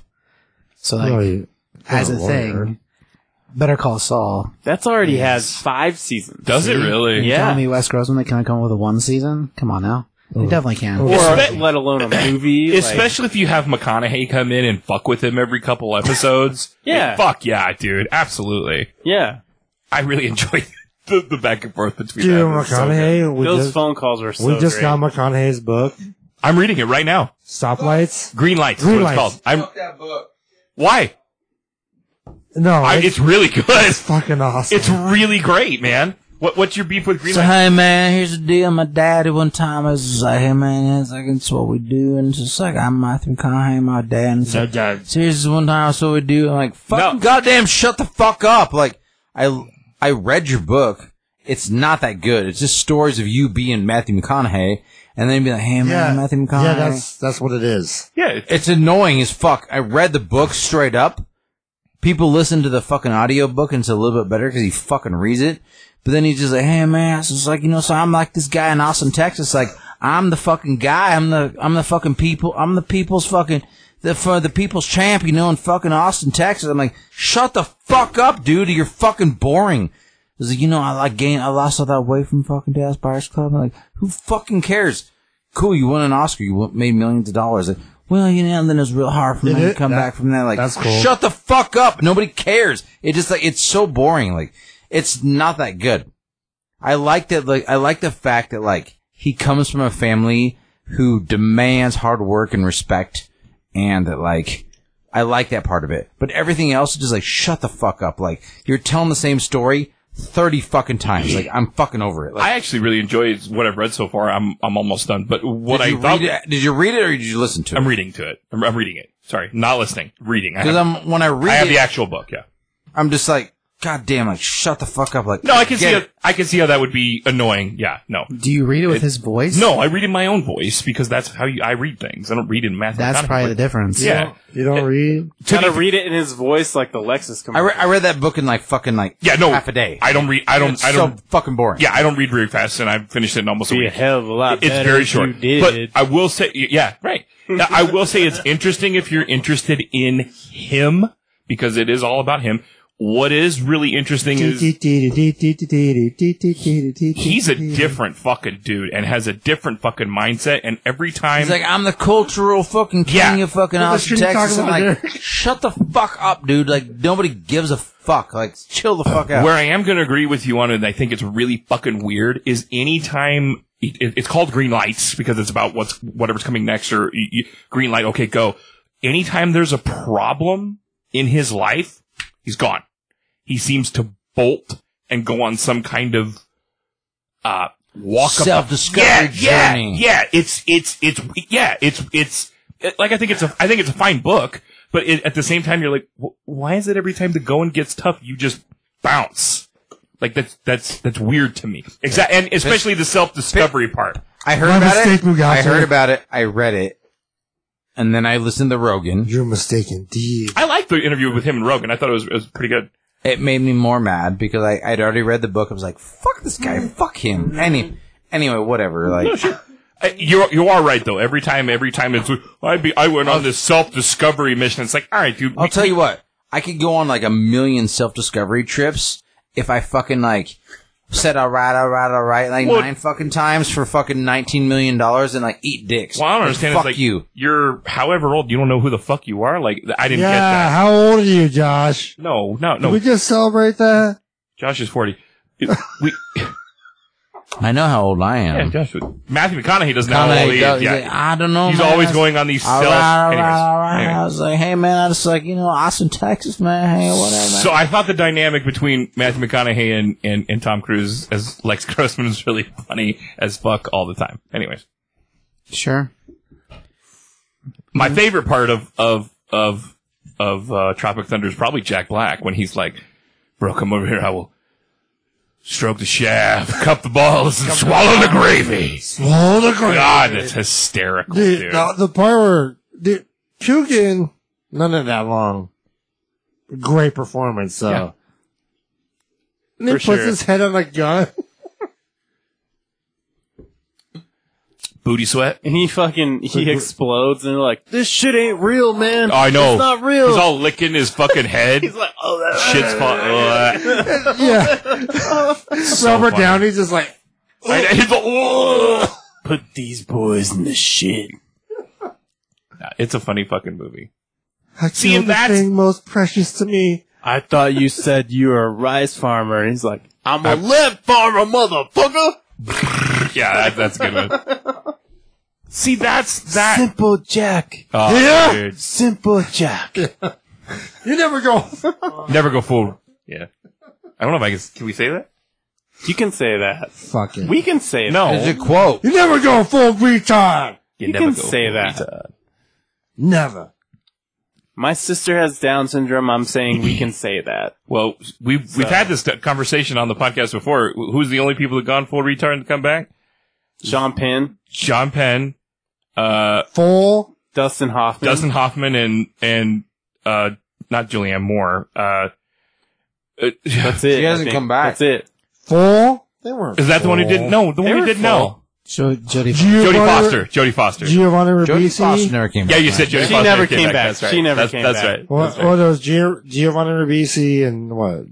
So like, Really, as a not a lawyer. thing, Better Call Saul. That's already has five seasons. Does it really? Yeah. Telling me Wes Grossman they can come up with a one season? Come on now. They definitely can. Or Espe- let alone a movie. like- Especially if you have McConaughey come in and fuck with him every couple episodes. Yeah. fuck yeah, dude. Absolutely. yeah. I really enjoy the, the back and forth between dude, them. It's so good. McConaughey. we Those just, phone calls were so we just great. got McConaughey's book, I'm reading it right now. Stoplights. Green Lights. is Green what it's Lights. called. I'm, Why? No, I, it's, it's really good. fucking awesome. It's really great, man. What, what's your beef with Green So Lights? hey man, here's the deal. My daddy one time was just like, hey man, it's like it's what we do, and it's just like I'm Matthew McConaughey, my dad, and it's like, seriously, one time that's what we do. I'm like, fucking goddamn, shut the fuck up. Like I, I read your book. It's not that good. It's just stories of you being Matthew McConaughey, and then be like, hey man, yeah, I'm Matthew McConaughey. yeah, that's that's what it is. Yeah, it's- it's annoying as fuck. I read the book straight up. People listen to the fucking audiobook and it's a little bit better because he fucking reads it. But then he's just like, hey man, it's just like, you know, so I'm like this guy in Austin, Texas, like, I'm the fucking guy. I'm the, I'm the fucking people. I'm the people's fucking, the, for the people's champ, you know, in fucking Austin, Texas. I'm like, shut the fuck up, dude. You're fucking boring. It's It's like, you know, I like gain, I lost all that weight from fucking Dallas Buyers Club. I'm like, who fucking cares? Cool, you won an Oscar, you won- made millions of dollars. Like, well, you know, and then it's real hard for me It to is- come that- back from that. Like, that's cool. shut the fuck up. Nobody cares. It just like it's so boring. Like, it's not that good. I like that. Like, I like the fact that like he comes from a family who demands hard work and respect, and that like I like that part of it. But everything else is just like shut the fuck up. Like you're telling the same story thirty fucking times. Like I'm fucking over it. Like, I actually really enjoyed what I've read so far. I'm I'm almost done, but what did I you thought read it, did you read it or did you listen to I'm it? reading to it. I'm, I'm reading it. Sorry, not listening. Reading. I Because have, I'm when I read I have it, the actual book. Yeah. I'm just like god damn. Like shut the fuck up. Like No, I can get see. it. How, I can see how that would be annoying. Yeah. No. Do you read it with his voice? No, I read in my own voice because that's how you, I read things. I don't read in math. That's probably the difference. Yeah. You don't read. Gotta read it in his voice like the I, Lexus commercial. re- I read that book in like fucking like Yeah. No. half a day. I don't read. I don't. it's I don't. so fucking boring. yeah, I don't read very fast, and I finished it in almost a be week. a hell of a lot it's better very if short. Uh, You did. But I will say, yeah, right. Now, I will say it's interesting if you're interested in him because it is all about him. What is really interesting is he's He's a different fucking dude and has a different fucking mindset. And every time, He's like, I'm the cultural fucking king Yeah. of fucking Well, Austin, let's shouldn't Texas. I'm talk like, about shut the fuck up, dude. Like, nobody gives a fuck. Like, chill the fuck out. where I am going to agree with you on it, and I think it's really fucking weird, is anytime it, it- it's called green lights because it's about what's whatever's coming next or y y- green light. Okay, go. Anytime there's a problem in his life, he's gone. He seems to bolt and go on some kind of uh walk Self-discovery yeah, journey. Yeah, yeah, it's it's it's yeah, it's it's it- like I think it's a I think it's a fine book, but it, at the same time you're like, "Wh- why is it every time the going gets tough, you just bounce? Like that's that's that's weird to me. Exactly, and especially the self discovery part. I heard My about mistake, it. I Mugatu. heard about it. I read it. And then I listened to Rogan. You're mistaken. D. I liked the interview with him and Rogan. I thought it was, it was pretty good. It made me more mad because I, I'd already read the book. I was like, fuck this guy. Fuck him. Any, anyway, whatever. Like, Uh, You you are right though. Every time, every time it's I be I went on this self discovery mission. It's like, all right, dude. I'll tell you what. I could go on like a million self-discovery trips if I fucking like said all right, all right, all right, like Well- nine fucking times for fucking nineteen million dollars and like eat dicks. Well, I don't understand. Fuck it's like you. You're however old, you don't know who the fuck you are. Like I didn't get that. Yeah. How old are you, Josh? No, no, Did no. we just celebrate that? Josh is forty. It- We, I know how old I yeah, am. Josh. Matthew McConaughey doesn't know Kinda how old he go- is. he's like, Yeah, I don't know. he's man. always I- going on these All self. right, all anyways. right, all right. Anyway. I was like, hey man, I just like you know Austin, Texas, man. Hey, whatever. Man. So I thought the dynamic between Matthew McConaughey and, and, and Tom Cruise as Lex Grossman was really funny as fuck all the time. Anyways, Sure. my favorite part of of of of uh, Tropic Thunder is probably Jack Black when he's like, "Bro, come over here. I will stroke the shaft, cup the balls, and swallow the gravy." Well, the gr- God, that's hysterical, Dude, dude. The, the part where dude, Kugan, none of that long. Great performance, though. Yeah. And he For puts sure. his head on a gun. Booty sweat. and he fucking he explodes and they're like, "This shit ain't real, man. I know. It's not real." He's all licking his fucking head. He's like, "Oh, that Shit's fun. yeah. Robert funny. Downey's just like, He's like, "Ugh." put these boys in the shit." Nah, it's a funny fucking movie. I See, killed and the that's- thing most precious to me. I thought you said you were a rice farmer. And he's like, "I'm a lead farmer, motherfucker." Yeah, that, that's a good one. See, that's that. Simple Jack. Oh, Yeah. dude. Simple Jack. You never go. Never go forward. Yeah. I don't know if I can. Can we say that? You can say that. Fuck it. We can say that. It's a No. quote. you never go full retard. You, You can say that. uh, Never. My sister has Down syndrome. I'm saying we can say that. Well, we've we've had this conversation on the podcast before. Wh- Who's the only people that gone full retard and come back? Sean Penn, John Penn, uh, Full. Dustin Hoffman. Dustin Hoffman, and and uh, not Julianne Moore. Uh, uh, That's it. She I hasn't think. come back. That's it. Full. They weren't. is that the one who didn't? No, the They one who were didn't full. know. So Jodie Jody, Giovanni, Foster. Jodie Foster. Giovanni Jodie Ribisi. Foster never came. yeah, back, you man. said Jodie She Foster. never came back. That's right. She never that's, came that's back. Right. What, that's right. what was Gio- Giovanni Ribisi and what?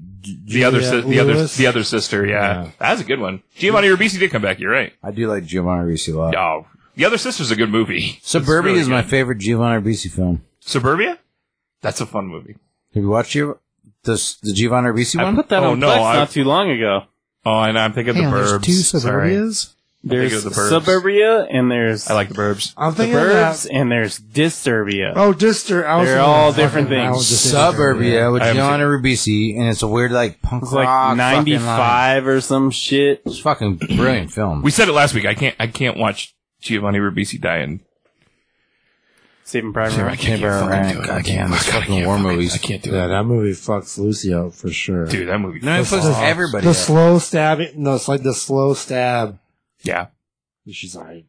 The other, si- the other, the other sister. Yeah, Yeah. that's a good one. Giovanni Ribisi did come back. You're right. I do like Giovanni Ribisi a lot. Oh, the other sister's a good movie. It's Suburbia really is my good. favorite Giovanni Ribisi film. Suburbia. That's a fun movie. Have you watched your, the the Giovanni Ribisi I one? put That oh on no, Plex I- not too long ago. Oh, and I'm thinking Hang on, the there's Burbs. two Sorry. suburbias. There's of the Burbs. Suburbia and there's I like the Burbs. I'm the thinking of Burbs that. and there's Disturbia. Oh, Dister. I was They're thinking of all fucking- different I things. was just thinking of Suburbia with I haven't Giovanni Ribisi, and it's a weird like punk it's rock like fucking line. 95 or some shit. It's a fucking brilliant film. We said it last week. I can't. I can't watch Giovanni Ribisi die. And Saving Private Sure, Ryan. I can't Never fucking ran- do it. God I damn, can't. those God, I fucking can't war fucking- movies. I can't do Yeah, it, that movie fucks Lucy up for sure. dude. That movie. no, it fucks puts off. everybody. the up. slow stabbing. No, it's like the slow stab. Yeah. She's like,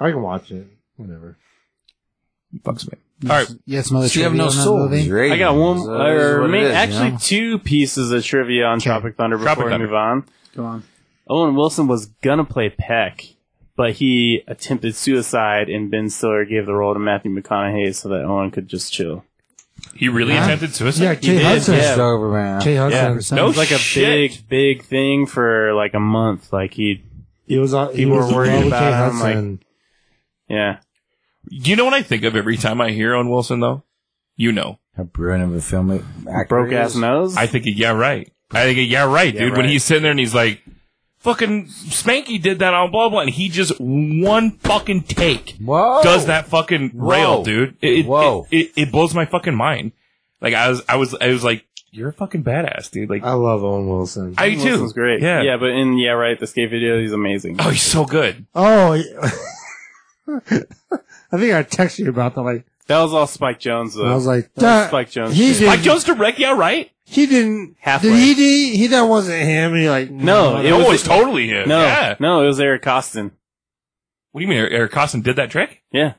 I can watch it. Whatever. Fucks me. All right. Yeah, some other So you have trivia no on that soul. movie. You're I got Asian. one, So it is or what it ma- is, you actually know? two pieces of trivia on Tropic Thunder before Tropic we Thunder. move on. Go on. Owen Wilson was gonna play Peck, but he attempted suicide, and Ben Stiller gave the role to Matthew McConaughey so that Owen could just chill. He really attempted Yeah, suicide. Kate did, Hudson. yeah. It's over, man. Kate Hudson. Percent. No It was like a Oh, shit. big, big thing for like a month. Like he, He was on. He People was were worried in love with about Kate him, like- Hudson. yeah, Do you know what I think of every time I hear Owen Wilson though? You know. How brilliant of a film it actor broke is. ass nose. I think of yeah right. I think of yeah right, dude. When right. he's sitting there and he's like, "Fucking Spanky did that on blah blah," and he just one fucking take Whoa. does that fucking rail, Whoa. dude. It, it- Whoa. It, it, it blows my fucking mind. Like I was, I was, I was like, "You're a fucking badass, dude." Like I love Owen Wilson. I do Owen too. Uh, Wilson's great. Yeah. yeah, but in yeah, right, the skate video, he's amazing. Oh, he's so good. oh, he- I think I texted you about that. Like That was all Spike Jones though. I was like, That was that, Spike Jones. He shit. did. Mike Jones direct, yeah right. He didn't. Halfway. Did he? Did, he that wasn't him. He like No, it It was, was- Oh, totally him. No, Yeah. no, it was Eric Costin. What do you mean Eric- Eric Costin did that trick? Yeah,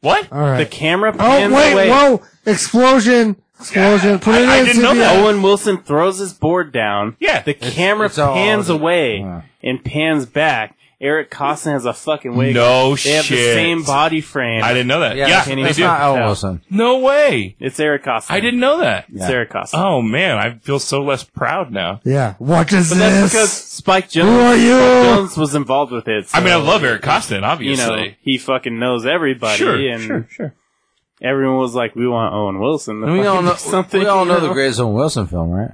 What? All right. the camera. oh pans wait! away. Whoa! Explosion! Explosion! Yeah, Put it I- I in. didn't know CBS. that. Owen Wilson throws his board down. Yeah. The camera it's all- pans away Yeah. and pans back. Eric Costin has a fucking wig. no they have shit. the same body frame. I didn't know that. Yeah, Yeah, that's- Kenny- uh, they that's do. not Owen Yeah. Wilson. No way. It's Eric Costin. I didn't know that. It's Yeah. Eric Costin. Oh man, I feel so less proud now. Yeah. What is but that's this? because Spike Jones, Who are you? Spike Jones was involved with it. so, I mean, I love Eric Costin, You obviously. know, he fucking knows everybody. sure, and sure, sure. Everyone was like, "We want Owen Wilson." to And we all fucking know do something. We all know you the greatest Owen Wilson film, right?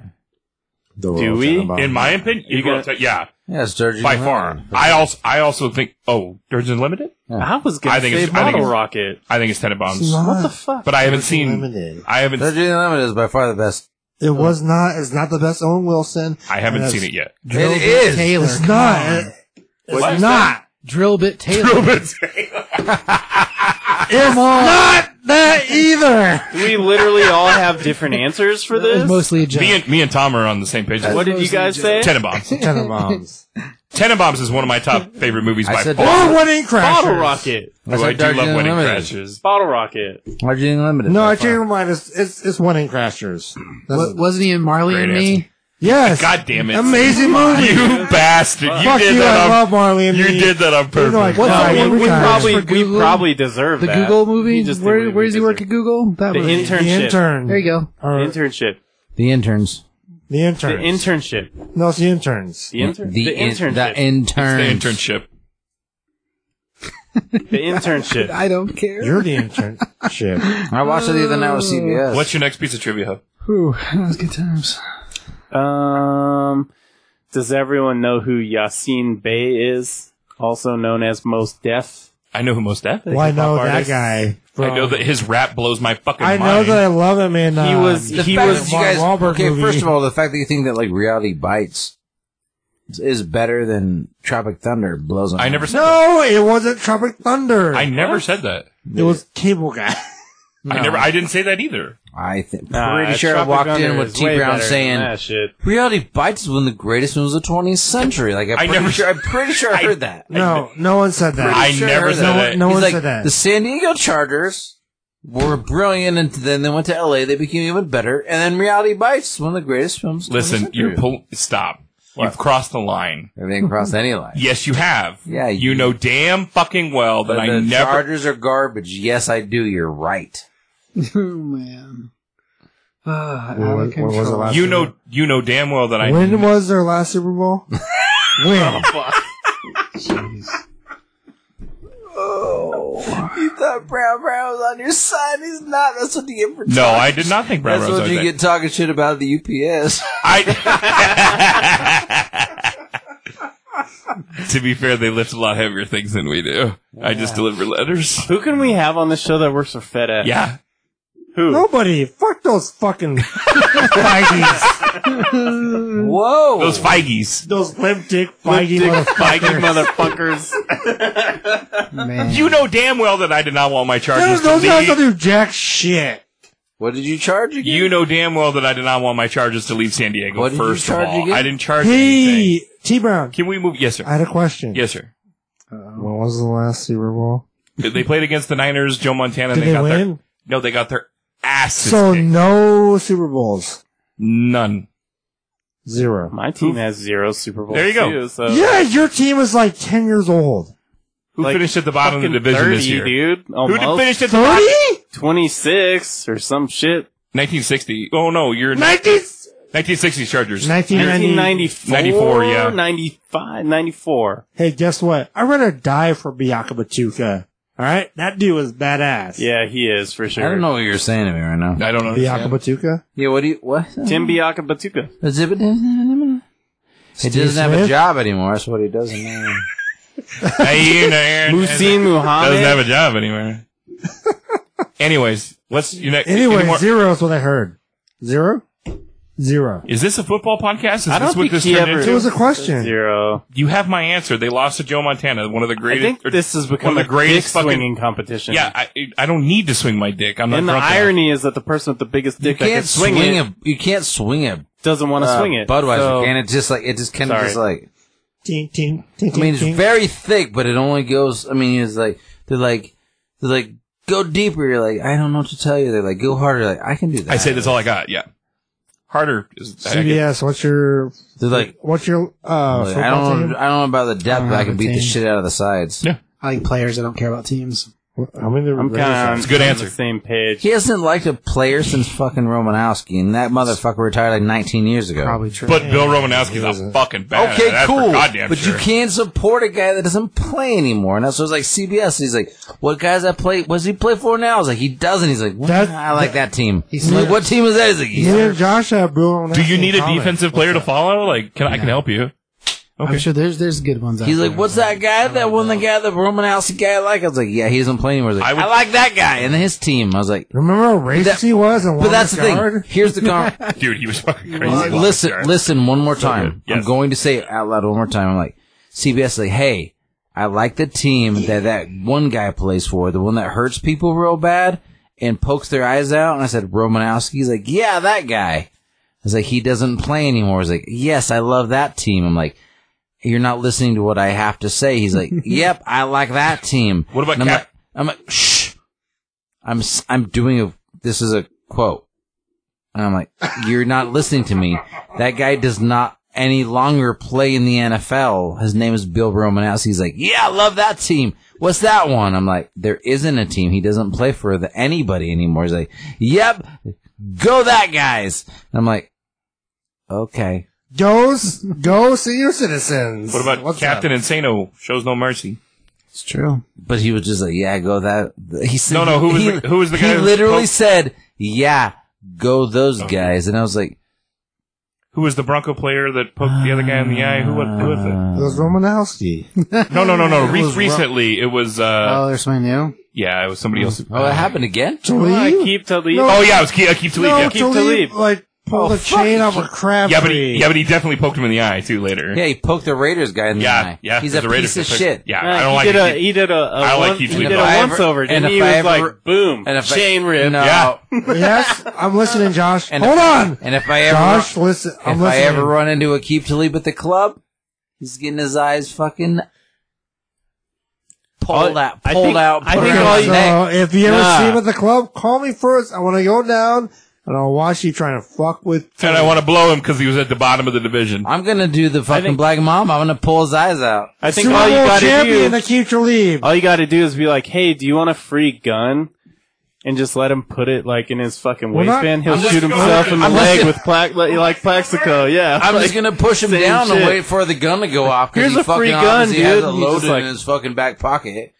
The Do we? In my opinion, you gonna- gotta- yeah, yeah, it's Dirty by John far. Lennon. I also, I also think. Oh, Durgeon Limited. I was gonna I think say it's- I think Bottle it's- Rocket. I think it's Ten Bombs, what the fuck? but I haven't seen. I haven't. Dirty John Lennon is by far the best. It was not. It's not the best Owen Wilson. I haven't And seen it's- it yet. Drill It Bit is. Taylor. It's come not. on. It- It's What's not. Drill Bit Taylor. It's not that either. Do we literally all have different answers for That was this? mostly a joke. Me and me and Tom are on the same page. what did you guys say? Tenenbaums. Tenenbaums. Tenenbaums is one of my top favorite movies I by said far. or Wedding Crashers. Bottle Rocket. Ooh, I said do Dungeon love Wedding Unlimited. Crashes. Bottle Rocket. Dirty John Limited. No, by I far. changed my mind. It's it's, it's Wedding Crashers. That's Wa- wasn't he in Marley Great and answer. Me? yes. God damn it! Amazing movie. You bastard! You Fuck did you. I that on. love Marley and You Me. did that on You know I purpose. cried that we, one every we with time. probably For we Google? probably deserve The that. Google We movie? just did Where, we- where we does he work deserve- at Google? That The movie. The internship. intern. There you go. The Or internship. The interns. the The intern. internship. No, it's the interns. The intern. The, The, in- internship. The interns. The internship. the internship. I don't care. You're the internship. I watched it the other night with CBS. What's your next piece of trivia? Hub? Whew, that was good times. Um, does everyone know who Yasin Bey is? Also known as Most Deaf. I know who most deaf is. Why I know pop that artists. guy. I from- know that his rap blows my fucking I know mind. that I love him. And uh, He was- the he fact was- that you guys, Mark Wahlberg okay, movie. first of all, the fact that you think that like reality bites is better than Tropic Thunder blows. my I never mind. said that. No, it wasn't Tropic Thunder. I never said that. it was Cable Guy. I never. I didn't say that either. I think Nah, pretty sure I Tropic walked in Thunder with is T way Brown better than saying that shit. Reality Bites is one of the greatest films of the 20th century. Like I'm I pretty never- sure. I'm pretty sure I heard that. No, no one said that. I sure never heard said that. that. No He's one like, said that. The San Diego Chargers were brilliant, and then they went to L.A. They became even better, and then Reality Bites is one of the greatest films. of the 20th Listen, century. you're pol- stop. You've crossed the line. I didn't cross any line. Yes, you have. Yeah, you, you- know damn fucking well that But I the never. Chargers are garbage. Yes, I do. You're right. Oh, man. Ah, Well, out when- of when was the control. last- You know, you know damn well that I. Oh, when was their last Super Bowl? when? You thought Brown Brown was on your side. He's not. That's what you get for no, I did not think Brown That's Rose. what you get talking shit about the UPS. I. to be fair, they lift a lot heavier things than we do. I just deliver letters. Who can we have on this show that works for FedEx? Yeah, Who? Nobody. Fuck those fucking Feiges. Mm. Whoa! those Feiges. those limp dick Feige Dick motherfuckers. Feige motherfuckers. Man. You know damn well that I did not want my Those, charges to those guys don't leave. do jack shit. what did you charge again? You know damn well that I did not want my charges to leave San Diego. What did you first charge of all, again? I didn't charge anything. Hey, T Brown. Can we move? Yes, sir. I had a question. Uh, yes, sir. When was the last Super Bowl? They played against the Niners, Joe Montana. Did they, they, got Their, win? no, they got their asses So kicked. no Super Bowls. None. Zero. My team has zero Super Bowl. There you go. Too, so yeah, your team is like 10 years old. Who Like, finished at the bottom of the fucking division 30, this year? dude. Who Almost did finish at the bottom? 30? 26 or some shit. 1960. Oh no, you're 19, 1960s Chargers. 1990. 1994, 94, yeah. 95, 94. Hey, guess what? I'd rather die for Bianca Batuka. All right? That dude was badass. Yeah, he is for sure. I don't know what you're saying to me right now. I don't know. Bianca Batuka? Yeah, what do you what? Tim Biaka Batuka. Is it- He doesn't have a Smith? job anymore. That's what he doesn't know. Hey, you know, Aaron Musin Muhammad. doesn't have a job anywhere. Anyways, what's your next? any Anyway, more- zero is what I heard. Zero? Zero. is this a football podcast? Is I don't this what think this he turned ever- It into? was a question. Zero. You have my answer. They lost to Joe Montana, one of the I greatest. think or- this has become one of the greatest dick fucking- swinging competition. Yeah, I, I don't need to swing my dick. I'm not. and the drunk enough. irony is that the person with the biggest You dick that can can't swing, swing, it a you can't swing a doesn't want to uh, swing it. Budweiser. So- can it just like it just kind of Sorry. just like Ting, ting, ting, I mean it's ting, ting. very thick, but it only goes. I mean it's like they're like they're like go deeper. You're like I don't know what to tell you. They're like go harder. Like I can do that. I say that's all I got. Yeah, harder. Is, I get- CBS, what's your They're like what's your uh like, I football don't team? I don't know Oh, about the depth, don't but I have can a beat the team. shit out of the sides. Yeah. I like players. I don't care about teams. Wh- How many? I'm kind of It's a good answer. The same page. He hasn't liked a player since fucking Romanowski, and that motherfucker retired like 19 years ago. Probably true. But Bill Romanowski's a fucking bad. Okay, Uh, that's cool. For goddamn but sure. you can't support a guy that doesn't play anymore. And that's what it's like CBS. He's like, what guys that play? What does he play for now? I was like, he doesn't. He's like, "Well, That- I like that team. He's He's- like, what team is that? He's like, Yeah, "Yeah." Josh have Bruno. Do you need a defensive player to follow? Like, can I can help you? Okay. I'm sure there's there's good ones. Out He's like, there. what's that guy that won the guy the Romanowski guy I like? I was like, yeah, he doesn't play anymore. I, was like, I I, would- like that guy and his team. I was like, Remember how racist That- he was, and but that's the thing. Here's the con- Dude, he was fucking crazy. listen, Sorry. listen one more time. good. I'm Yes. going to say it out loud one more time. I'm like, CBS is like, hey, I like the team that that one guy plays for, the one that hurts people real bad and pokes their eyes out. And I said, Romanowski. He's like, yeah, that guy. I was like, he doesn't play anymore. He's like, yes, I love that team. I'm like, you're not listening to what I have to say. He's like, yep, I like that team. What about And I'm Cap- like, I'm like, shh. I'm s- I'm doing a. This is a quote, and I'm like, you're not listening to me. That guy does not any longer play in the NFL. His name is Bill Romanowski. He's like, yeah, I love that team. What's that one? I'm like, there isn't a team. He doesn't play for the, anybody anymore. He's like, yep, go that guys. And I'm like, okay. Go, s- go, senior citizens. What about What's Captain Insano? Shows no mercy. It's true. But he was just like, "Yeah, go that." He said, No, no, who was he, the- who was the guy He who literally poked- said, "Yeah, go those guys," and I was like, Who was the Bronco player that poked the other guy in the eye? Who, wa- who was it? that? It was Romanowski. No, no, no, no. Re- was Ro- recently, it was. uh oh, there's something new. Yeah, it was somebody else. "Oh, it happened again." Talib? Keep Talib. No, Oh yeah, it was Keep, uh, Keep Talib. no, yeah. keep Talib. Talib, like, pulled Oh, a chain off a crab yeah, but tree. he, yeah, but he definitely poked him in the eye too later. Yeah, he poked the Raiders guy in the yeah, eye. yeah, he's as a, Raiders piece of fan. shit. Yeah, Uh, I don't like. he did it. a he did a, a I like one- Keith he Lee, did a but- If I once ever- over and and if he I was ever- like boom and if I- chain rib No. Yeah. yes, I'm listening, Josh. And Hold if- on. And if I ever, Josh, listen. I'm if I listening. ever run into Akeem Talib at the club, he's getting his eyes fucking pulled All- out, I pulled think- out. I put think around all his you- neck. so if you ever Nah. see him at the club, call me first. I want to go down and I'll watch you trying to fuck with. And I want to blow him because he was at the bottom of the division. I'm gonna do the fucking think- black mom. I'm gonna pull his eyes out. I think Super all you Bowl gotta Oh, champion do Akeem Talib. all you gotta do is be like hey do you want a free gun and just let him put it like in his fucking Well, not- waistband, he'll I'm just shoot gonna- himself in the I'm just leg gonna- with pla- like, like Plaxico. Yeah, I'm like, just gonna push him same down and shit. wait for the gun to go off. 'cause Here's he a fucking free gun, obviously Has dude. it And you just loaded like- in his fucking back pocket.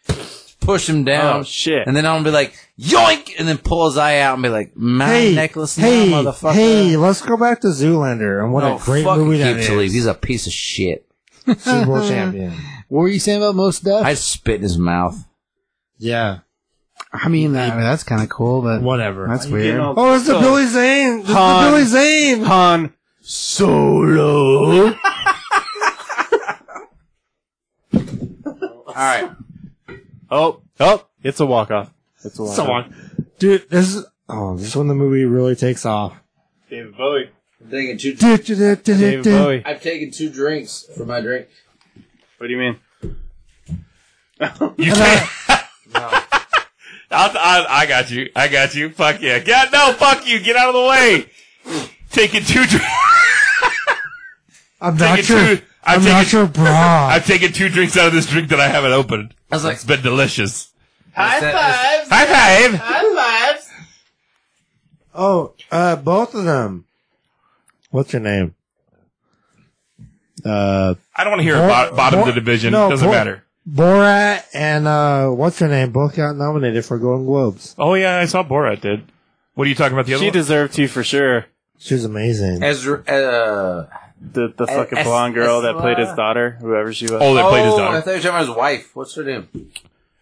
Push him down. Oh, shit. And then I'll be like, yoink! And then pull his eye out and be like, my hey, necklace now, hey, motherfucker. hey, let's go back to Zoolander and what no, a great fuck movie that Keith Lee. is. He's a piece of shit. Super Bowl champion. What were you saying about most death? I, I'd spit in his mouth. Yeah, mean, that, that's kind of cool, but whatever. that's You weird. know, oh, it's the so- Billy Zane. It's the Han. Billy Zane. Han Solo. All right. oh, oh, it's a walk off. It's a walk So on. Dude, this is oh, this is when the movie really takes off. David Bowie. I'm taking two, David Dude, Bowie. I've taken two drinks for my drink. What do you mean? You can't. I, I, I got you. I got you. Fuck yeah. God, no, fuck you. Get out of the way. Taking two drinks. I'm Taking not your, two. I'm I've not taken, your bra. I've taken two drinks out of this drink that I haven't opened. I was like, It's been delicious. high five! High five. Oh, uh, both of them. What's your name? Uh, I don't want to hear Bor- about bottom of the Bor- division. no, Doesn't Bor- matter. Borat and uh, what's your name? Both got nominated for Golden Globes. Oh yeah, I saw Borat did. What are you talking about? The other She one? deserved to for sure. She was amazing. Ezra, uh, The the fucking Es- blonde girl that Esma. played his daughter, whoever she was. Oh, they played his oh, I daughter. thought you were talking about his wife. What's her name?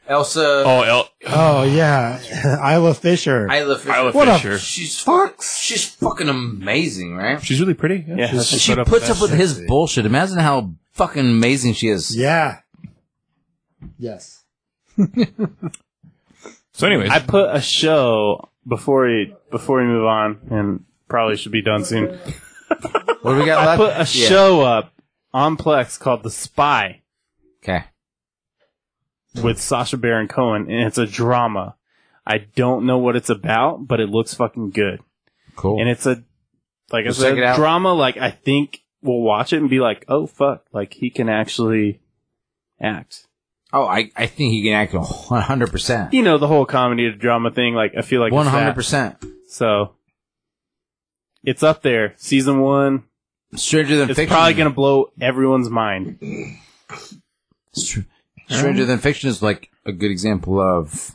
Elsa Oh, El- Oh yeah, Isla Fisher. Isla Fisher. Isla What a Fisher. She's fuck. She's fucking amazing, right? She's really pretty. Yeah, she's- she She put up puts that up with his bullshit. Imagine how fucking amazing she is. yeah. Yes. So, anyways, I put a show before we before we move on, and probably should be done soon. What do we got I left? put a Yeah. show up on Plex called The Spy Okay. with Sasha Baron Cohen, and it's a drama. I don't know what it's about, but it looks fucking good, Cool. and it's a like I Let's said, check it out. drama. Like I think we'll watch it and be like, oh fuck, like he can actually act. oh, I, I think he can act 100%. You know the whole comedy to drama thing. Like I feel like it's that. 100%. So it's up there. Season one. Stranger than It's Fiction. probably going to blow everyone's mind. Str- Stranger Than Fiction is like a good example of.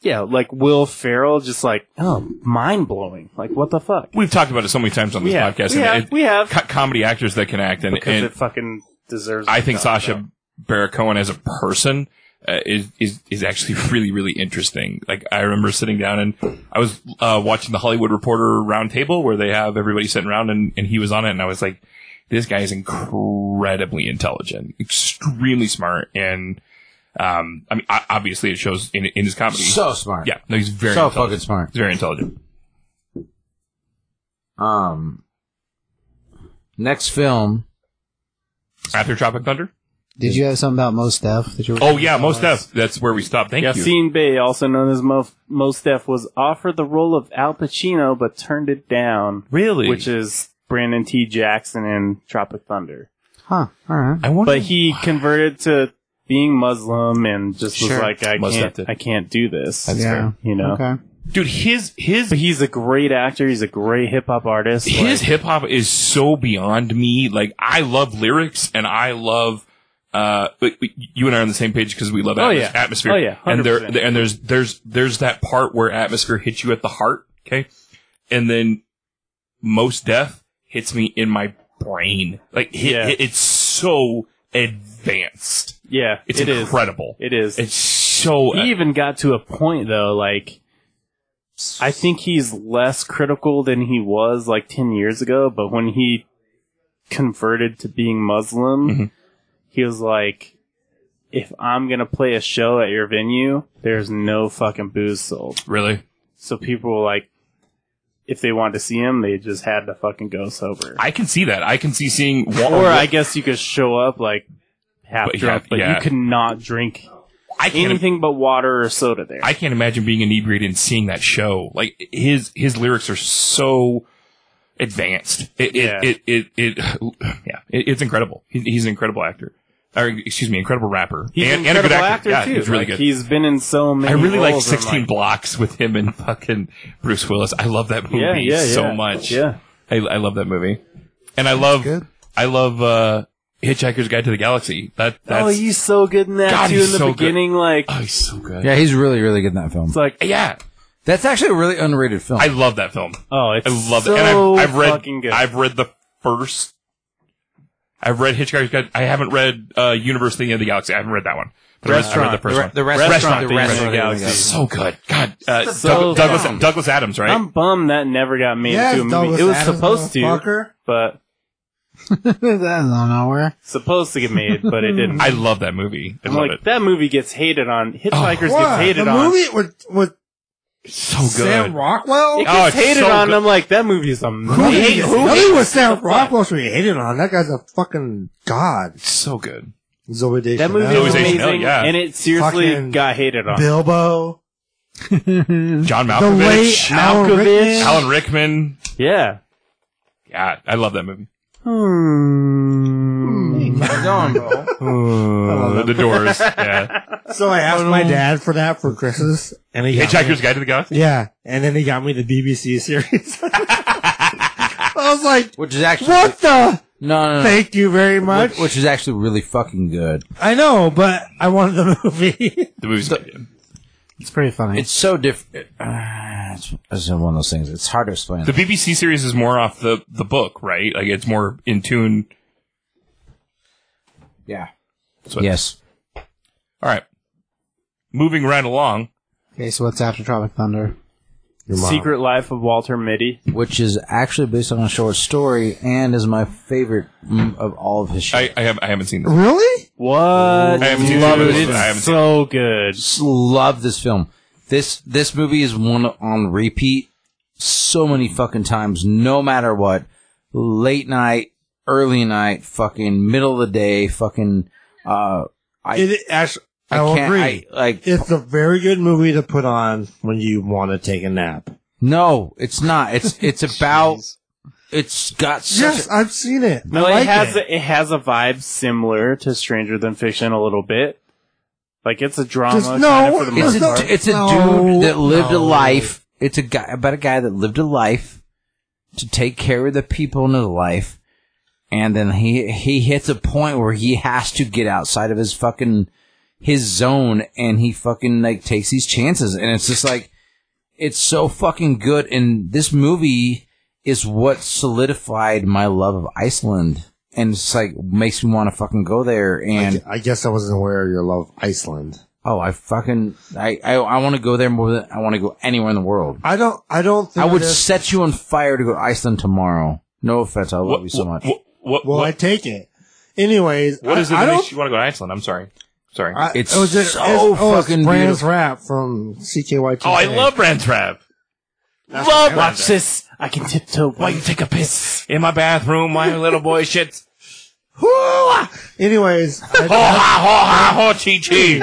Yeah, like Will Ferrell, just like, oh, mind blowing. Like, what the fuck? we've talked about it so many times on this Yeah, podcast. we and have. it- we have co- comedy actors that can act, and, because and it fucking deserves I think it. Sasha Baron Cohen as a person uh, is is is actually really really interesting. Like I remember sitting down and I was uh, watching the Hollywood Reporter roundtable where they have everybody sitting around and, and he was on it and I was like, this guy is incredibly intelligent, extremely smart, and um, I mean o- obviously it shows in in his comedy. So smart. yeah, no, he's very So intelligent. fucking smart. He's very intelligent. Um. Next film. After Tropic Thunder. Did you have something about most death that you were? Oh yeah, most def. That's where we stopped. Thank you. Yassine Bey, also known as Mo- Mos Def, was offered the role of Al Pacino but turned it down, really? which is Brandon T. Jackson in Tropic Thunder. Huh. All right. I wonder. But he converted to being Muslim and just was Sure. like, I Mos Def can't, did. I can't do this. yeah. You know, Okay. dude, his his But he's a great actor. He's a great hip hop artist. his like, hip hop is so beyond me. Like I love lyrics and I love. Uh, but- but you and I are on the same page because we love Oh, atmos- yeah. atmosphere. Oh, yeah, and there 100%. and there's there's there's that part where atmosphere hits you at the heart. Okay, and then most death hits me in my brain. Like hit, Yeah. it's so advanced. yeah, It's it is. incredible. It is. It's so he even got to a point though, like I think he's less critical than he was like ten years ago. But when he converted to being Muslim, Mhm. he was like, "If I'm gonna play a show at your venue, there's no fucking booze sold." really. So people were like, if they wanted to see him, they just had to fucking go sober. I can see that. I can see seeing one, or I guess you could show up like half But drunk, yeah, but yeah. you could not drink I can't anything but water or soda there. I can't imagine being inebriated and seeing that show. Like his his lyrics are so advanced. It Yeah. it, it, it, it yeah, it, it's incredible. He, he's an incredible actor. or excuse me, incredible rapper. He's an and, and a incredible good actor, actor. yeah, too. he's really Like, good. He's been in so many. I really like roles, I'm 16 Blocks with him and fucking Bruce Willis. I love that movie yeah, yeah, so yeah. much. Yeah, I, I love that movie, and I love good. I love uh, Hitchhiker's Guide to the Galaxy. That that's oh, he's so good in that God, too. he's In the so good. beginning, like oh, he's so good. Yeah, he's really, really good in that film. it's like yeah, That's actually a really underrated film. I love that film. oh, it's I love so it. And I've, I've fucking read good. I've read the first. I've read Hitchhiker's Guide. I haven't read uh, Universe Thing of the Galaxy. I haven't read that one. But I read- I read the first re- one. the restaurant, the Thing of restaurant, Galaxy. yeah. So good. God, uh, So Doug- Douglas good. Douglas Adams, right? I'm bummed that never got made Yeah, into a movie. Douglas it was Adams, supposed to, motherfucker. but That's not nowhere. supposed to get made, but it didn't. I love that movie. I I'm love like it. Oh, that movie gets hated on. Hitchhikers gets What? hated the on. movie with with So good. Sam Rockwell. It Oh, gets it's hated so on. good. I'm like that movie's amazing. Who hated? Who Nothing with Sam Rockwell should be hated on. That guy's a fucking god. so good. Zoe Deschanel. That movie Zoe was Deschanel, amazing, yeah. and it seriously Fucking got hated on. Bilbo. John The late Malkovich, Alan Malkovich. Rickman. Alan Rickman. Yeah. Yeah, I love that movie. Hmm. love the Doors. Yeah, So I asked my dad for that for Christmas, and he got me- Hitchhiker's Guide to the Galaxy. Yeah, and then he got me the BBC series. I was like, Which is actually "What the? no, no, no. Thank you very much." Which, which is actually really fucking good. I know, but I wanted the movie. The movie's It's pretty funny. It's so different. Uh, it's, it's one of those things. It's hard to explain. the BBC series is more off the the book, right? Like it's more in tune. yeah. So- yes. All right, moving right along. okay, so what's after Tropic Thunder? Secret Life of Walter Mitty. Which is actually based on a short story and is my favorite mm, of all of his shit. I, I have I haven't seen this. really? What? I haven't seen Love it. it. I haven't It's so good. just love this film. This this movie is one on repeat so many fucking times, no matter what. Late night, early night, fucking middle of the day, fucking uh I It actually, I, I will can't agree. I, like it's a very good movie to put on when you want to take a nap. no, it's not. It's it's about it's got such Yes, I've seen it. No, I like it has A, it has a vibe similar to Stranger Than Fiction a little bit. Like it's a drama. Just- kind no, of for the it's It's most a, part. not- it's a No, dude that lived no. a life. It's a guy about a guy that lived a life to take care of the people in his life, and then he he hits a point where he has to get outside of his fucking his zone, and he fucking like takes these chances, and it's just like it's so fucking good. And this movie is what solidified my love of Iceland, and it's like makes me want to fucking go there. And I guess I wasn't aware of your love of Iceland. Oh, I fucking I I, I want to go there more than I want to go anywhere in the world. I don't. I don't. I Think would This, set you on fire to go to Iceland tomorrow. No offense, I love you so much. What, what, well, I what, take it. Anyways, what is it I, I that don't makes you want to go to Iceland? I'm sorry. Sorry. I- It's it was just, so it's, oh, it's fucking Brand's beautiful. rap from CKY. oh, I love Brand Trap. love Watch this. I can tiptoe. Why you take a piss in my bathroom? My little boy shits. Anyways, Ho I, ha ho ha ho chi chi.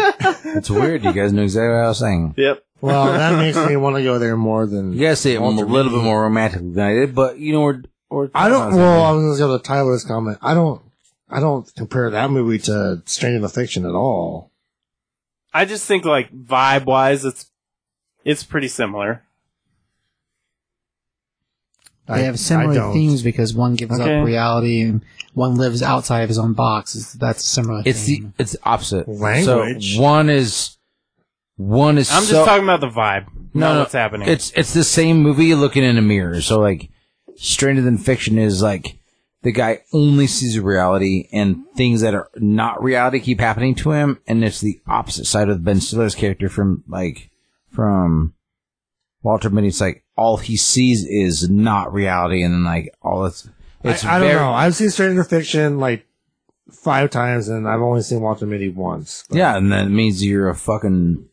It's weird. You guys knew exactly what I was saying. Yep. well, that makes me want to go there more than You guys say it a little bit more romantic than I did, but you know we're we're I don't. Well, I was going to go to Tyler's comment. I don't. I don't compare that movie to Stranger Than Fiction at all. I just think like vibe wise, it's it's pretty similar. I- They have similar I don't. themes because one gives Okay. up reality and one lives outside of his own box. It's, that's a similar. it's the theme. it's the opposite Language. So one is one is I'm just so- talking about the vibe. No, not no, what's happening? It's it's the same movie looking in a mirror. So like Stranger Than Fiction is like the guy only sees reality and things that are not reality keep happening to him and it's the opposite side of Ben Stiller's character from like from Walter Mitty. It's like all he sees is not reality and then like all it's it's I, I don't very know. I've seen Stranger Than Fiction like five times, and I've only seen Walter Mitty once. But- Yeah, and that means you're a fucking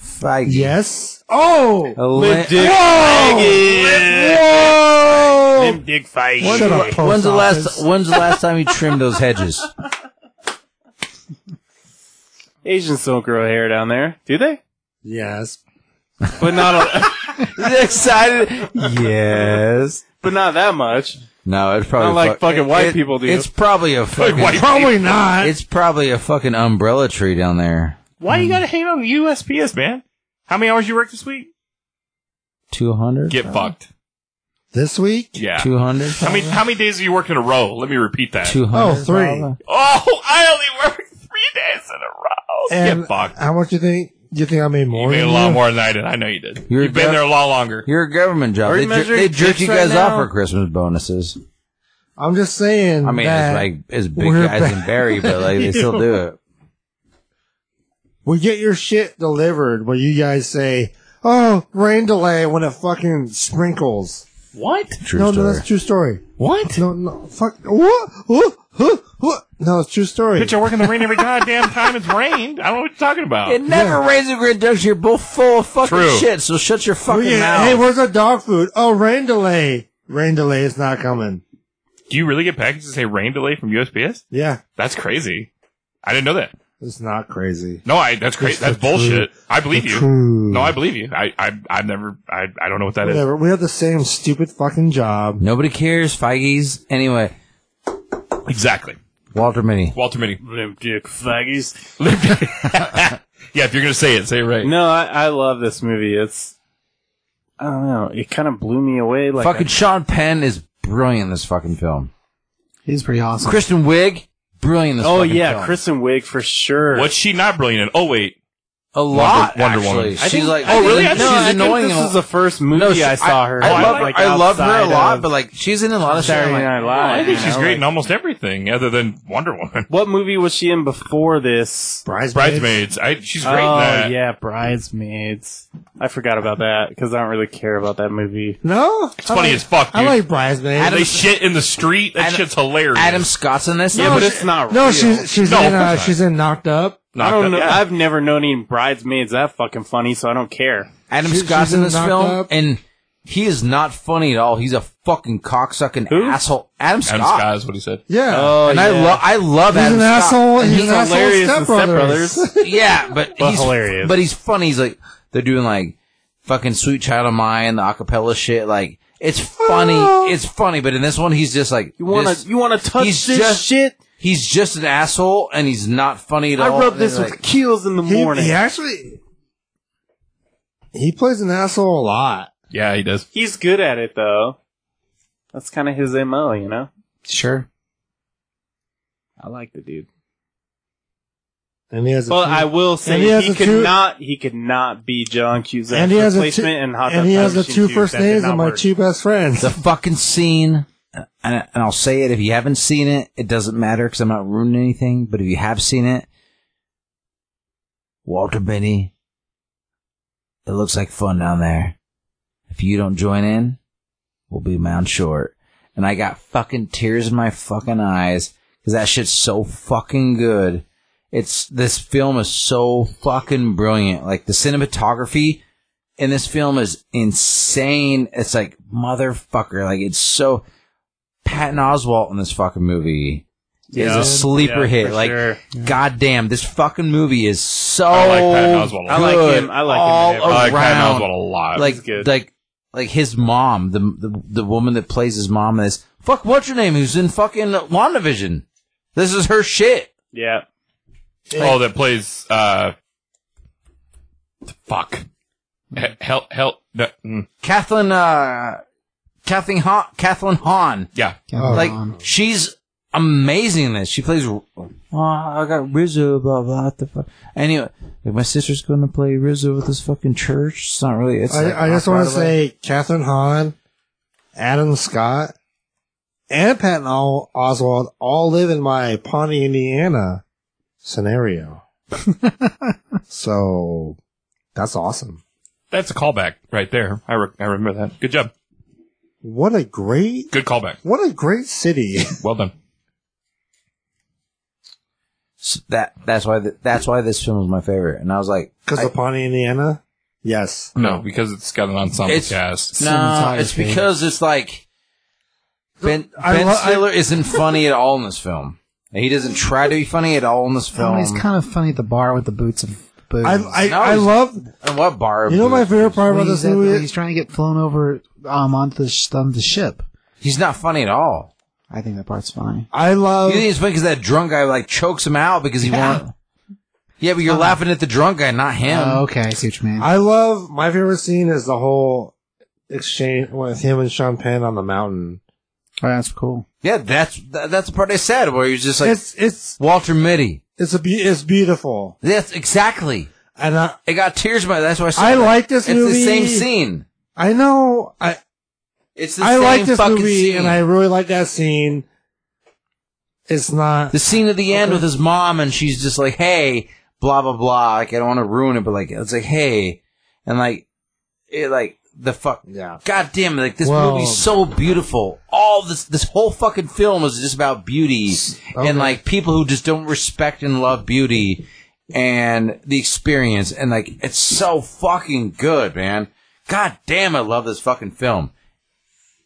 fag. Yes. Oh. A la- Whoa! Them big fight. Shut up, post when's the last office. when's the last time you trimmed those hedges? Asians don't grow hair down there, do they? Yes. But not a, excited. Yes. but not that much. No, it's probably Not like fuck- fucking white it- people do. It's probably a fucking Probably not. It's probably a fucking umbrella tree down there. Why you gotta hate on USPS, man? How many hours you work this week? Two hundred. Get fucked. this week? Yeah. Two hundred. How many how many days have you worked in a row? Let me repeat that. Two hundred. Oh, three. Oh, I only worked three days in a row. And Get fucked. How much do you think? You think I made more? You made than a lot you? more than I did. I know you did. You're You've been def- there a lot longer. You're a government job. Are They, you jer- measuring they jerk dicks you right guys off now? for Christmas bonuses. I'm just saying. I mean, that it's like it's big we're guys back. and Barry, but like they still do it. we get your shit delivered, but you guys say, "Oh, rain delay when it fucking sprinkles." What? True no, story. no, that's true story. What? No, no, fuck. What? What? What? What? No, it's true story. Bitch, I work in the rain every goddamn time it's rained. I don't know what you're talking about. It never rains in Grand Junction. You're both full of fucking True. shit. So shut your Oh, fucking yeah. mouth. Hey, where's the dog food? Oh, rain delay. Rain delay is not coming. Do you really get packages that say rain delay from USPS? Yeah, That's crazy. I didn't know that. it's not crazy. No, I that's crazy. It's That's the true- bullshit. I believe you. True. No, I believe you. I I I've never I I don't know what that is. Whatever. We have the same stupid fucking job. Nobody cares, Feigies. Anyway, Exactly. Walter Mini. Walter Mitty. Them dick faggies. yeah, if you're gonna say it, say it right. No, I, I love this movie. It's I don't know. It kind of blew me away. Like fucking Sean Penn is brilliant in this fucking film. He's pretty awesome. Kristen Wiig, brilliant in this oh fucking yeah, film. Kristen Wiig for sure. What's she not brilliant in? Oh wait, A lot, Wonder- Wonder actually. Woman. I She's think- like, oh, I think- she's- really? I No, think she's I think annoying. This is the first movie she- I saw her. I, in, love, like, I love her a outside lot, of but like she's in a lot of shit. I'm Saturday like, Night Live. I think she's you know, great like- in almost everything other than Wonder Woman. What movie was she in before this? Bridesmaids. Bridesmaids. I she's great oh in that. yeah, Bridesmaids. I forgot about that because I don't really care about that movie. No, It's funny as fuck, dude. I like bridesmaids. they shit in the street. That Adam- shit's hilarious. Adam Scott's in this. Yeah, No, but she- it's not. no, real. she's she's No, in of course uh, not. she's in knocked up. I Knocked don't Up, know. yeah. I've never known any bridesmaids that fucking funny, so I don't care. Adam she- Scott's she's in in this Knocked film, Up. and he is not funny at all. He's a fucking cocksucking Who? asshole. Adam Scott. Adam Scott is what he said. Yeah. Oh, and I love, I love He's Adam an Scott. asshole. And He's, an asshole. in hilarious in Step Step Brothers. Brothers. Yeah, but But he's hilarious. But he's funny. He's like they're doing like fucking "Sweet Child of Mine," the acapella shit. Like it's funny. It's funny. But in this one, he's just like Oh. You wanna just- you wanna touch he's this just- shit? He's just an asshole, and he's not funny at I all. rub And they're this with like, keels in the He- morning. He, actually he plays an asshole a lot. Yeah, he does. He's good at it though. That's kind of his mo, you know. Sure. I like the dude. And he has a But few- I will say he has he a could two- not he could not be John Cusack's and he has a two, replacement in Hot Tub and he has the Time two Machine first That did names not of my work. two best friends. the fucking scene. And, and I'll say it if you haven't seen it, it doesn't matter because I'm not ruining anything. But if you have seen it, Walter Benny, it looks like fun down there. If you don't join in, we'll be mound short. And I got fucking tears in my fucking eyes because that shit's so fucking good. It's this film is so fucking brilliant. Like the cinematography in this film is insane. It's like motherfucker. Like it's so Patton Oswalt in this fucking movie is Yeah. a sleeper Yeah, hit. for Like sure. goddamn, this fucking movie is so I like Patton Oswalt a lot. I like good him. I like him all in it. Oh, I like around. Patton Oswalt a lot. like He's good. like like his mom, the, the the woman that plays his mom is fuck what's her name who's in fucking WandaVision. This is her shit. Yeah. oh, that plays uh, fuck, He- hell, hell, no, mm, Kathleen uh Kathleen Hahn, Kathleen Hahn. yeah. Oh. Like she's amazing in this. She plays. Oh, I got Rizzo. Blah blah. What the fuck. Anyway, like my sister's going to play Rizzo with this fucking church. It's not really. It's. I, like I just rock want to right away. say Catherine Hahn, Adam Scott, and Patton Al- Oswald all live in my Pawnee, Indiana scenario. so that's awesome. That's a callback right there. I re- I remember that. Good job. What a great Good callback. What a great city. Well done. S- that. That's why. th that's why this film was my favorite. And I was like, Because I- of Pawnee, Indiana? Yes. No, because it's got an ensemble It's- cast. no, it's cinematography. because it's like Ben I Ben lo- I- Stiller isn't funny at all in this film. He doesn't try to be funny at all in this Oh, film. he's kind of funny at the bar with the boots and boots. I I, No, I he's- love. and what bar? You know my favorite part When about this he's, at- movie? he's trying to get flown over um, onto the, sh- on the ship. He's not funny at all. I think that part's funny. I love. You think it's funny because that drunk guy like chokes him out because he Yeah. won't. Yeah, but you're Uh-huh. laughing at the drunk guy, not him. Oh, okay, I see what you mean. I love. My favorite scene is the whole exchange with him and Sean Penn on the mountain. oh, that's cool. Yeah, that's that, that's the part I said where he was just like it's it's Walter Mitty. it's a be- it's beautiful, That's exactly. and I It got tears in my. That's why I said I that. like this It's movie. the same scene. I know. I It's the I same like this fucking movie, scene. and I really like that scene. It's not. the scene at the end with his mom, and she's just like, "Hey, blah blah blah." Like I don't want to ruin it, but like it's like, "Hey," and like it, like the fuck. yeah. God damn it! Like this Well- movie's so beautiful. All this, this whole fucking film is just about beauty okay. and like people who just don't respect and love beauty and the experience. And like it's so fucking good, man. God damn, I love this fucking film.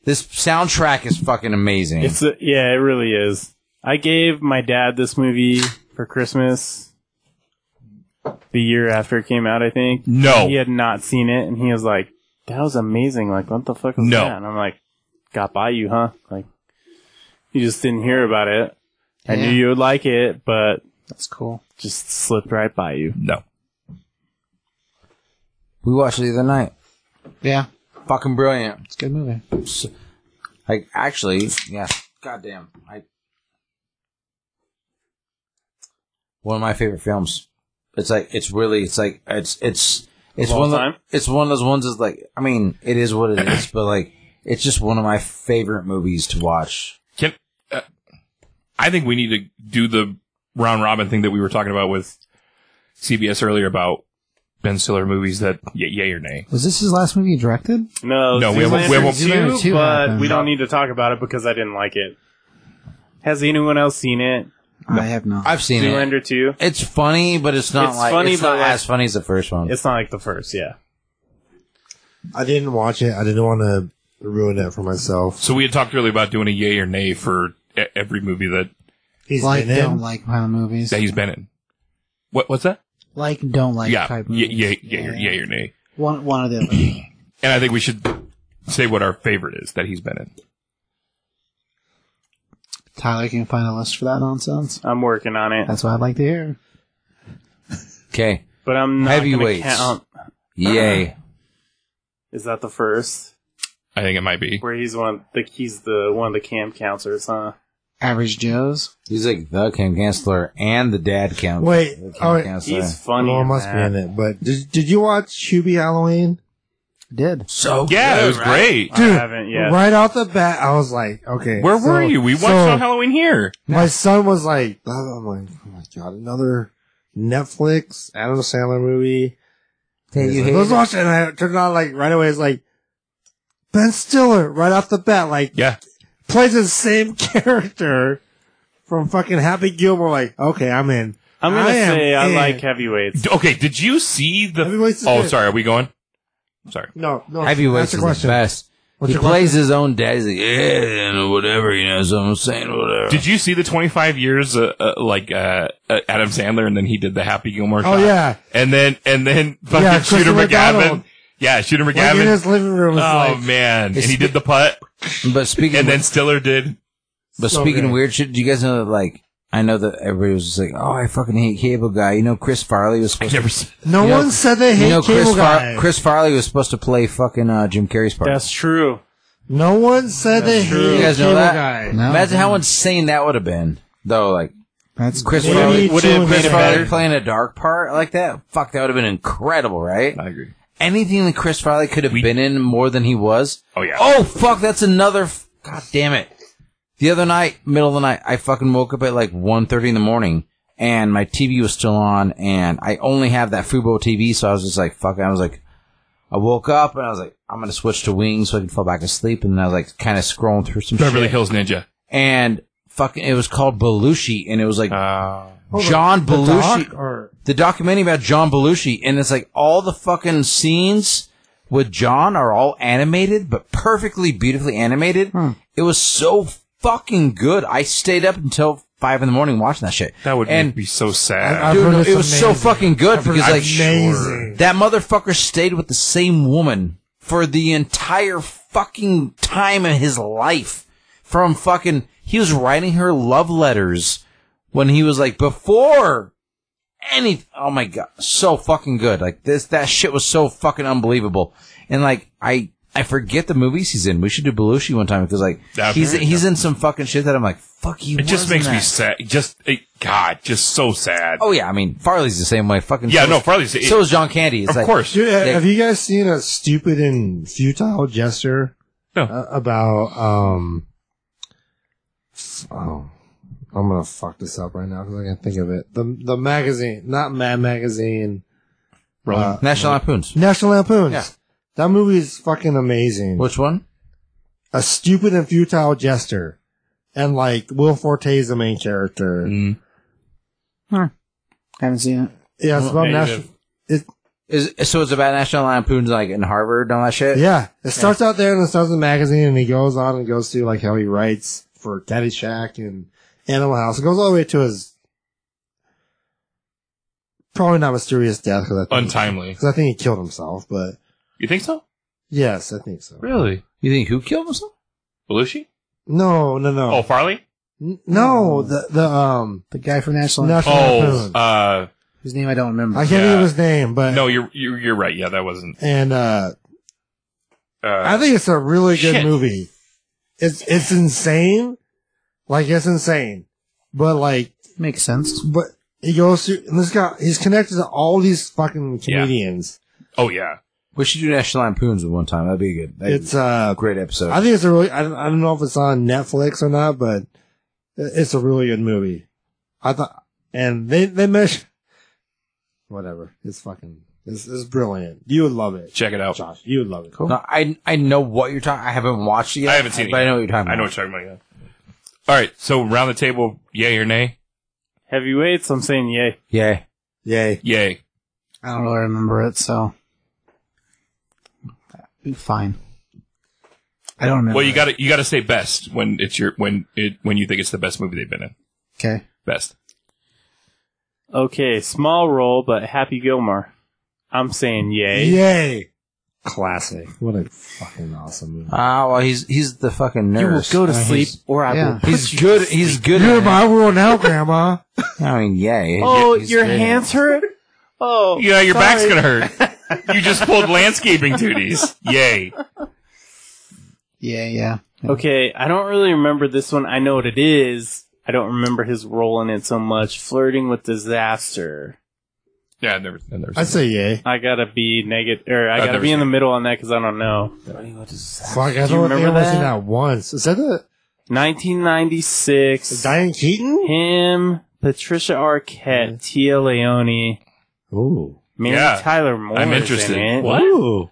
This soundtrack is fucking amazing. It's a, yeah, it really is. I gave my dad this movie for Christmas the year after it came out, I think. No. He had not seen it and he was like, That was amazing. Like, what the fuck was No. that? And I'm like, Got by you, huh? Like you just didn't hear about it. I Yeah. knew you would like it, but That's cool. just slipped right by you. No. we watched it the other night. Yeah, Fucking brilliant. it's a good movie. Like actually, yeah. Goddamn, I. One of my favorite films. It's like it's really it's like it's it's it's Of all one of- time? it's one of those ones that's like I mean it is what it is, but like it's just one of my favorite movies to watch. Can uh, I think we need to do the round robin thing that we were talking about with CBS earlier about Ben Stiller movies that y- yay or nay. Was this his last movie he directed? No, No, Zoolander we haven't- we haven't- 2, Zoolander 2 but happened. we don't need to talk about it because I didn't like it. Has anyone else seen it? I have not. I've seen it. Zoolander 2? It's funny, but it's not It's like funny, it's not but, like- as funny as the first one. It's not like the first, yeah. I didn't watch it. I didn't want to ruin it for myself. So we had talked earlier about doing a yay or nay for e- every movie that, He's like been in. don't like kind of movies. that he's been in. What what's that? like don't like yeah, type yeah, movies. yay, yay, or, yay or nay. One one of the other. And I think we should say what our favorite is that he's been in. Tyler can find a list for that nonsense. I'm working on it. That's what I'd like to hear. okay, But I'm not going to Heavyweights. count. yay! Is that the first I think it might be. where he's one? Of the, he's the one of the camp counselors, huh? Average Joe's. He's like the Kim Kansler and the dad Kim. Wait, the Kim all right. Kansler. He's funny. Well, it in must that. be in it. But did, did you watch Hubie Halloween? Did so Yeah, good, it was right? great. I haven't yet. Right off the bat, I was like, okay. Where so- were you? We watched so on Halloween here. My son was like, I'm like, oh my god, another Netflix Adam Sandler movie. Hey, He's you like, hate Let's it? watch it. And I turned it on like right away. It's like Ben Stiller right off the bat, like Yeah. plays the same character from fucking Happy Gilmore. Like, okay, I'm in. I'm gonna I am say I in. like heavyweights. D- Okay, did you see the Heavyweights is Oh, good. sorry, are we going? Sorry. No, no. Heavyweights Oh, that's the is the best. What's he your plays his own dad. He's like, yeah, and whatever, you know, so I'm saying whatever. Did you see the 25 years, uh, uh, like, uh, uh, Adam Sandler and then he did the Happy Gilmore Oh shot? yeah, And then, and then fucking Yeah, Shooter Christopher McGavin. Donald. Yeah, Shooter like in McGavin. his living room. Oh It's like, man. And he did the putt but speaking, and then Stiller did. but so speaking good. of weird shit, do you guys know that, like, I know that everybody was just like, oh, I fucking hate Cable Guy. You know, Chris Farley was supposed Never seen. no You know- one said they to, hate you know, Chris, cable Far- guy. Chris Farley was supposed to play fucking uh, Jim Carrey's part. That's true. no one said they That's true. hate you guys cable know that? guy. No. Imagine how insane that would have been, though. Like that's Chris Maybe Farley, Would it have Jim made it Chris Carrey. Farley better? playing a dark part like that. Fuck, that would have been incredible, right? Uh, I agree. Anything that Chris Farley could have We- been in more than he was, Oh yeah. Oh fuck, that's another. F- God damn it! The other night, middle of the night, I fucking woke up at like 1.30 in the morning, and my TV was still on, and I only have that Fubo TV, so I was just like, fuck. it. I was like, I woke up and I was like, I'm gonna switch to Wings so I can fall back asleep, and then I was like, kind of scrolling through some Beverly shit, Hills Ninja. and fucking, it was called Belushi, and it was like Uh, John The Belushi, doc or the documentary about John Belushi, and it's like all the fucking scenes with John are all animated, but perfectly beautifully animated. It was so fucking good. I stayed up until five in the morning watching that shit. that would and make me so sad. I- I've dude, heard no, it's it was so amazing. fucking good I've heard because it's like amazing. that motherfucker stayed with the same woman for the entire fucking time of his life. from fucking. He was writing her love letters when he was like before any. Oh my god, so fucking good. Like this, that shit was so fucking unbelievable. And like I, I forget the movies he's in. We should do Belushi one time because like Yeah, he's okay. he's in some fucking shit that I'm like, fuck, he. It just was in makes me that. sad. Just it, God, just so sad. Oh yeah, I mean Farley's the same way. Fucking yeah, so no, is- probably. It, So is John Candy. It's of like, course. Dude, Yeah. have you guys seen a stupid and futile gesture No. uh, about um? f- Oh, I'm gonna fuck this up right now because I can't think of it. The the magazine, not Mad Magazine, uh, National Lampoons. National Lampoon's. Yeah. That movie is fucking amazing. Which one? A stupid and futile jester, and like Will Forte is the main character. Mm. Haven't seen it. Yeah, it's about Negative. national. It, Is so it's about National Lampoons like in Harvard and all that shit. Yeah, it starts out there and it starts in the magazine, and he goes on and goes through like how he writes for Caddyshack and Animal House. It goes all the way to his probably not mysterious death because I think, Untimely. 'cause I think he killed himself. But You think so? yes, I think so. Really? You think who killed himself? Belushi? No, no, no, Oh, Farley? N- no. The the um The guy from National, national Oh, Lampoon. uh, whose name I don't remember. I can't think yeah. of his name, but no, you're, you're you're right. Yeah, that wasn't. and uh, Uh, I think it's a really good Shit. movie. It's it's insane, like it's insane, but like Makes sense. but he goes through and this guy he's connected to all these fucking comedians. oh yeah. We should do National Lampoons one time. That'd be good. That'd It's be uh a great episode. I think it's a really I don't, I don't know if it's on Netflix or not, but it- it's a really good movie. I thought and they they mesh whatever. It's fucking it's, it's brilliant. You would love it. Check it out. Josh, you would love it. No, I I know what you're talking. I haven't watched it yet. I haven't seen it but I yet. know what you're talking. I know about. what you're talking about. Yeah. All right. So round the table. Yay or nay? Heavyweights, I'm saying yay. Yeah, Yay. Yay. I don't really remember it, so fine. I don't remember. Well, you it. got to you got to say best when it's your when it when you think it's the best movie they've been in. okay. Best. Okay, small role, but Happy Gilmore. I'm saying yay. Yay. Classic. What a fucking awesome movie. Ah, well, he's he's the fucking nurse. Go to I mean, sleep, or I Yeah. will. He's, he's good. He's good. You're At my world now, Grandma. it. I mean, yeah. Oh, he's your good at it. hands hurt. Oh, Yeah, your sorry. back's gonna hurt. you just pulled landscaping duties. Yay. Yeah, yeah. Okay, I don't really remember this one. I know what it is. I don't remember his role in it so much. Flirting with disaster. Yeah, I never. I never. I seen say yay. I gotta be negative, or I I've gotta never be seen in the it. middle on that because I don't know. Fuck, I Do you don't remember remember that? that? seen that once. Is that the 1996. Diane Keaton? Him, Patricia Arquette, Tia Leone, Ooh. Mary Yeah. Tyler Moore. I'm is in interested. it. What? Ooh.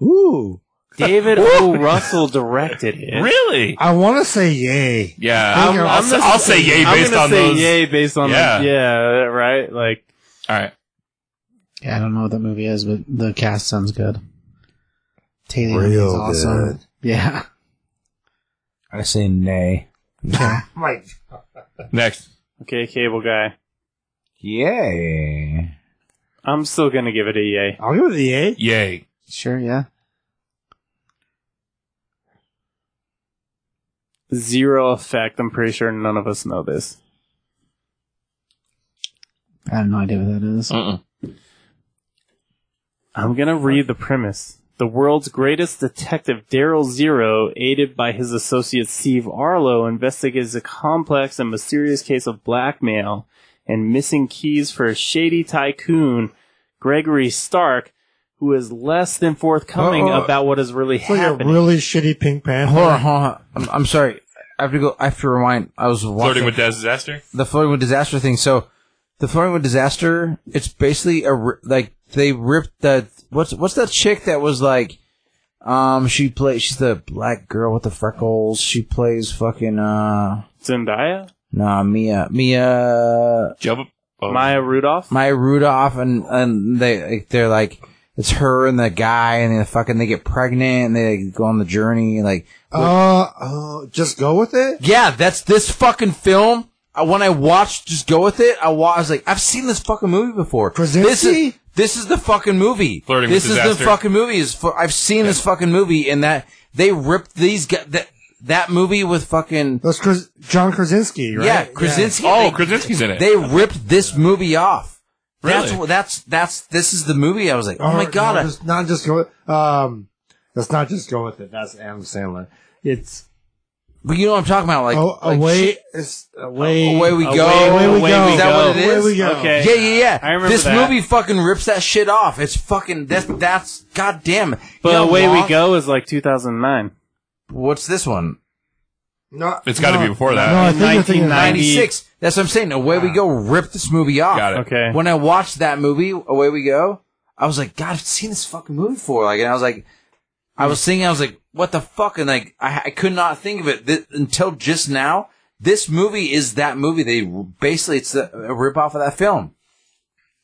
Ooh. David O. Russell directed it. it. Really? I want to say yay. Yeah. I'm- I'll, I'll I'm say, gonna I'll say yay I'm based gonna on say those. Yay, based on Yeah. yeah, yeah, right. Like All right. Yeah, I don't know what that movie is, but the cast sounds good. Taylor Real is awesome. good. Yeah. I say nay. Like, Next. okay, cable guy. Yay. I'm still gonna give it a yay. I'll give it a yay. Yay. Sure, yeah. Zero effect. I'm pretty sure none of us know this. I have no idea what that is. Mm-mm. I'm gonna read the premise. The world's greatest detective, Daryl Zero, aided by his associate Steve Arlo, investigates a complex and mysterious case of blackmail and missing keys for a shady tycoon, Gregory Stark, who is less than forthcoming Uh-oh. about what is really It's like a happening. really shitty Pink Panther. Hold on, hold on. I'm, I'm sorry. I have to go. I have to rewind. I was Flirting watching with disaster. the flirting with disaster thing. So the flirting with disaster, it's basically a ri- like they ripped the what's what's that chick that was like, um, she plays she's the black girl with the freckles. She plays fucking uh, Zendaya, nah, Mia, Mia, Job. Oh. Maya Rudolph. Maya Rudolph, and and they like, they're like. It's her and the guy, and they fucking they get pregnant, and they go on the journey. and, Like, Uh, uh, just go with it? yeah, that's this fucking film. I, when I watched, just go with it. I, wa- I was like, I've seen this fucking movie before. This is, Krasinski? This is the fucking movie. Flirting with this is Disaster. the fucking movie. Is for, I've seen this fucking movie, and that they ripped these guys. That that movie with fucking That's Kras- John Krasinski, right? yeah Krasinski. they, Oh, Krasinski's in it. they ripped this movie off. That's Really? what- that's that's this is the movie. I was like, oh my Or- god, no, I- just- not just go. with- Um, let's not just go with it. That's Adam Sandler. It's but you know what I'm talking about? Like, oh, like Oh, away. It's away. away we Away- go. Away we go. Is that what it Away is? we go. Okay. Yeah, yeah, yeah. I remember this that. movie fucking rips that shit off. It's fucking that's that's goddamn. But You know Away Lost- We Go is like 2009. What's this one? No, It's gotta no. be before that. No, Oh, I think you're thinking 1990. of- Ninety six. That's what I'm saying. Away we go. Ripped this movie off. Got it. Okay. When I watched that movie, Away We Go, I was like, God, I've seen this fucking movie before. Like, and I was like, I was thinking, I was like, what the fuck? And like, I, I could not think of it th- until just now. This movie is that movie. They basically, it's the, a rip off of that film.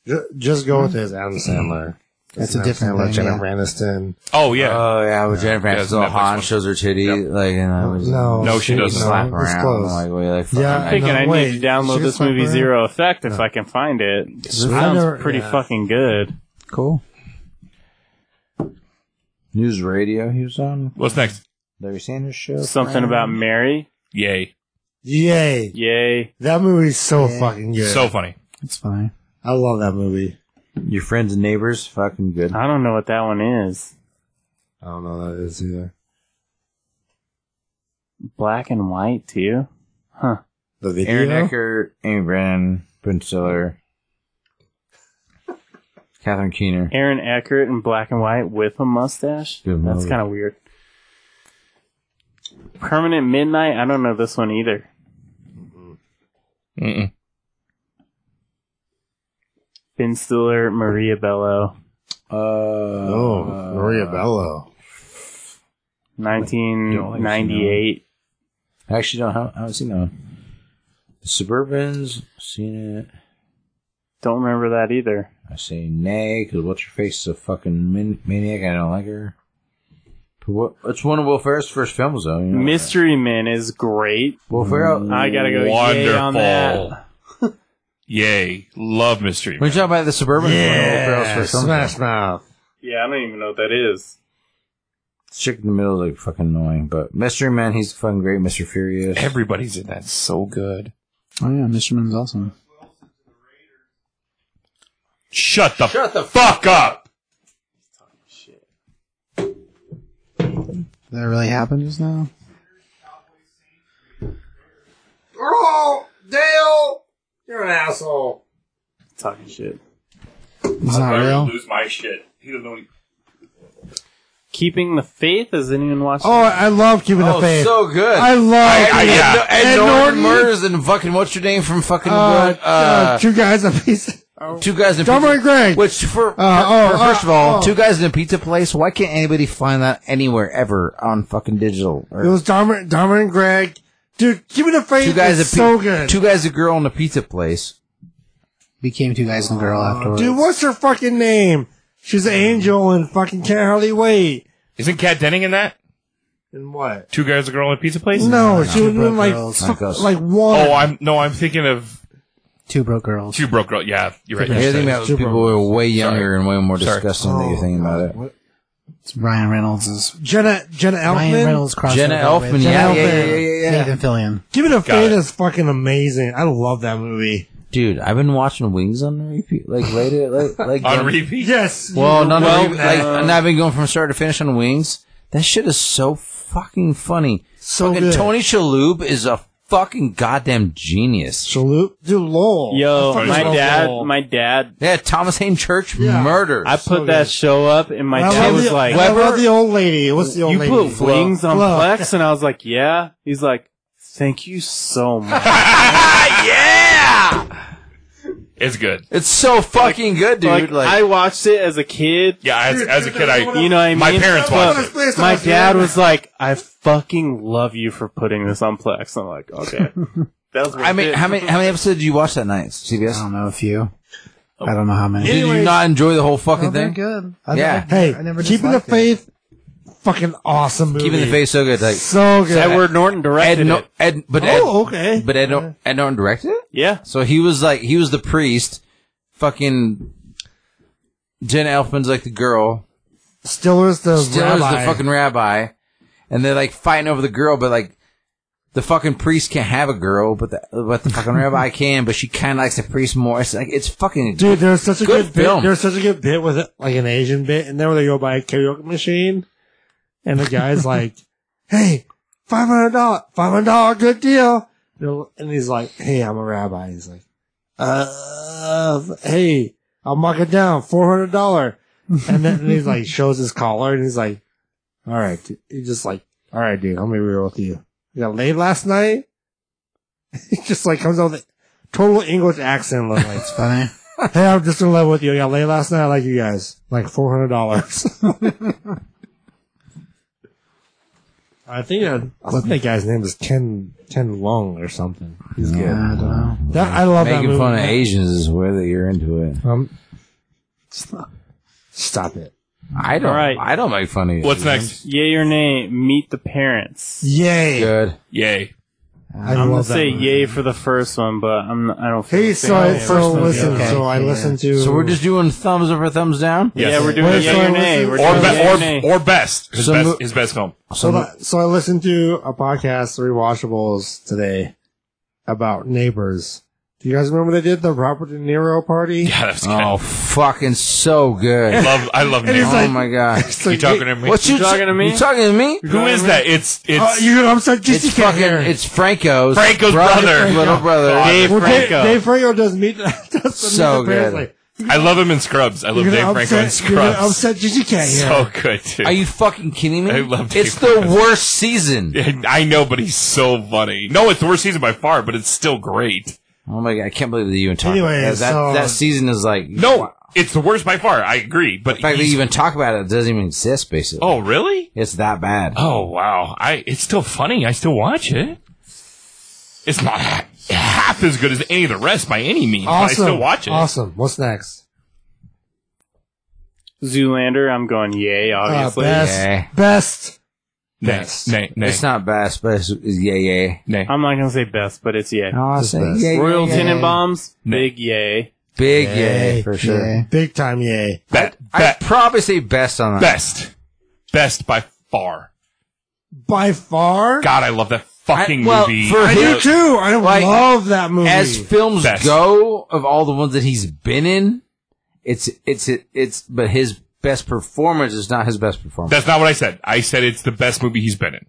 Ju- Just go with it. It's Adam Sandler. That's It's a Adam different Sandler, thing, Jennifer Aniston. Oh yeah. Oh yeah, with Jennifer Yeah, it's a Aniston, Netflix Han one. shows her titty, like and I was No, No, she doesn't. slap It's around. close. Like, we, like, Yeah, fucking- I'm thinking No, I wait. need to download She this just went movie for- Zero Effect if I can find it. 'Cause It I sounds never- pretty yeah. fucking good. cool. News radio he was on. What's next? Larry Sanders show. Something about Mary. Yay. Yay! Yay. That movie's so Yeah. fucking good. So funny. It's fine. I love that movie. your friends and neighbors. Fucking good. I don't know what that one is. I don't know what that is either. Black and white too. Huh. The video. Aaron Eckert, Amy Brennan, Ben Stiller, Catherine Keener. Aaron Eckert in black and white with a mustache. Good That's movie. kind of weird. Permanent Midnight. I don't know this one either. Mm-mm. Ben Stiller, Maria Bello, Uh, Oh, Maria Bello. 1998. I actually don't. Have, I haven't seen that one. Suburbans. Seen it. Don't remember that either. I say nay because what's her face is a fucking min- maniac. and I don't like her. But what, it's one of Will Ferrell's first films, though. You know? Mystery Men is great. Will Ferrell. I gotta go. Yay on Wonderful. that. Yay. Love mystery. When you talk about the Suburbans, it's one of Will Ferrell's Yeah, first films. Smash Mouth. Yeah, I don't even know what that is. This chick in the middle is like fucking annoying, but Mystery Man, he's fucking great. Mr. Furious. Everybody's in that. It's so good. Oh yeah, Mr. Moon's awesome. Shut the, Shut the fuck up. Did that really happened just now? Oh, Dale, you're an asshole. Talking shit. It's not real. lose my shit. He doesn't know Keeping the Faith. Has anyone watched? Oh, I love keeping oh, the faith. so good. I love. I- Keeping- yeah. Ed, Ed Ed Norton, Norton. murders and fucking what's your name from fucking uh, what, uh, uh, two guys a piece. two guys in Dumber and pizza. Greg. Which for, oh, for- uh, first of all, oh. two guys in a pizza place. Why can't anybody find that anywhere ever on fucking digital? Or- It was Dahmer, Dahmer and Greg. Dude, give me the faith. two guys, a it's pi- so good. Two guys, a girl in a pizza place. Became two guys and a girl afterwards. Dude, what's her fucking name? She's an angel and fucking can't hardly wait. Isn't Kat Denning in that? And what? Two guys, a girl, in a pizza place? No, she would have Broke been like, Girls. fuck, Girls. like one. Oh, I'm no, I'm thinking of Two broke girls. two broke girl. Yeah, you're right. Yeah, I think Yes, that was people who are way younger and way more Sorry. disgusting than Oh, you're thinking about it. It's Ryan Reynolds. Jenna, Jenna Ryan Elfman. Reynolds crossover. Jenna Elfman, with yeah, yeah, Jenna yeah, Elfman. yeah, yeah, yeah. Nathan Fillion. Give me the Got faith it. is fucking amazing. I love that movie. Dude, I've been watching Wings on repeat, like late, at- like, like on repeat. Yes. Well, no, no, Well, re- like, uh, and I've been going from start to finish on Wings. That shit is so fucking funny. So fucking good. Tony Shalhoub is a fucking goddamn genius. Salute to Lowell. Yo, Fucking my Lowell. dad, my dad. Yeah, Thomas Hayne Church Yeah. murders. I put that show up, and my I dad love was the, like, I love Weber- the old lady. What's the old "You lady? put wings on Flo. Plex," and I was like, "Yeah." He's like, "Thank you so much." yeah, It's good. it's so fucking good, dude. like, Like, I watched it as a kid. Yeah, as, as a kid, I You know what I mean? my parents But watched it. My dad was like, "I fucking love you for putting this on Plex." I'm like, "Okay." That was worth I mean, it. how many how many episodes did you watch that night? CBS. I don't know a few. Oh. I don't know how many. Did you Anyways. not enjoy the whole fucking Oh, they're thing? good. I, Yeah. I, Hey, I never keeping the disliked it. faith. Fucking awesome movie. Keeping the face so good, like So good. Edward Norton directed Ed, no, it. Ed, but Ed, oh, okay. but Ed, Nor- Ed Norton directed it. Yeah, So he was like, he was the priest. Fucking Jenna Elfman's like the girl. Stiller's the Stiller's rabbi. the fucking rabbi. and they're like fighting over the girl, but like the fucking priest can't have a girl, but the but the fucking rabbi can, but she kind of likes the priest more. It's like it's fucking Dude, there's such a Mm. Good good, film. bit. There's such a good bit with it, like an Asian bit, and then where they go by a karaoke machine, and the guy's like, "Hey, five hundred dollar, five hundred dollar, good deal." They're- And he's like, "Hey, I'm a rabbi." He's like, "Uh, hey, I'll mark it down, four hundred dollar." And then and he's like, shows his collar, and he's like, "All right," dude." he's just like, "All right, dude, I'm gonna be real with you. You got laid last night." he just like comes out with a total English accent, look like. It's funny. Hey, I'm just in love with you. I got laid last night. I like you guys. Like four hundred dollars. I think that, I think that guy's name is Ken Ken Long or something. He's I good. don't know. That, I love that making movie. fun of Asians is whether you're into it. Um, stop. Stop it. I don't. All right. I don't make fun of you. What's next? Yay or nay, meet the parents. Yay! Good. Yay. I I'm gonna love that say movie. yay for the first one, but I'm I don't. Feel Hey, the so same I, way. so listen. okay. So I Yeah. listened to. So we're just doing thumbs up or thumbs down. Yes. yeah, we're doing Wait, yay so or I nay. listen- We're Or, doing be- yay or nay. or, or best. His, So best. mo- his best film. So, that, so I listened to a podcast, Rewatchables, today about neighbors. Do you guys remember they did the Robert De Niro party? Yeah, that's good. Oh, fucking so I good. love, I love he's Nate. oh like- my god. It's You like, talking to me? What you, talking to me? You talking to me? Who is that? It's, it's, Oh, you, I'm sorry, It's Jessica fucking. here. It's Franco's. Franco's brother. Little brother. God. Dave well, Dave, Franco. Dave Franco does meet. Does So meet the parents, good. Like, I love him in Scrubs. I love you're Dave gonna Franco in upset, you're gonna Scrubs. upset Jessica here. So good, dude. Are you fucking kidding me? I love Dave it's the worst season. I know, but he's so funny. No, it's the worst season by far, but it's still great. Oh my god, I can't believe that you even talked about that. Anyways, That, so- that season is like No, it's the worst by far. I agree, but The fact that he's- you even talk about it, it doesn't even exist. Basically, oh, really? it's that bad. Oh, wow. I it's still funny. I still watch it. It's not ha- half as good as any of the rest by any means. but awesome. I still watch it. Awesome. What's next? Zoolander. I'm going yay. Uh, Obviously, best. Yeah. Best. Nay, Yes. nay, nay, It's not best, but it's, it's yay yay. nay. I'm not gonna say best, but it's yay. Oh, It's best. Royal yay, Tenenbaums. No. Big yay. big yay, for sure. Yeah. Big time. Yay. Be- I'd be- probably say best on that. best, best by far. By far. God, I love that fucking I- well, movie. for I do his- too. I Like, love that movie. As films Best. go, of all the ones that he's been in, it's it's it's. But his best performance is not his best performance. That's not what I said. I said it's the best movie he's been in.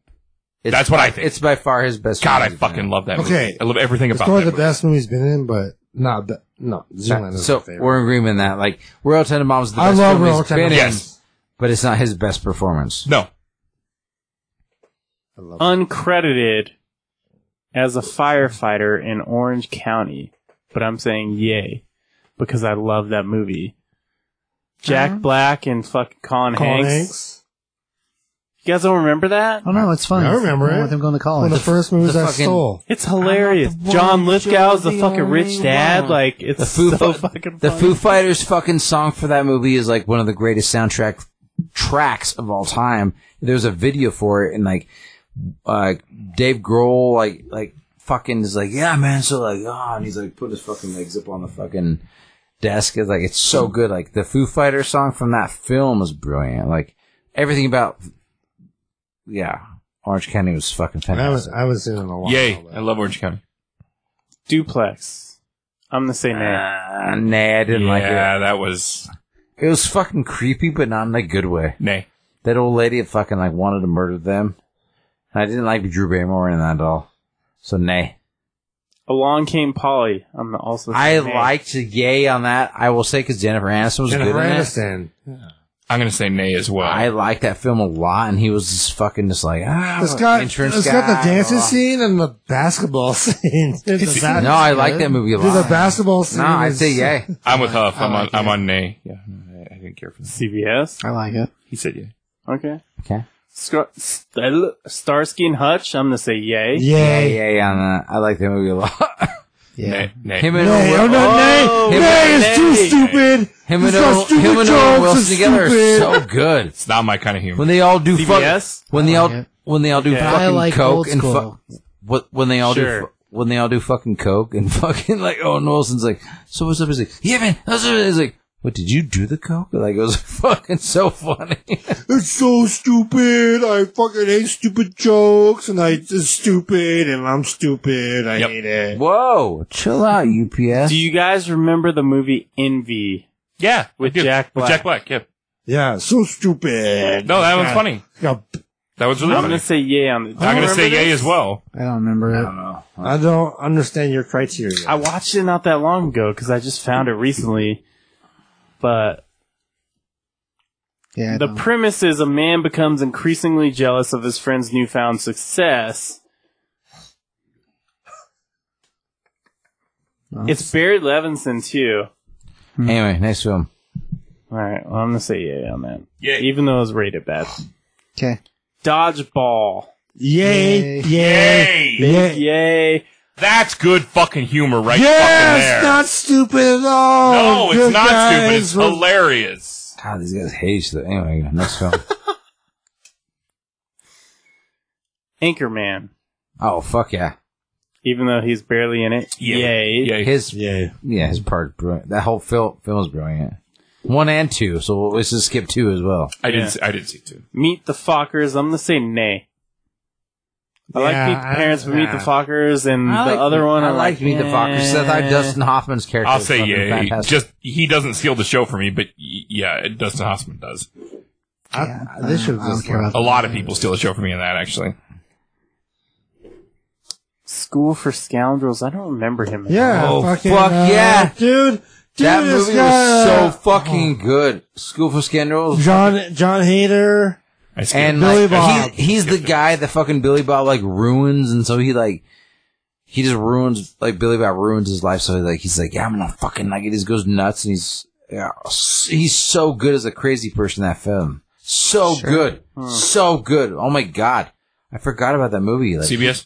It's that's what by- I think. It's by far his best. God, I performance. fucking love that movie. Okay. I love everything it's about probably that the movie. best movie he's been in, but not be- no. Zoolander's So my favorite. we're in agreement on that. Like Royal Tenenbaums is the I best love film Royal he's been in, Yes. but it's not his best performance. No, I love Uncredited as a firefighter in Orange County, but I'm saying yay because I love that movie. Jack Black and fucking Colin, Colin Hanks. Hanks. You guys don't remember that? Oh no, it's funny. I remember The one it. With him going to One college. of the first movies the I fucking- stole. It's hilarious. I'm not the John one, Lithgow is the you're the fucking rich only dad. one. Like it's The Foo so Fi- fucking. The funny. Foo Fighters fucking song for that movie is like one of the greatest soundtrack tracks of all time. There's a video for it, and like uh, Dave Grohl, like like fucking is like, yeah, man. So like, ah, and he's like putting his fucking legs up on the fucking desk. It's like it's so good. Like the Foo Fighter song from that film is brilliant. Like everything about, yeah, Orange County was fucking I haven't, fantastic. I haven't seen it in a while. yay! but- I love Orange County. Duplex. I'm gonna say nay. Uh, nah, I didn't like yeah, it. that was It was fucking creepy, but not in a good way. nay. That old lady that fucking like wanted to murder them. And I didn't like Drew Barrymore in that at all. So nay. Along Came Polly. I'm also. I saying nay. liked the yay on that. I will say because Jennifer Aniston was Jennifer good in it. Aniston. I'm gonna say nay as well. I liked that film a lot, and he was just fucking just like ah. It's got, it's entrance guy, got the dancing blah, blah. scene and the basketball scene. It's a bas- No, I like that movie a Dude, the lot. basketball scene. No, I'd is- say yay. I'm with Huff. I'm I on. like I'm it. on nay. Yeah, no, I, I didn't care for that. CBS. I like it. He said yeah. Okay. Okay. Scar- Stel- Starsky and Hutch. I'm gonna say yay. Yeah, Yay. yay on that. I like that movie a lot. Yeah. Nay, nay. him and Nay, Owen- oh no, Oh, nay, him nay, and- it's too stupid. him and It's got Owen- stupid him and Owen jokes, Wilson it's together are stupid. so good. It's not my kind of humor. When they all do fuck, CBS. when they I all like it. when they all do Yeah. But Oh, I fucking like coke old and school. fuck. what when they all do Sure. fu- when they all do fucking coke and fucking like Owen Wilson's like so what's up? He's like yeah man that's what it is." He's like What did you do the coke? Like it was fucking so funny. It's so stupid. I fucking hate stupid jokes, and I it's stupid, and I'm stupid. I Yep. hate it. Whoa, chill out, UPS. Do you guys remember the movie Envy? Yeah, With I do. Jack With Jack Black. Black. Yeah. Yeah, so stupid. No, that was God. funny. Yeah, That was really I'm funny. gonna say yay on the. I'm gonna say yay as well. I don't remember I it. don't know. I don't understand your criteria. I watched it not that long ago because I just found it recently. But Yeah, I the don't. premise is a man becomes increasingly jealous of his friend's newfound success. Well. It's Barry Levinson too. Anyway, next film. All right, well, I'm gonna say yay on that, Yay. even though it was rated bad. okay. Dodgeball, yay, Yay. yay, Yay! yay. yay! That's good fucking humor right yes, fucking there. not stupid at all. no, it's Good not stupid. guys It's were- hilarious. God, these guys hate each other. Anyway, next film. Anchorman, oh fuck yeah. even though he's barely in it. Yeah. Yay! Yay. His Yay. yeah, his part's brilliant. That whole film film is brilliant. One and two, so let's just skip two as well. I didn't. Yeah. See, I didn't see two. Meet the Fockers. I'm gonna say nay. I Yeah, like Meet I- the Parents, but Meet the yeah. Fockers and I Mm, the like- other one. I I'm like Meet the Fockers. So I eh. thought Dustin Hoffman's character. I'll was say fucking yay. fantastic. Just he doesn't steal the show for me, but y- yeah, it- Dustin Hoffman does. I- Yeah, I- this I should don't- I just- don't care about A lot of people steal the show for me in that actually. School for Scoundrels. I don't remember him. in Yeah. Oh, fucking, fuck uh, yeah. dude. Dude, that this movie was guy, so fucking good. School for Scoundrels. John John Hader. I skipped And it. Billy like, Bob. He's, he's the guy that fucking Billy Bob like ruins, and so he like he just ruins like Billy Bob ruins his life. So like he's like, yeah, I'm gonna fucking like he just goes nuts, and he's yeah, s- he's so good as a crazy person in that film. So good, so good. Oh my god, I forgot about that movie. Like CBS.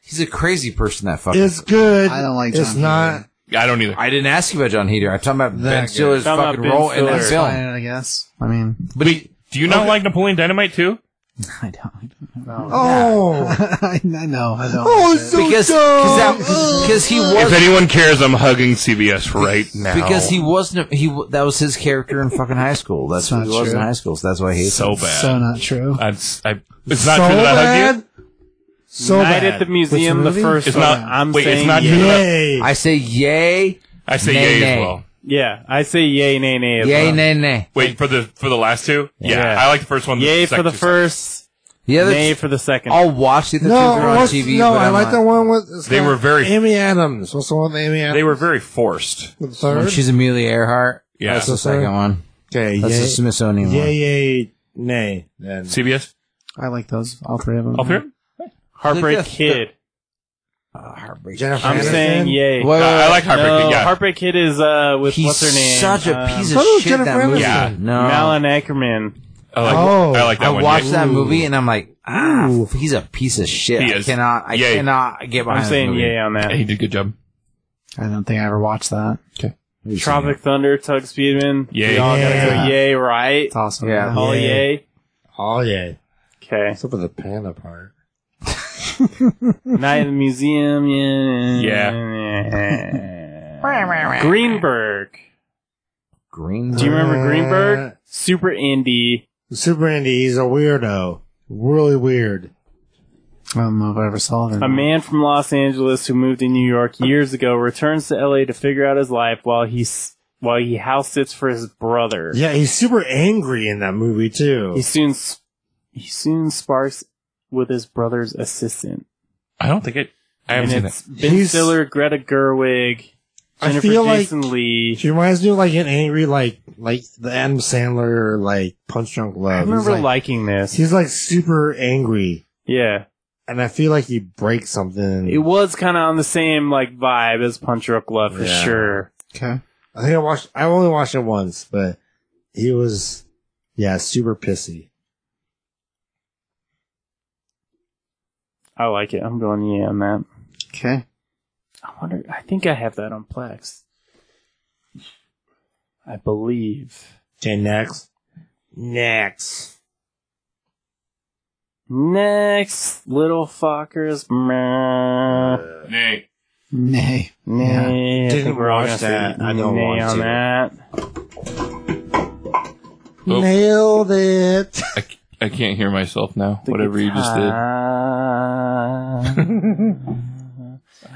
he's a crazy person in that fucking. It's good. I don't like It's John not. I don't either. I didn't ask you about John Heater. I'm talking about Ben guy. Stiller's Talking about fucking Ben role in that Stiller. Oh, film. Fine, I guess. I mean, But do you not like Napoleon Dynamite too? I don't. I don't know. Oh. I, I know. I don't. Oh, like it's it. so Because dumb. because he If was anyone cares, I'm hugging CBS right now. Because he wasn't he w- that was his character in fucking high school. That's It's what not he was in true. high school. So that's why he hates so him. bad. so not true. I, I, it's not so true that I hugged bad. you. So Night bad. at the museum, the movie? first It's one. not- I'm wait, it's saying not- yay. Yeah. Yay. I say yay, I say Nay, yay nay. as well. yeah, I say yay, nay, nay. as yay, well. nay, nay. Wait for the for the last two. Yeah, Yeah. I like the first one. Yay for second the two first. The other, Nay for the second. I'll watch the other no, two that are on what's- TV. no, but I I'm like not- the one with. it's They got were very- Amy Adams. What's the one with Amy seconds. Adams? They were very forced. the When third. she's Amelia Earhart. Yeah. that's the That's the third. second one. okay, That's the yay, Smithsonian yay, one. yay, nay. Then CBS. I like those. All three of them. All three. Heartbreak Look at- Kid. Oh, heartbreak. Jennifer I'm Aniston? saying yay. Wait, wait, Uh, I wait. like Heartbreak. no, Kid, yeah. Heartbreak Kid is uh with He's what's her name? such a Um, piece so of is shit. Jennifer That movie. Aniston. Yeah. No, Malin Ackerman. I like, Oh. I like that I one. watched Yay. that Ooh. movie and I'm like, ah, Ooh. he's a piece of shit. He I is. cannot, I Yay. cannot get behind. I'm saying this movie. yay on Yeah, he that. did a good job. I don't think I ever watched that. What are you saying? Tropic Thunder, Tug Speedman. Yay. We all Yeah. gotta go yay, right? It's awesome. Yeah. All Yeah. yay. Oh yay, Okay. except for the panda part. Night in the Museum. Yeah. Yeah. Greenberg. Green. Do you remember Uh, Greenberg? Super indie. Super Andy, he's a weirdo, really weird. I don't know if I ever saw them. A man from Los Angeles who moved to New York years ago returns to LA to figure out his life while he's while he house sits for his brother. Yeah, he's super angry in that movie too. He soon s- he soon sparks with his brother's assistant. I don't think it. I haven't and seen it's it. Ben He's- Stiller, Greta Gerwig, I Jennifer feel like- Jason Lee. she reminds me of like an angry, like like the Adam Sandler, like Punch Drunk Love. I he's remember like, liking this. he's like super angry, Yeah, and I feel like he breaks something. it was kind of on the same like vibe as Punch Drunk Love for Yeah. sure. Okay. I think I watched. I only watched it once, but he was, yeah, super pissy. I like it. I'm going yeah on that. Okay. I wonder. I think I have that on Plex. I believe. Okay, next. Next. Next, little fuckers. Meh. Nay. Nay. Yeah. Nah, I Didn't think we're all watch gonna say that. I don't nay want on to. that. Oh. Nailed it. I, c- I can't hear myself now. Whatever you just did. I'm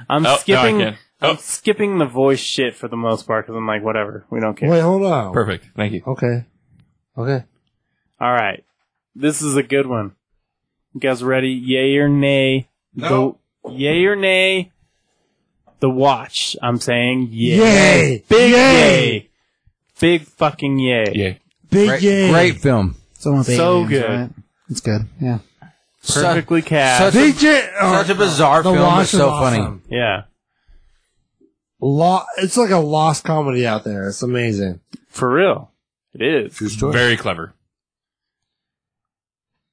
Oh, now I skipping. can. I'm Oh. skipping the voice shit for the most part because I'm like, whatever, we don't care. Wait, hold on. Perfect. Thank you. Okay. Okay. All right, this is a good one. You guys ready? Yay or nay? No. The, yay or nay? The watch. I'm saying yay. Yay. Big Yay. yay. Big fucking yay. Yay. Big Great, yay. great film. Someone with So aliens, good. right? It's good. Yeah. Perfectly such cast. a- Big yay. Oh, Such a bizarre The film, Watch but is so funny. awesome. yeah, Lo- it's like a lost comedy out there. It's amazing. for real. It is. Very clever.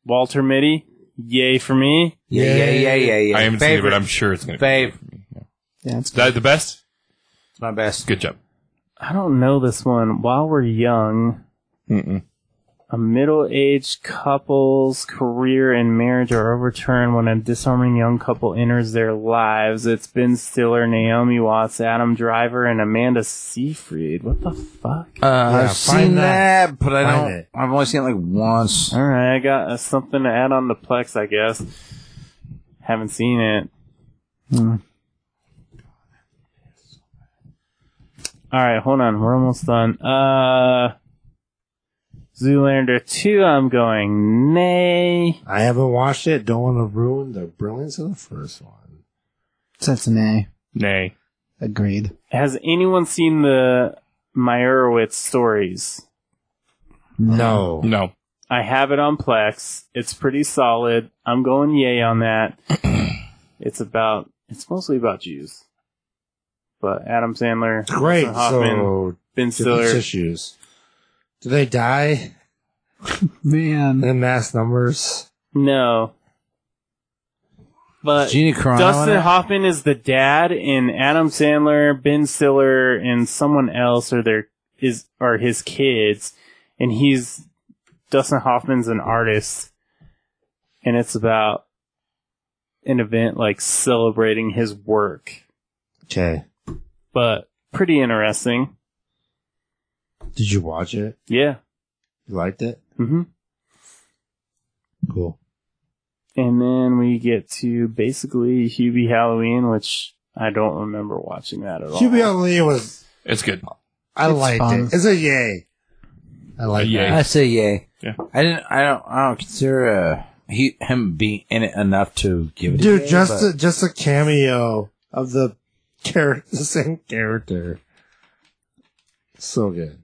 Walter Mitty. Yay for me. Yeah, yeah, yeah, yeah, yeah. I haven't seen it, Favorite. but I'm sure it's going to Fave. Yeah, it's Is that the best? It's my best. Good job. I don't know this one. While we're young, Mm-mm. a middle-aged couple's career and marriage are overturned when a disarming young couple enters their lives. It's Ben Stiller, Naomi Watts, Adam Driver, and Amanda Seyfried. What the fuck? Uh, I've find seen that, that. but I Find don't. it. I've only seen it like once. All right, I got uh, something to add on to Plex, I guess. Haven't seen it. Hmm. Mm. All right, hold on. We're almost done. Uh, Zoolander 2, I'm going nay. I haven't watched it. Don't want to ruin the brilliance of the first one. that's an A. Nay. Agreed. Has anyone seen the Meyerowitz stories? No. No. I have it on Plex. It's pretty solid. I'm going yay on that. it's about, it's mostly about Jews. But Adam Sandler, Great. Dustin Hoffman, So, Ben different Stiller, tissues. Do they die Mm. Man. in mass numbers? no. But Genie Carano. in Dustin it? Hoffman is the dad, and Adam Sandler, Ben Stiller, and someone else are their is are his kids, and he's Dustin Hoffman's an artist, and it's about an event like celebrating his work, Okay. but pretty interesting. Did you watch it? Yeah. You liked it? hmm Cool. And then we get to basically Hubie Halloween, which I don't remember watching that at all. Hubie Only was. It's good. I It's liked fun. it. It's a yay. I like A yay. that. I say yay. Yeah. I didn't. I don't. I don't consider uh, he him being in it enough to give it. a Dude, yay, just but- a, just a cameo of the character, the same character. So good.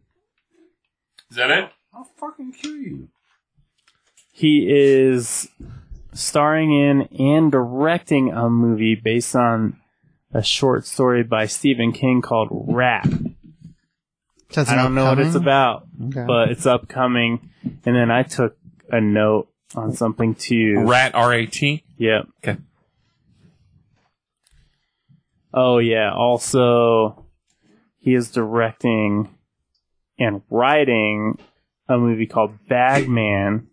Is that it? I'll fucking kill you. He is starring in and directing a movie based on a short story by Stephen King called Rap. That's I an don't know what it's upcoming? about, Okay. but it's upcoming. And then I took a note on something too. Rat R A T. Yep. Okay. Oh yeah. Also, he is directing and writing a movie called Bagman.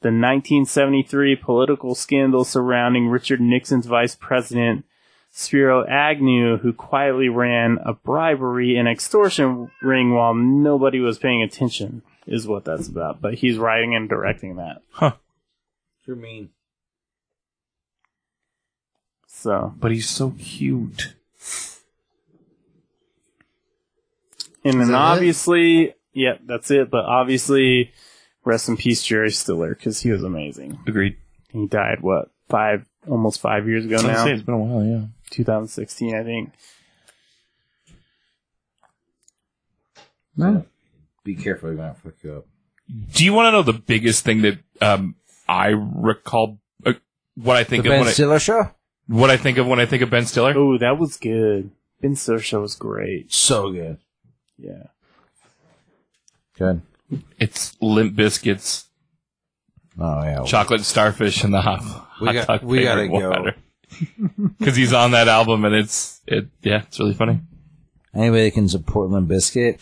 The 1973 political scandal surrounding Richard Nixon's vice president Spiro Agnew, who quietly ran a bribery and extortion ring while nobody was paying attention, is what that's about. But he's writing and directing that. You're mean. So But he's so cute. And Is then that it? obviously, yep, that's it. But obviously, rest in peace, Jerry Stiller, because he was amazing. Agreed. He died what five, almost five years ago I'd say now, it's been a while, yeah. 2016, I think. No. Be careful, you're gonna fuck you up. Do you want to know the biggest thing that um, I recall? Uh, what I The think of Ben when I, Stiller show. what I think of when I think of Ben Stiller. Oh, that was good. Ben Stiller show was great. So good. Yeah, Good. It's Limp Biscuits, Oh yeah. chocolate starfish, and the hot, We hot got- dog we gotta go. Because he's on that album, and it's it. Yeah, it's really funny. Anybody that can support Limp Biscuit?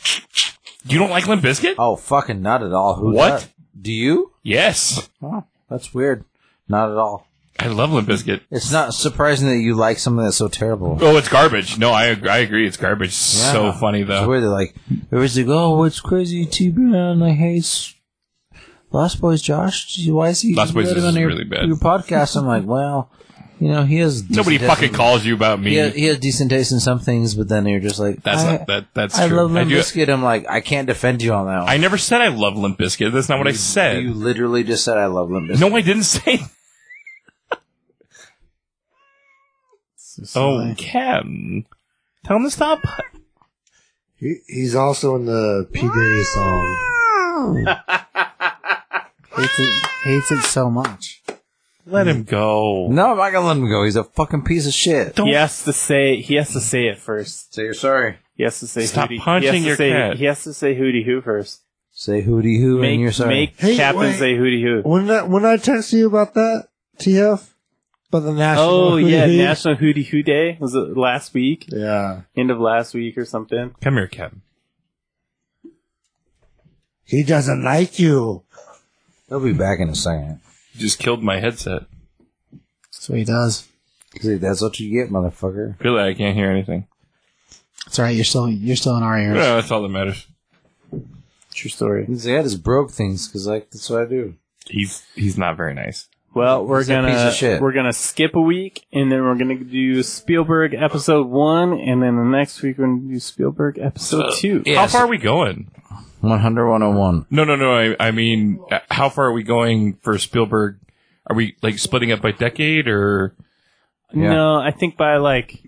You don't like Limp Biscuit? Oh, fucking not at all. Who? What? does? Do you? Yes. Oh, that's weird. Not at all. I love Limp Bizkit. It's not surprising that you like something that's so terrible. Oh, it's garbage. No, I I agree. It's garbage. So Yeah. funny It's though. weird. They're like, everybody's like, oh, what's crazy, T Brown? I hate s- Lost Boys Josh. Gee, Why is he Lost Boys let him is on your, really bad. your podcast? I'm like, well, you know, he has. Nobody decent- fucking calls you about me. He has, he has decent taste in some things, but then you're just like, that's I, not, that. That's I true. love I Limp do. Bizkit. I'm like, I can't defend you on that one. I never said I love Limp Bizkit. That's not what I said. You literally just said I love Limp Bizkit. No, I didn't say. oh, Cam, tell him to stop. He, he's also in the P Diddy song. Hates it, hates it so much. Let him go. No, I'm not gonna let him go. He's a fucking piece of shit. Don't- He has to say. He has to say it first. Say you're sorry. He has to say. Stop hootie. punching he has to your say, cat. He has to say hootie hoo first. Say hooty hoo Make, and you're sorry. make Hey, Captain wait. say hootie hoo. When I, when I texted you about that, TF, about the national. Oh yeah, National Hootie Hoo Day was it last week? Yeah. End of last week or something. Come here, Cam. He doesn't like you. He'll be back in a second. You Just killed my headset. That's what he does. See, that's what you get, motherfucker. Really, I can't hear anything. It's alright, you're still you're still in our ears. Yeah, that's all that matters. True story. See, I just broke things because, like, that's what I do. He's he's not very nice. Well, we're He's a piece gonna of shit. we're gonna skip a week, and then we're gonna do Spielberg episode one, and then the next week we're gonna do Spielberg episode two. How far are we going? 100, 101. No, no, no. I, I mean, uh, how far are we going for Spielberg? Are we like splitting up by decade or? Yeah. No, I think by like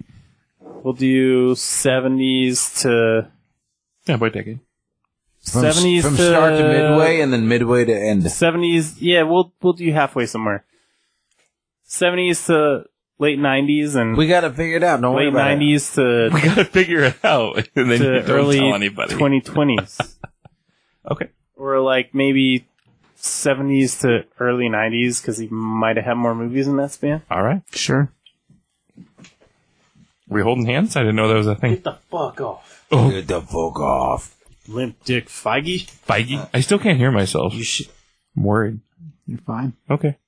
we'll do seventies to Yeah, by decade. seventies from start to midway and then midway to end. Seventies, yeah, we'll we'll do halfway somewhere. Seventies to late nineties and We got it figured out. Don't worry late about it. nineties to, We gotta figure it out, and then you to don't tell early anybody. twenty twenties. Okay. or like maybe 70s to early 90s because he might have had more movies in that span. All right. Sure. We holding hands? I didn't know that was a thing. the fuck off. Get the fuck off. Limp Dick Feige? Feige. I still can't hear myself. You should. I'm worried. You're fine. Okay.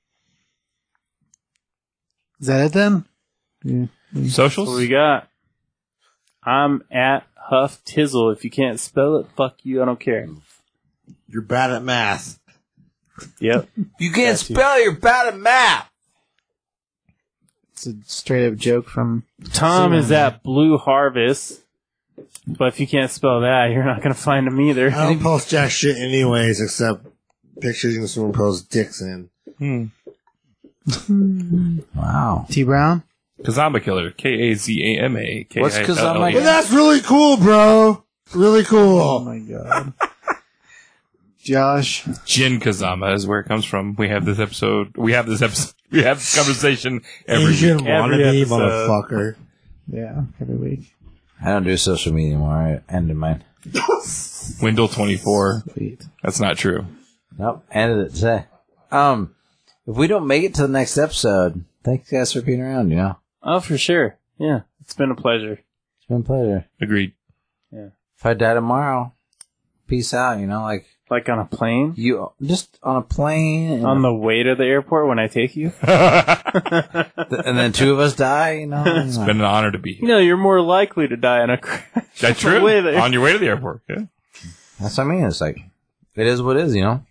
Is that it then? Yeah. Socials. What we got? I'm at Huff Tizzle. If you can't spell it, fuck you. I don't care. You're bad at math. Yep. You can't spell your bad at math. It's a straight up joke from Tom is at Blue Harvest. But if you can't spell that, you're not going to find him either. I don't post jack shit anyways, except pictures you can someone post dicks in. Hmm. Wow. T Brown. Kazama Killer. K A Z A M A. K I L L E R. What's Kazama But that's really cool, bro. Really Oh cool. my god. Josh. Jin Kazama is where it comes from. We have this episode. We have this episode. We have this conversation every Asian week. every wannabe episode. motherfucker. Yeah, every week. I don't do social media anymore. I ended mine. Wendell twenty four. Sweet. That's not true. Nope. Ended it today. Um, if we don't make it to the next episode, thanks guys for being around, you know. Oh, for sure. Yeah. It's been a pleasure. It's been a pleasure. Agreed. If I die tomorrow, peace out, you know, like Like on a plane? you just on a plane and, On the way to the airport when I take you? and then two of us die, you know. it's Been an honor to be here. No, you're more likely to die in a crash. That's On the true. way there. On your way to the airport. Yeah. That's what I mean. It's like it is what it is, you know.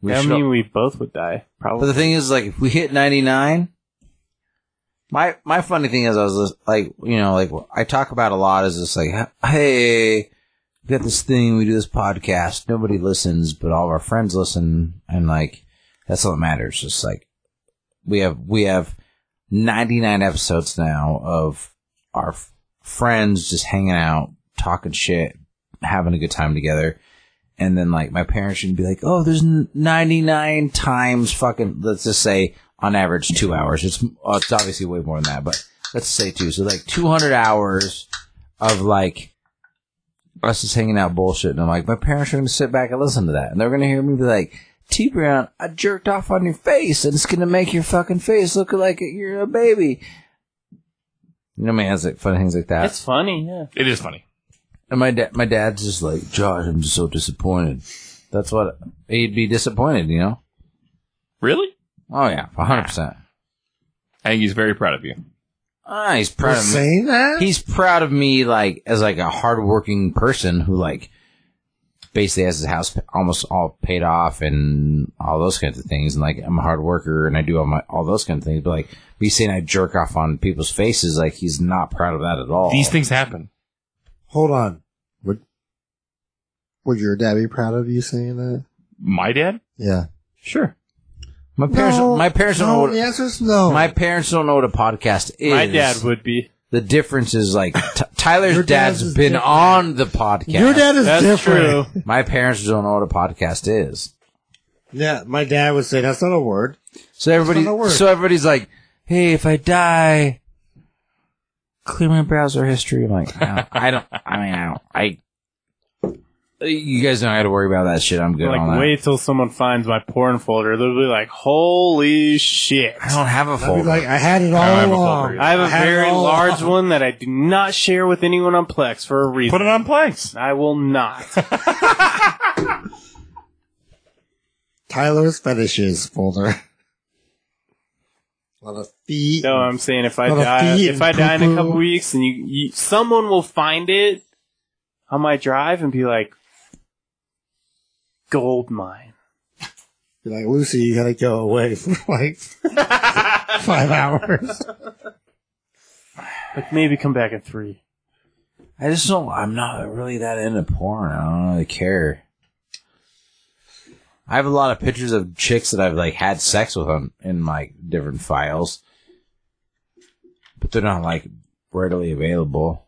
We I should- mean, we both would die, but probably. the thing is, like, if we hit ninety nine, my my funny thing is, I was just, like, you know, like I talk about a lot is just like, hey, we got this thing, we do this podcast, nobody listens, but all of our friends listen, and like that's all that matters. Just like we have we have ninety nine episodes now of our f- friends just hanging out, talking shit, having a good time together. And then like my parents should be like, oh, there's n- 99 times fucking, let's just say on average two hours. It's, uh, it's obviously way more than that, but let's say two. So like 200 hours of like us just hanging out bullshit. And I'm like, my parents are going to sit back and listen to that. And they're going to hear me be like, T Brown, I jerked off on your face and it's going to make your fucking face look like you're a baby. You know, man, it's like funny things like that. it's funny, yeah. It is funny. And my dad, my dad's just like, Josh, I'm just so disappointed. That's what he'd be disappointed, you know. Really? Oh yeah, hundred percent. I think he's very proud of you. Ah, he's You're proud of me. saying that? He's proud of me, like as like a hardworking person who like basically has his house almost all paid off and all those kinds of things. And like I'm a hard worker and I do all my all those kinds of things. But like me saying I jerk off on people's faces, like he's not proud of that at all. These things happen. Hold on. Would Would your dad be proud of you saying that? My dad? Yeah. Sure. my parents, No, my parents don't know. no, What, the answer is no. My parents don't know what a podcast is. My dad would be. The difference is like t- Tyler's Your dad's dad's is been different. on the podcast. Your dad is That's different. true. My parents don't know what a podcast is. Yeah, my dad would say that's not a word. So everybody, not a word. so everybody's like, "Hey, if I die, clear my browser history." I'm like, I don't. I, don't, I mean, I don't. I. You guys don't have to worry about that shit. I'm good on Like, that. wait till someone finds my porn folder. They'll be like, holy shit. I don't have a I'd be folder. like, I had it I all have a folder, along. yeah. I have a had it very all large along. one that I do not share with anyone on Plex for a reason. Put it on planks. I will not. Tyler's fetishes folder. A lot of feet. No, I'm saying if I Lot of die, feet if and I die in a poo-poo. couple weeks, and you, you someone will find it on my drive and be like, gold mine. Be like Lucy, you gotta go away for like five hours. Like maybe come back in three. I just don't. I'm not really that into porn. I don't really care. I have a lot of pictures of chicks that I've like had sex with on in my different files, but they're not like readily available.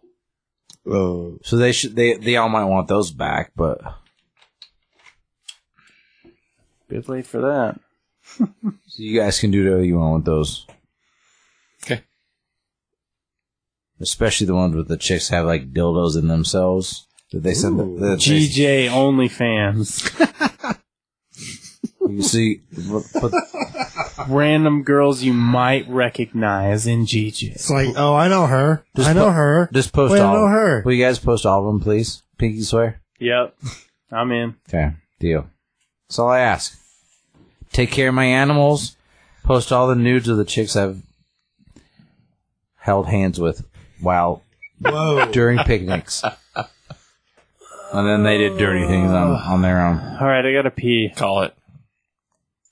Oh, So they should. They they all might want those back, but Bit late for that. so you guys can do whatever you want with those. Okay. Especially the ones with the chicks have like dildos in themselves that they send. Ooh. that they- GJ OnlyFans. you see, but, Random girls you might recognize in GJ. it's like oh, I know her. Just I know put- her. Just post Wait, I all. know her. Will you guys post all of them, please? Pinky swear. Yep. I'm in. Okay, deal. That's all I ask. Take care of my animals. Post all the nudes of the chicks I've held hands with while Whoa. during picnics, and then they did dirty things on on their own. All right, I gotta pee. Call it.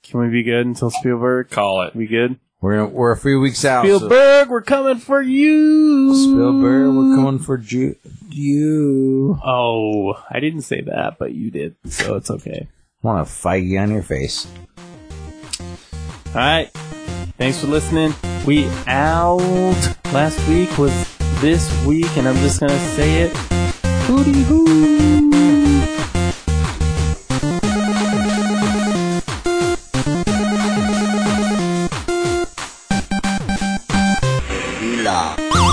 Can we be good until Spielberg? Call it. We good? We're we're a few weeks out. so- Spielberg, we're coming for you. Spielberg, we're coming for ju- you. Oh, I didn't say that, but you did, so it's okay. want a feige on your face. All right. Thanks for listening. We out. Last week was this week, and I'm just going to say it. Hootie hoo. Love.